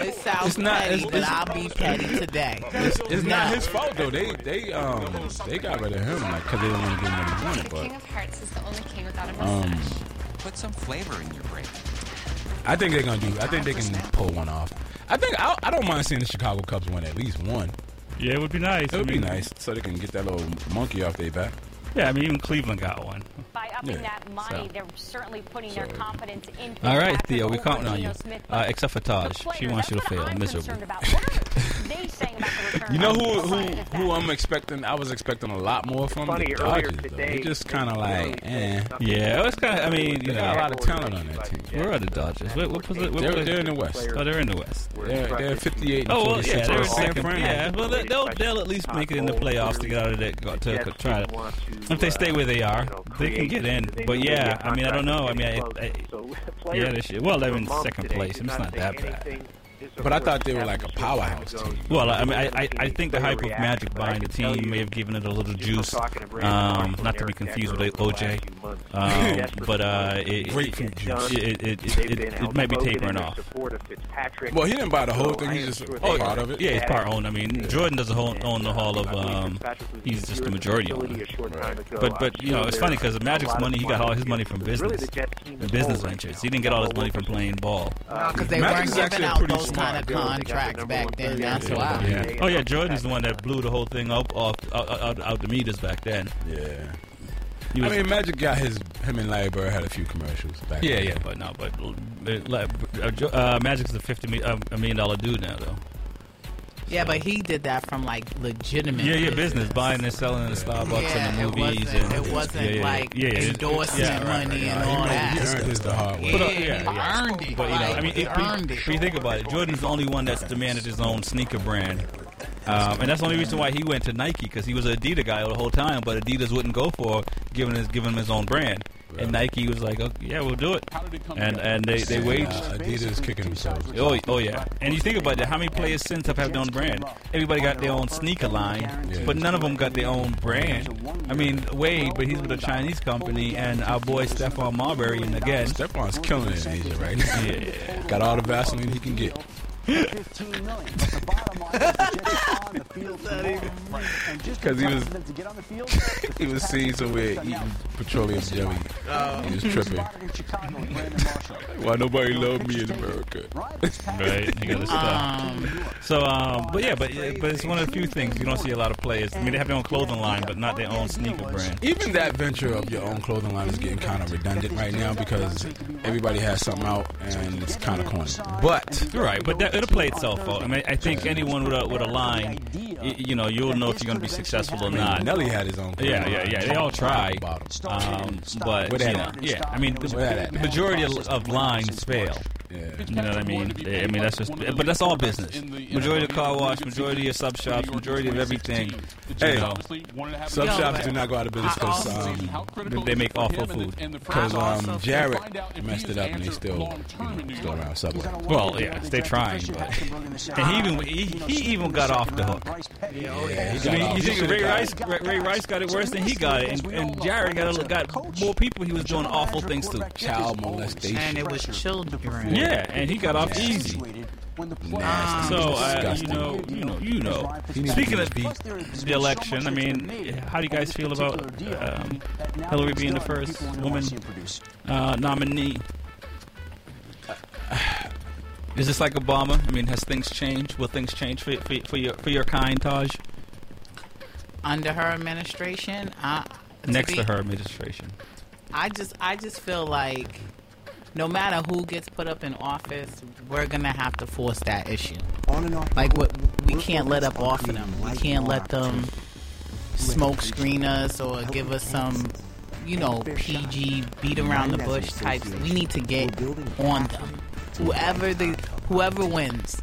E: It sounds
C: I'm
B: It's not-
C: petty,
B: it's-
C: but
B: it's-
C: I'll be petty today.
B: It's, it's not
C: No.
B: his fault though. They they um they got rid of him like because they didn't want to give him any money. But
H: King of Hearts is the only king without a mustache.
B: um,
H: Put some flavor in your brain.
B: I think they're gonna do. I think they can pull one off. I think I, I don't mind seeing the Chicago Cubs win at least one.
A: Yeah, it would be nice.
B: It
A: I
B: would be
E: Mm-hmm.
A: mean-
B: nice so they can get that little monkey off their back.
A: Yeah, I mean, even Cleveland got one.
E: By upping
B: Yeah,
E: that money,
B: so.
E: they're certainly putting their confidence in.
O: All
E: him.
O: right,
E: Patrick
O: Theo, we're counting on
E: O'Neal
O: you.
E: Smith,
O: Uh, except for Taj.
E: the
O: She
E: players,
O: wants you to
E: that's what
O: fail
E: I'm
O: miserably.
E: concerned about. What are they saying about the return?
B: You know
E: of
B: who
E: Kawhi
B: who
E: Leonard?
B: who I'm expecting? I was expecting a lot more from
E: Funny,
B: the
E: earlier
B: Dodgers. though.
E: today,
B: They just kind of like, eh.
A: Yeah, it was kind of. I mean, you
B: they
A: know,
B: got a lot of talent on that team.
A: Where are the Dodgers? What, what, posi- what
B: They're-
A: posi-
B: they're in the West.
A: Oh, they're in the West.
B: They're- they're 58 and
A: Oh well, yeah,
B: 46
A: they're
B: on
A: in
B: San
A: second.
B: Fran.
A: Yeah, well, they- they'll they'll at least make it in the playoffs to get out of that. Go, to, to try to, if they stay where they are, they can get in. But yeah, I mean, I don't know. I mean, I, I, yeah, this year. Well, they're in second place. I mean, it's not that bad.
B: But I thought they were like a powerhouse team.
A: Well, I mean, I, I, I think the hype of Magic buying the team may have given it a little juice. Um, not to be confused with OJ. Um, but uh, it,
B: Grapefruit
A: it,
B: juice.
A: it, it, it, it, it might be tapering off.
B: Well, he didn't buy the whole thing. He just
A: Oh,
B: part of it.
A: Yeah, he's part owned. I mean, Jordan doesn't own, own the Hall of. Um, he's just the majority owner. But but you know, it's funny because the Magic's money, he got all his money from business, from business ventures. He didn't get all his money from playing ball.
C: Because they
B: Magic's
C: weren't
B: actually
C: giving
B: a
C: out
B: pretty
C: those
B: smart
C: kind of
B: dude.
C: contracts back then. That's
A: Yeah.
C: why.
A: Yeah. Oh yeah, Jordan's the one that blew the whole thing up off out, out, out the meters back then.
B: Yeah.
A: He was-
B: I mean, Magic got his him and Larry Bird had a few commercials back.
A: Yeah,
B: then.
A: yeah, but no, but uh, like, uh, Jo- uh, Magic's a fifty mi- uh, a million dollar dude now though.
C: Yeah, but he did that from like legitimate.
A: Yeah, yeah, business buying and selling in the Starbucks
C: Yeah,
A: and
C: it
A: the movies.
C: wasn't-
A: and,
C: it wasn't like endorsement money
B: Uh,
C: and all that.
A: He
C: He
A: earned his the hard
C: way.
A: Oh, But, uh,
C: Yeah,
A: yeah,
C: he
A: yeah.
C: earned it.
A: But you know, I
C: Like,
A: mean,
C: he
A: if we,
C: earned it.
A: if you think about it, Jordan's the only one that's demanded his own sneaker brand. Um, and that's the only reason why he went to Nike because he was an Adidas guy the whole time, but Adidas wouldn't go for giving his giving him his own brand, and Nike was like, oh, "Yeah, we'll do it," and and they they
B: And,
A: waged.
B: uh, Adidas kicking themselves.
A: Oh, y- oh yeah. And you think about that, how many players since have had their own brand? Everybody got their own sneaker line, but none of them got their own brand. I mean, Wade, but he's with a Chinese company, and our boy Stephon Marbury, and again,
B: Stephon's killing it in Asia right now.
A: Yeah,
B: got all the Vaseline he can get. Because he was he was seen somewhere eating petroleum jelly. He was tripping. Why nobody loved me in America?
A: right? You gotta stop. so, um, but yeah, but but it's one of the few things you don't see a lot of players. I mean, they have their own clothing line, but not their own sneaker brand.
B: Even that venture of your own clothing line is getting kind of redundant right now because everybody has something out and it's kind of corny. But
A: you're right, but that, it'll play itself out. I mean, I think anyone with a with a line, y- you know, you'll know if you're going to be successful or not.
B: Nelly had his own.
A: Yeah, yeah, yeah. They all try, um, but you
B: Where that
A: know,
B: at?
A: yeah. I mean, the,
B: Where that at?
A: the majority of, of lines fail. You know what I mean? I mean that's just, but that's all business. Majority of car wash, majority of sub shops, majority of everything.
B: Hey,
A: you know,
B: sub shops do not go out of business because um,
A: they make awful food.
B: Because um, Jared messed it up and they still you know, go around Subway.
A: Well, yeah, they're trying, but and he even he, he even got off the hook.
B: Yeah, he
A: I
B: got
A: mean,
B: off.
A: you
B: He
A: think
B: should've
A: Ray
B: got
A: Rice Ray, Ray Rice got it worse than he got it, and, and Jared got a, got more people he was doing awful things to.
B: Child molestation.
C: And it was children.
A: Yeah, and he got off easy.
B: Nasty.
A: So uh, you
B: Disgusting.
A: know, you know, you know. Speaking of the, the election, I mean, how do you guys feel about um, Hillary being the first woman uh, nominee? Is this like Obama? I mean, has things changed? Will things change for for, for your for your kind, Taj?
C: Under her administration, I,
A: Next
C: be-
A: to her administration.
C: I just I just feel like no matter who gets put up in office, we're gonna have to force that issue.
I: On and off.
C: Like what we can't let up off of them. We can't let them smoke screen us or give us some you know PG beat around the bush types. We need to get on them. Whoever the whoever wins,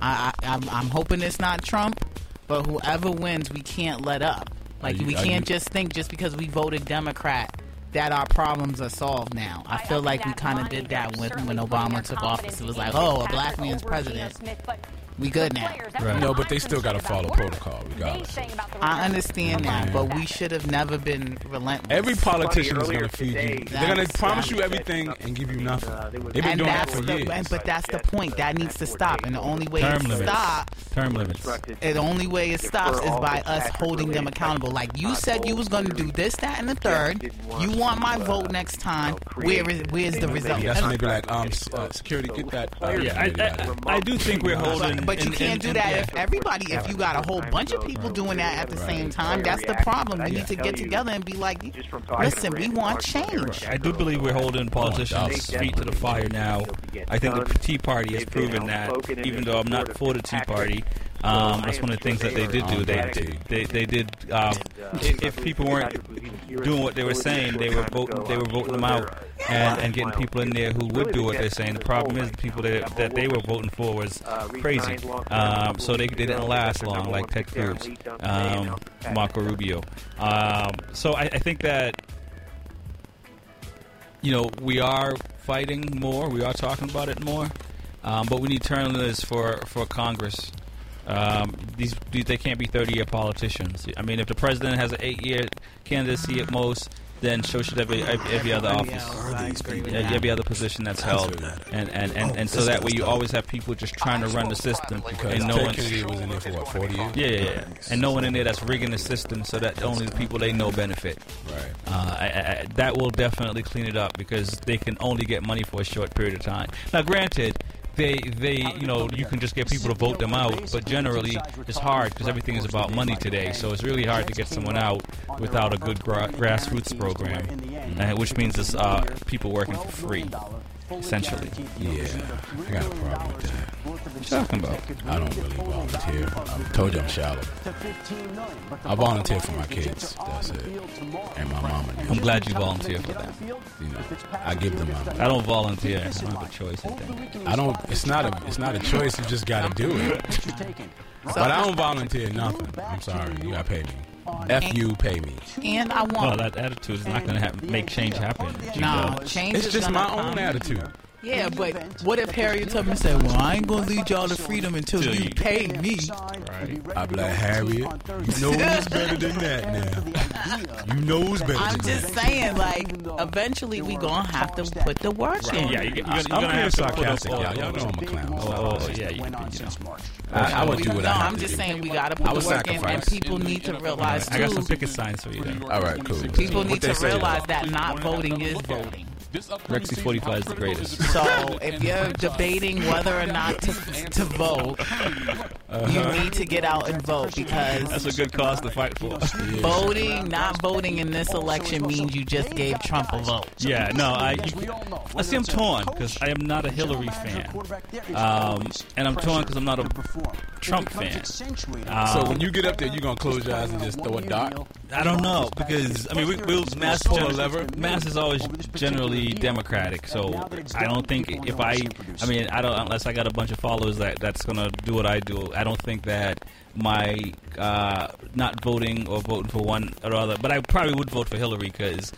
C: I, I I'm, I'm hoping it's not Trump, but whoever wins, we can't let up. Like
P: Are you-
C: we
P: are
C: can't
P: you-
C: just think just because we voted Democrat that our problems are solved now. I oh, feel like we kind of did that when, when Obama took office. It was like, oh, a black man's president. We good now.
B: No, but they still got to follow protocol regardless.
C: I understand that, but we should have never been relentless.
B: Every politician is going to feed you. They're going to promise you everything and give you nothing. They've been
C: and
B: uh, doing that
C: that's
B: for
C: the,
B: years.
C: and- but that's the point. That needs to stop. And the only way
A: Term
C: it
A: limits.
C: stops,
A: Term limits.
C: the only way it stops is by us holding them accountable. Like you said, you was going to do this, that, and the third. You want my vote next time. Where is where's the result?
B: That's when they be like, um, s- uh, security, get that. uh,
A: Yeah, I-
B: security out of here.
A: I do think we're holding.
C: But you can't do that if everybody. If you got a whole bunch of people doing that at the same time, that's the problem. We need to get together and be like, listen, we want change.
A: I do believe we're holding politicians' feet to the fire now. I think the Tea Party has proven that, even though I'm not for the Tea Party. Um, that's one of the things that they did do. They they, they did. Um, if, if people weren't doing what they were saying, they were voting. They were voting them out and, and getting people in there who would do what they're saying. The problem is the people that that they were voting for was crazy. Um, so they, they didn't last long, like Ted Cruz, um, Marco Rubio. Um, so I, I think that you know, we are fighting more. We are talking about it more. Um, but we need term limits for, for Congress. Um, these these- they can't be thirty year politicians. I mean, if the president has an eight year candidacy at most, then so should every every, every other
Q: Everybody
A: office,
Q: else, I agree with
A: Yeah,
Q: that.
A: every other position that's held, and and, and, and so that way you always have people just trying to run the system
B: Because
A: and no
B: Ted
A: one.
B: Kennedy was in there for what, 40 years?
A: Yeah, yeah, yeah. and no one in there that's rigging the system so that only the people they know benefit.
B: Right.
A: Uh, I, I- I, that will definitely clean it up because they can only get money for a short period of time. Now, granted, they they you know you can just get people to vote them out, but generally it's hard because everything is about money today. So it's really hard to get someone out without a good gra- grassroots program, uh, which means it's uh, people working for free, essentially.
B: Yeah, I got a problem with that.
A: What you talking about?
B: I don't really volunteer. I told you I'm shallow. I volunteer for my kids. That's it. And my mama.
A: I'm glad you volunteer for that.
B: You know, I give them my.
A: I don't volunteer. I don't have a choice. I think.
B: I don't. It's not a. It's not a choice. You just got to do it. But I don't volunteer nothing. I'm sorry. You got to pay me. F you, pay me.
C: And I
A: Well,
C: want
A: that attitude is not going to make change happen.
C: No,
A: G-Dub.
C: change
B: It's
C: is
B: just
C: gonna
B: my
C: come.
B: own attitude.
C: Yeah, but what if Harriet Tubman said, "Well, I ain't gonna lead y'all to freedom until you pay me."
B: I'm like Harriet. You knows better than that now. You knows better.
C: I'm
B: than
C: just saying, like, eventually we gonna have to put the work in.
A: Yeah, you, you're,
B: I'm
A: you're gonna
B: being
A: have to put up
B: sarcastic,
A: all-
B: y'all. Y'all know I'm a clown.
A: Oh, oh, yeah, you, you know.
B: I- I would do what
C: no,
B: I have
C: I'm
B: to
C: just
B: do.
C: saying we gotta
B: I
C: put
B: would
C: the work in, and
B: sacrifice.
C: people need to realize
A: I got some
C: too.
A: picket signs for you. Then.
B: All right, cool.
C: People
B: What
C: need
B: they
C: to
B: say.
C: realize that not voting is voting.
A: Rexy 45 is the greatest.
C: So if you're debating whether or not to to vote, you need to get out and vote because
A: That's a good cause to fight for.
C: voting, not voting in this election means you just gave Trump a vote.
A: Yeah, no, I. You, I see, I'm torn because I am not a Hillary fan, um, and I'm torn because I'm not a uh, Trump fan.
G: Uh,
B: so when you get up there, you gonna close your eyes and just throw a dart.
A: I don't know because I mean, we, we'll mass
B: Pull a
A: gen-
B: lever.
A: Mass is always generally democratic, so I don't think if I, I mean, I don't unless I got a bunch of followers that that's gonna do what I do. I don't think that my uh, not voting or voting for one or other, but I probably would vote for Hillary because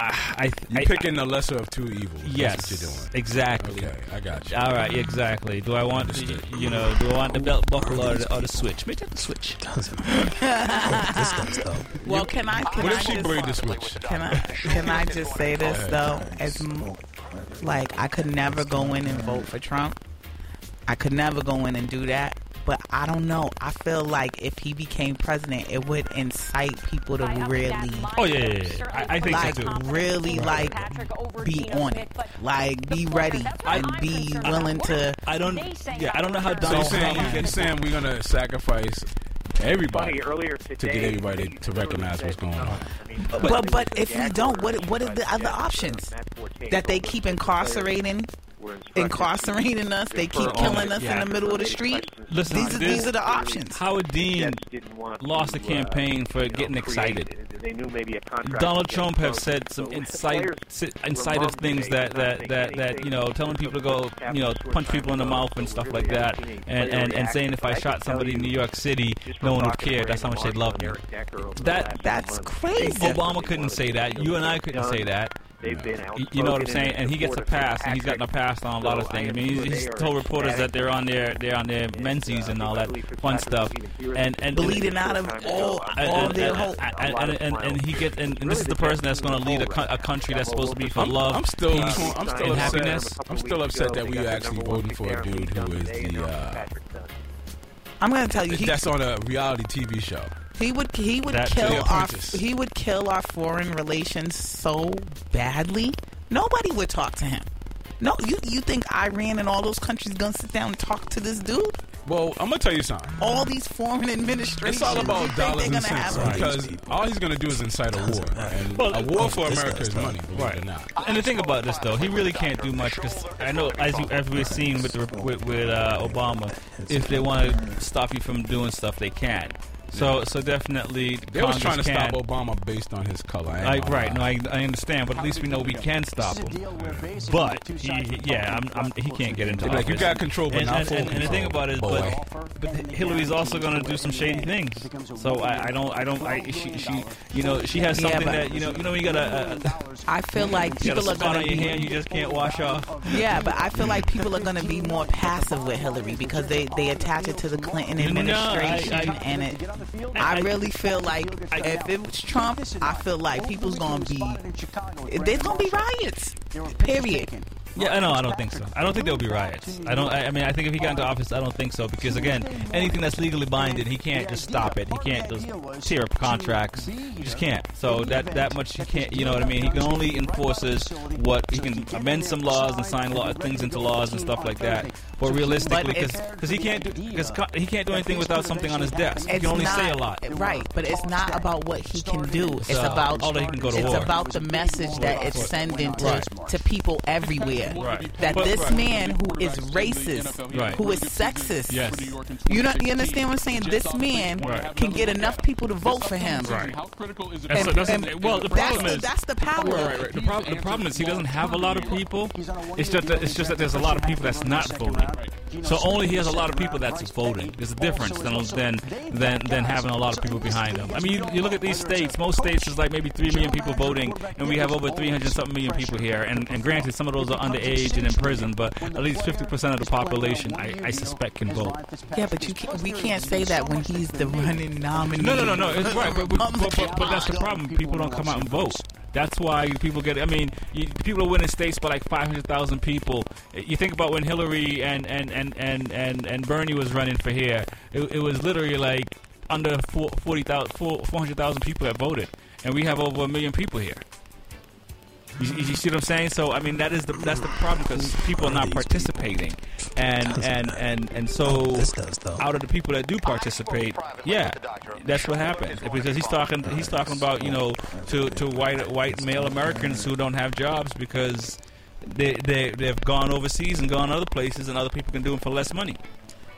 A: I,
B: You
A: I
B: picking the lesser of two evils.
A: Yes,
B: That's what you're doing.
A: exactly. Uh,
B: Okay, I got you.
A: All right, exactly. Do I want the, you know? Do I want the belt buckle or the, or the switch? Maybe take the switch.
C: Well, can I? Can
B: What if
C: I
B: she
C: just,
B: braided the switch?
C: Can I? Can I just say this though? As m- like I could never go in and vote for Trump. I could never go in and do that. But I don't know. I feel like if he became president, it would incite people to really.
A: Oh yeah, yeah, yeah. I, I think
C: like
A: so too.
C: really like be on it, like be ready and be willing to.
A: I don't. Yeah, I don't know how
B: So you
A: Donald
B: saying
A: Trump.
B: you saying we're gonna sacrifice everybody
G: Funny, earlier
B: to get
G: today,
B: everybody to recognize what's going
C: um,
B: on?
C: But but if we don't, what what are the other options? That they keep incarcerating, incarcerating us. They keep killing us in the middle of the street.
A: Listen,
C: these
A: this-
C: are these are the options.
A: Howard Dean lost the
G: uh,
A: campaign for getting excited.
G: They knew maybe a contract.
A: Donald Trump have said some incite, si- incitive things that, that, that, that you know, telling people to go, you know, punch people in the mouth and stuff like that, and, and, and saying if I shot somebody in New York City, no one would care. That's how much they love me. That
C: that's crazy.
A: Obama couldn't say that. You and I couldn't say that.
G: They've been
A: You- You know what I'm saying? And he gets a pass, and he's
G: got
A: gotten a pass on a lot of things. I mean, he's, he's told reporters that they're on their they're on their
G: uh,
A: Menzies and all that fun stuff, and and
C: Bleeding out of all-
A: and-
C: all
A: and-
C: their
A: and-
C: whole-
A: and, and, and, and he gets and, and this is the person that's going to lead a, co- a country that's supposed to be for
B: I'm,
A: love,
B: I'm still,
A: peace,
B: I'm
A: and
B: still upset.
A: happiness.
B: I'm still upset that we are actually voting for a dude who is the. Uh,
C: I'm going to tell you, he,
B: that's on a reality TV show.
C: he would he would
B: That-
C: kill
B: Yeah,
C: our
B: apprentice.
C: he would kill our foreign relations so badly. Nobody would talk to him. No, you you think Iran and all those countries gonna sit down and talk to this dude?
B: Well, I'm gonna tell you something.
A: Uh-huh.
C: All these foreign administrations.
B: It's all
C: you
B: about
C: think
B: dollars
C: they're
B: and
C: gonna
B: cents
C: have-
B: because all he's going to do is incite a war. And a war for America is money, believe it or not.
A: And the thing about this, though, he really can't do much because I know, as you, as we've seen with the, rep- with, with uh, Obama, if they want to stop you from doing stuff, they can. So, so definitely,
B: They was
A: Congress
B: trying to
A: can.
B: stop Obama based on his color. I ain't
A: Like,
B: gonna
A: right?
B: lie.
A: No, I, I understand, but at least we know we can stop him. But he, yeah, I'm, I'm, he can't get into
B: Like,
A: office.
B: you got control, but
A: and,
B: not
A: and,
B: full
A: and, and the thing about it is,
B: control,
A: but, but Hillary's also going to do some shady things. So I, I don't, I don't, I, she, she, you know, she has
C: Yeah,
A: something
C: but-
A: that you know, you know, you uh, got a, a
C: I feel like
A: you got a
C: people are
A: spot
C: gonna
A: on your
C: be
A: hand you just can't wash off.
C: Yeah, but I feel like people are going to be more passive with Hillary because they, they attach it to the Clinton
A: No, I-
C: administration,
A: I-
C: and it. I really feel like if it was Trump, I feel like people's going to be there's going to be riots. Period.
A: Yeah, I know. I don't think so. I don't think there'll be riots. I don't. I, I mean, I think if he got into office, I don't think so because again, anything that's legally binding, he can't just stop it. He can't just tear up contracts. He just can't. So that that much he can't. You know what I mean? He can only enforces what he can amend some laws and sign law, things into laws and stuff like that. But realistically, because he can't because he can't do anything without something on his desk. He
C: It's
A: can only
C: not-
A: say a lot.
C: right? But it's not about what he can do. It's
A: So,
C: about
A: although he can go to
C: it's
A: war.
C: about the message that it's sending to,
A: Right.
C: to people everywhere.
A: Right.
C: That
A: But-
C: this
A: right.
C: man who is racist,
A: Right.
C: who is sexist,
A: Yes.
C: you know, you understand what I'm saying? This man
A: Right.
C: can get enough people to vote for him.
A: Right.
C: And-
A: That's- that's-
C: and
A: well, the
C: that's
A: problem
C: the-
A: is
C: that's the power.
A: Right, right, right. The, prob- the problem is he doesn't have a lot of people. It's just that, it's just that there's a lot of people that's not voting. So only he has a lot of people that's voting. There's a difference than than than, than having a lot of people behind him. I mean, you, you look at these states. Most states is like maybe three million people voting, and we have over 300 something million people here. And, and granted, some of those are underage and in prison, but at least 50 percent of the population, I, I suspect, can vote.
C: Yeah, but you can't, we can't say that when he's the running nominee.
A: No, no, no, no. It's right, but, but, but, but, but that's the problem. People don't come out and vote. That's why people get. I mean, you, people are winning states by like five hundred thousand people. You think about when Hillary and and and and and, and Bernie was running for here. It, it was literally like under four- 40,000 four- 400,000 people that voted, and we have over a million people here. You, you see what I'm saying? So I mean, that is the that's the problem because people are not participating, and and and and so out of the people that do participate, yeah, that's what happened because he's talking he's talking about you know to to white white male Americans who don't have jobs because. They, they, they've gone overseas and gone other places, and other people can do them for less money.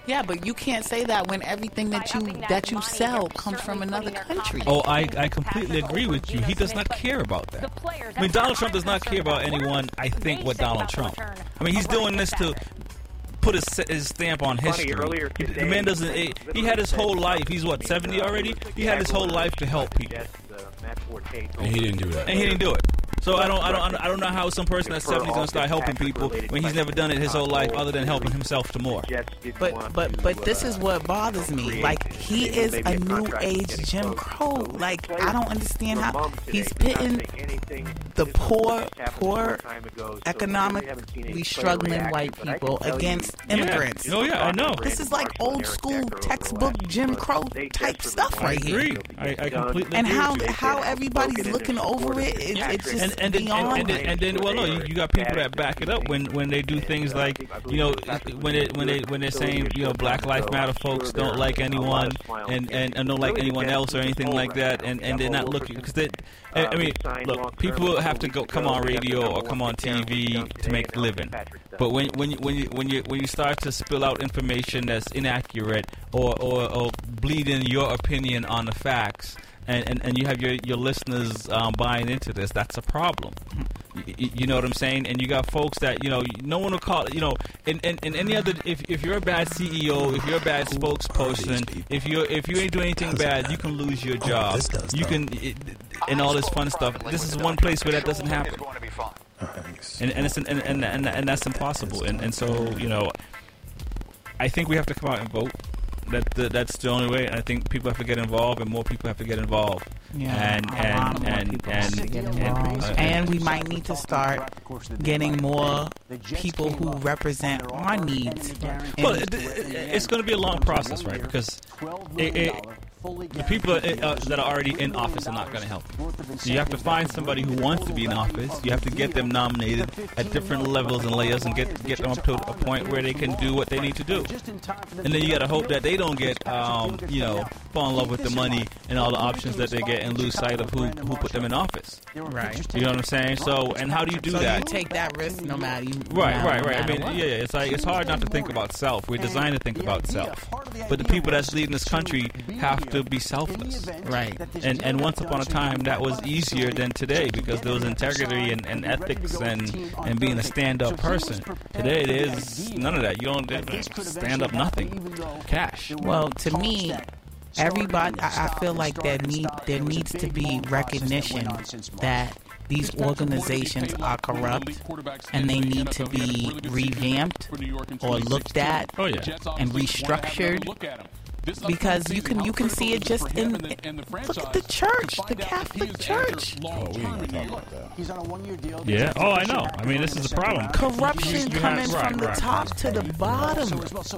C: Yeah, but you can't say that when everything that you that you sell comes from another country.
A: Oh, I, I completely agree with you. He does not care about that. I mean, Donald Trump does not care about anyone, I think, what Donald Trump. I mean, he's doing this to put his, his stamp on
G: Funny,
A: history.
G: earlier
A: He-
G: today,
A: the man doesn't. He, he had his whole life. He's, what, 70 already? He had his whole life to help people.
G: uh,
B: And he didn't do that.
A: And he didn't do it. So I don't, I don't, I don't know how some person at 70 is going to start helping people when he's never done it his whole
G: Uh,
A: life other than helping himself to more.
C: But but but this is what bothers me. Like he is a new age Jim Crow. Like I don't understand how he's pitting the poor poor economically struggling white people against immigrants.
A: Oh, yeah, I know.
C: This is like old school textbook Jim Crow type stuff right here.
A: agree. I, I completely
C: And
A: agree
C: how
A: with you.
C: how everybody's looking over it, it it's just
A: and, and, then,
C: beyond.
A: and, and, then- and then well no you, you got people that back it up when when they do things like you know when they when they when they're saying you know black lives matter folks don't like anyone and and, and don't like anyone else or anything like that and and they're not looking because they I I mean look people have to go come on radio or come on TV to make a living but when when you, when you when you when you start to spill out information that's inaccurate or or, or bleed in your opinion on the facts and, and, and you have your, your listeners um, buying into this, that's a problem. You, you know what I'm saying? And you got folks that, you know, no one will call, you know, and, and, and any other, if, if you're a bad CEO, if you're a bad spokesperson, if you are if you ain't doing anything bad, you can lose your job. You can, it,
G: and all this fun stuff. This is one place where that doesn't happen. And and, it's, and, and, and, and that's impossible. And, and so, you know, I think we have to come out and vote. That, that that's the only way. And I think people have to get involved, and more people have to get involved.
C: Yeah,
G: and
C: a lot
G: and
C: more
G: and
C: people
G: and,
C: should get
G: and-
C: involved.
G: uh,
C: and we might need to start getting more people who represent our needs.
G: Well, it, it- it's going to be a long process, right? Because it, it, the people that, uh, that are already in office are not going to help. you. So you have to find somebody who wants to be in office. You have to get them nominated at different levels and layers, and get get them up to a point where they can do what they need to do. And then you got to hope that they don't get, um, you know, fall in love with the money and all the options that they get, and lose sight of who who put them in office.
C: Right.
G: You know what I'm saying? So, and how do you do
C: so
G: that?
C: You take that risk no matter. You,
G: Right,
C: no
G: right, right. I
C: matter
G: mean,
C: what.
G: yeah, yeah, it's like it's hard not to think about self. We're designed to think about self, but the people that's leading this country have to be selfless.
C: Right.
G: And and once upon a time, that was easier than today because there was integrity and, and ethics and and being a stand up person. Today, there's none of that. You don't stand up nothing. Cash.
C: Well, to me, everybody, I, I feel like there need there needs to be recognition that these organizations are corrupt and they need to be revamped or looked at
B: Oh,
C: and restructured. Because you can you can see it just in look at the church, the Catholic Church.
R: Oh,
S: He's on a one-year deal.
A: Yeah. Oh, I know. I mean, this is the problem. You-
C: Corruption
A: Oh, you have-
C: coming
A: right,
C: from the
A: right.
C: top to the bottom.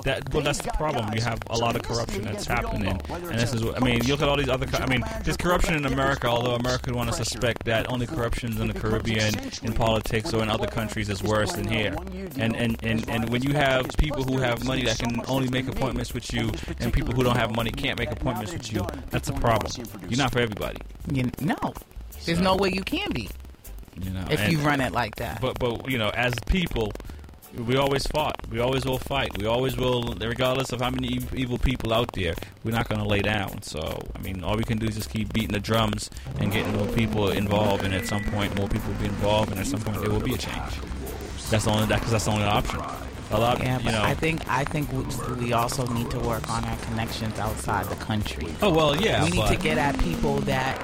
A: That, well, that's the problem. You have a lot of corruption that's happening, and this is. what- I mean, you look at all these other. co- I mean, there's corruption in America. Although America would want to suspect that only corruptions in the Caribbean, in politics, or in other countries is worse than here. And and, and and when you have people who have money that can only make appointments with you, and people who don't have money can't make appointments with you, that's a problem. You're not for everybody.
C: You, no, there's no way you can be.
A: You know,
C: If you run it like that.
A: But but you know, as people, we always fought. We always will fight. We always will, regardless of how many ev- evil people out there. We're not going to lay down. So I mean, all we can do is just keep beating the drums and getting more people involved. And at some point, more people will be involved. And at some point, there will be a change. That's the only that because that's the only option. A lot,
C: Yeah,
A: you
C: but
A: know.
C: I think I think we, we also need to work on our connections outside the country.
A: Oh, well, yeah,
C: We need to
A: but-
C: get at people that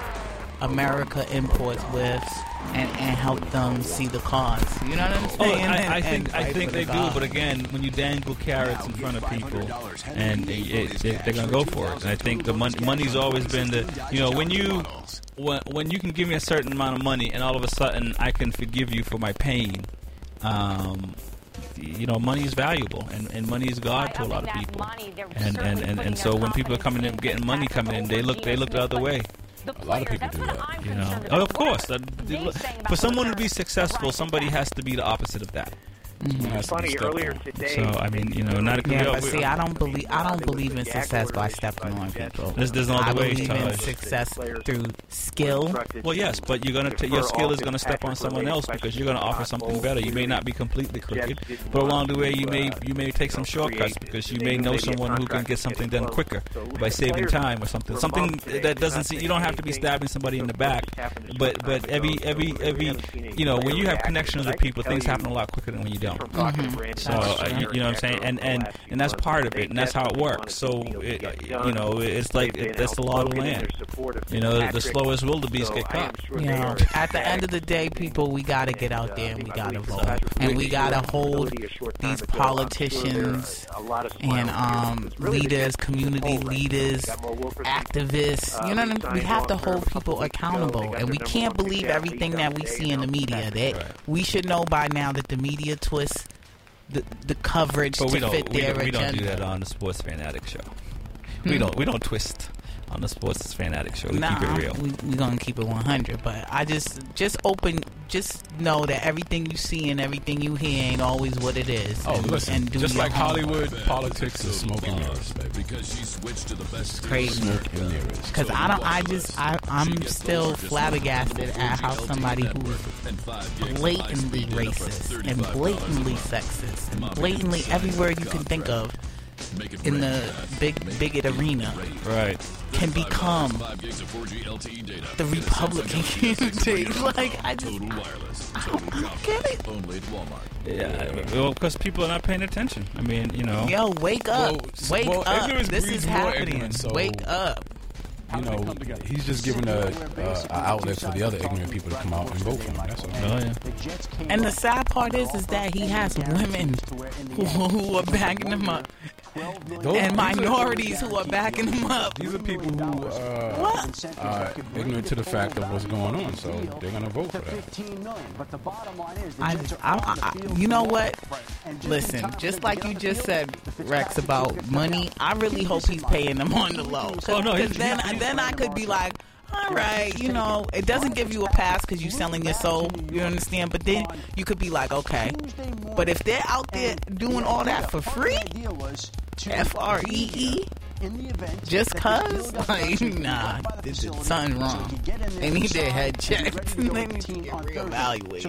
C: America imports with and, and help them see the cause. You know what I'm
A: Oh,
C: saying? And-
A: I, I
C: and
A: think I
C: fight
A: think
C: for
A: they
C: the
A: do,
C: cause.
A: but again, when you dangle carrots in front of people, and it, it, they- they're gonna go for it. And I think the mon- money's always been the you know when you when when you can give me a certain amount of money, and all of a sudden I can forgive you for my pain. Um, you know, money is valuable, and, and money is God to a lot of people. And and, and, and so when people are coming in getting money coming in, they look they look the other way.
G: A lot of people do that.
A: You know, oh, of course. that- for someone to be successful, somebody has to be the opposite of that.
B: Mm-hmm.
A: It has to be
T: Funny,
A: stubborn.
T: earlier today-
A: So I mean, you know, not
C: yeah,
A: we all-
C: but
A: we-
C: see, I don't believe I don't believe in success by stepping on people.
A: There's- there's another
C: I
A: way,
C: believe in
A: Taj.
C: success through skill.
A: Well, yes, but you're gonna t- your skill is gonna step on someone else because you're gonna offer something better. You may not be completely crooked, but along the way you may you may take some shortcuts because you may know someone who can get something done quicker by saving time or something. Something that doesn't see you don't have to be stabbing somebody in the back, but but every every every you know when you have connections with people, things happen a lot quicker than when you don't.
G: Mhm.
A: So uh, you, you know what I'm saying, and and and that's part of it, and that's how it works. So it, you know it's like it, that's the law of the land. You know the slowest wildebeest get caught.
C: Yeah. At the end of the day, people, we got to get
G: uh,
C: out there and we got to vote. And we got to hold these politicians and um, leaders, community leaders, activists.
A: Uh,
C: You know what I mean? We have to hold people accountable. And we can't believe everything that we see in the media. That we should know by now that the media twists the, the coverage
A: But we
C: to
A: don't,
C: fit
A: we,
C: their
A: don't, we don't do
C: agenda.
A: that on the Sports Fanatic Show. We
C: Hmm.
A: don't we don't twist on the Sports Fanatic Show. We keep
C: Nah,
A: it real.
C: We, we gonna keep it 100. But I just just open just know that everything you see and everything you hear ain't always what it is.
B: Oh,
C: and,
B: listen,
C: and do
B: just
C: your
B: like
C: homework.
B: Hollywood, politics is smoking mirrors.
R: Because she switched to the best
C: crazy.
B: Smoke and mirrors.
C: Cause I don't, I just, I, I'm still flabbergasted at how somebody who's blatantly racist and blatantly sexist and blatantly everywhere you can think of in the big bigot arena,
A: right,
C: can become the Republican candidate. Like I just, I don't, I don't get it.
R: Only at Walmart.
A: Yeah, well, because people are not paying attention. I mean, you know.
C: Yo, wake up!
A: Well,
C: wake
A: well,
C: up!
A: ignorance
C: This
A: breeds
C: is
A: more
C: happening.
A: ignorance, so-
C: Wake up!
B: you know, he's just giving a, uh, a outlet for the other ignorant people to come out and vote for him. That's all.
A: Oh,
C: And the sad part is, is that he has women who, who are backing him up,
B: Those-
C: and
B: Oh, these are-
C: minorities who are backing him up.
B: These are people who uh, are ignorant to the fact of what's going on, so they're gonna vote for that.
C: I, I, I, you know what? Listen, just like you just said, Rex, about money, I really hope he's paying them on the low.
U: Oh, no, he-
C: 'Cause then, then I could be like, all right, you know, it doesn't give you a pass because you're selling your soul. You understand? But then you could be like, okay. But if they're out there doing all that for free, F R E E, just cause, like, nah, this is something wrong. They need their head checked. they need to get reevaluated.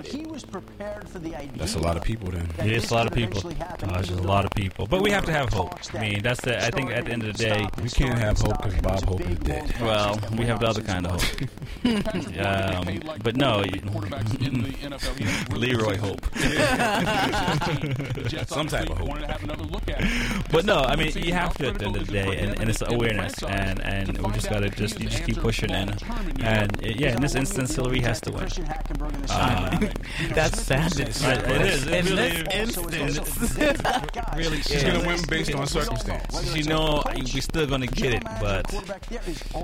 B: That's a lot of people. Then
A: Yeah, it's a lot of people. Taj, it's a lot of people. But we have to have hope. I mean, that's the. I think at the end of the day,
B: we can't have hope because Bob Hope is dead.
A: Well, we have the other kind of hope. um, but no, you- Leroy hope.
B: Some type of hope.
A: But no, I mean, you have to at the end of the day, and, and it's awareness, and and we just gotta just you just keep pushing, and and uh, yeah, in this instance, Hillary has to win. Uh,
C: That's sad. that she-
A: It is. It
C: In
A: really
C: this instance.
A: really
B: She's gonna win based on circumstance.
A: You know, we're still gonna get it, but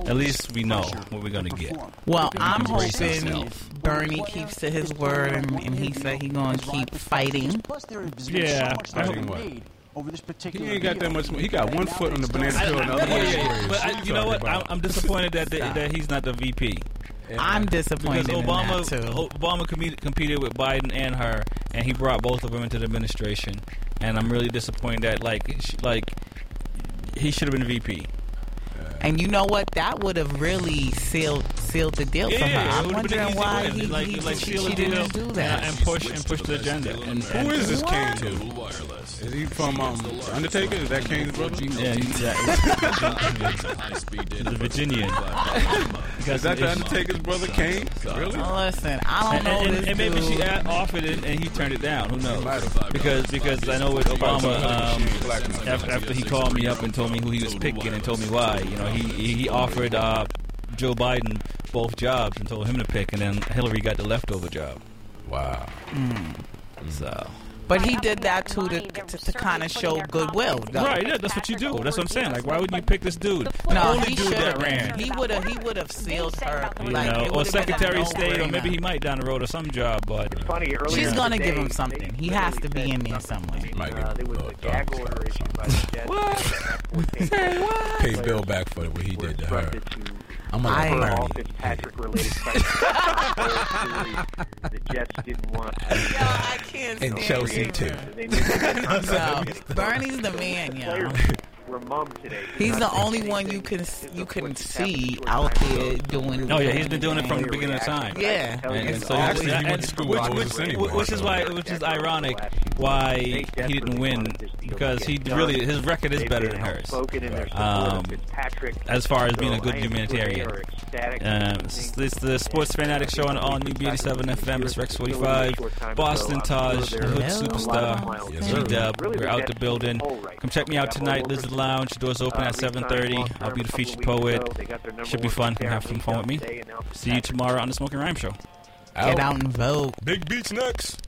A: at least we know what we're gonna get.
C: Well, I'm
A: Embrace
C: hoping
A: yourself.
C: Bernie keeps to his word and, and he said he gonna keep fighting.
B: Yeah, I hope He ain't got that much. He got one foot on the banana peel and the other
A: Yeah,
B: one
A: yeah,
B: on
A: yeah.
B: the
A: But I, you know what? I'm, I'm disappointed that the, that he's not the VP.
C: I'm disappointed
A: because
C: in
A: Obama
C: that,
A: Obama com- competed with Biden and her, and he brought both of them into the administration. And I'm really disappointed that like sh- like he should have been VP.
C: And you know what? That would have really sealed sealed the deal for her.
A: Yeah, it
C: I'm
A: would've been an
C: wondering
A: easy
C: why
A: win.
C: he,
A: Like-
C: he,
A: like
C: she,
A: seal the
C: she
A: deal
C: didn't do that.
A: and push and push the agenda. And,
B: Who is this Kane dude? Is he from um, Undertaker? Is that Kane's brother?
A: Yeah,
B: exactly.
A: the Virginian.
B: Is that the Undertaker's brother, Kane? Really?
C: Listen, I don't
A: and,
C: know
A: and,
C: this
A: and maybe she
C: dude.
A: a- offered it and he turned it down. Who knows? Because because I know with Obama, um, after, after he called me up and told me who he was picking and told me why, you know, he he he offered uh, Joe Biden both jobs and told him to pick, and then Hillary got the leftover job.
B: Wow.
A: So.
C: But he did that too to to, to kind of show goodwill. Though.
A: Right, yeah, that's what you do. That's what I'm saying. Like, why would you pick this dude? The
C: No,
A: only
C: he
A: dude
C: should
A: that ran.
C: have. He would have. He would have sealed her.
A: You
C: like,
A: know,
C: it
A: or
C: would've been a
A: Secretary of State, or
C: no-brainer.
A: maybe he might down the road or some job, but.
G: Funny, earlier
C: She's gonna
G: today,
C: give him something. He
G: they
C: has to be in there somewhere.
G: Uh, there was a gag order issued by the Jets. what?
B: Pay Bill back for what he did to her. I'm
G: I
B: gonna
G: all
B: burn you.
G: Fitzpatrick related questions. the Jets didn't want.
C: I can't
B: And
C: stand
B: Chelsea,
C: it.
B: too.
C: No, Bernie's the man, yo.
G: We're mum today.
C: He's the only one you can you can see out there doing.
A: Oh yeah, he's been doing it from the beginning of time.
C: Yeah,
A: and, and
C: it's
A: so
C: always-
A: actually, he went to school which,
B: with
A: which,
B: Moses anyway,
A: which is why, which is ironic, why he didn't win because he really his record is better than hers. Um, as far as being a good humanitarian. Um, it's, it's the Sports Fanatic Show on all new B87 FM. It's Rex 45, Boston Taj, the Hood Superstar, G Dub. We're out the building. Come check me out tonight, Lizard Lounge. Doors open at 7:30. I'll be the featured poet. Should be fun. Come have some fun with me. See you tomorrow on the Smoking Rhyme Show.
C: Get out and vote.
B: Big Beach next.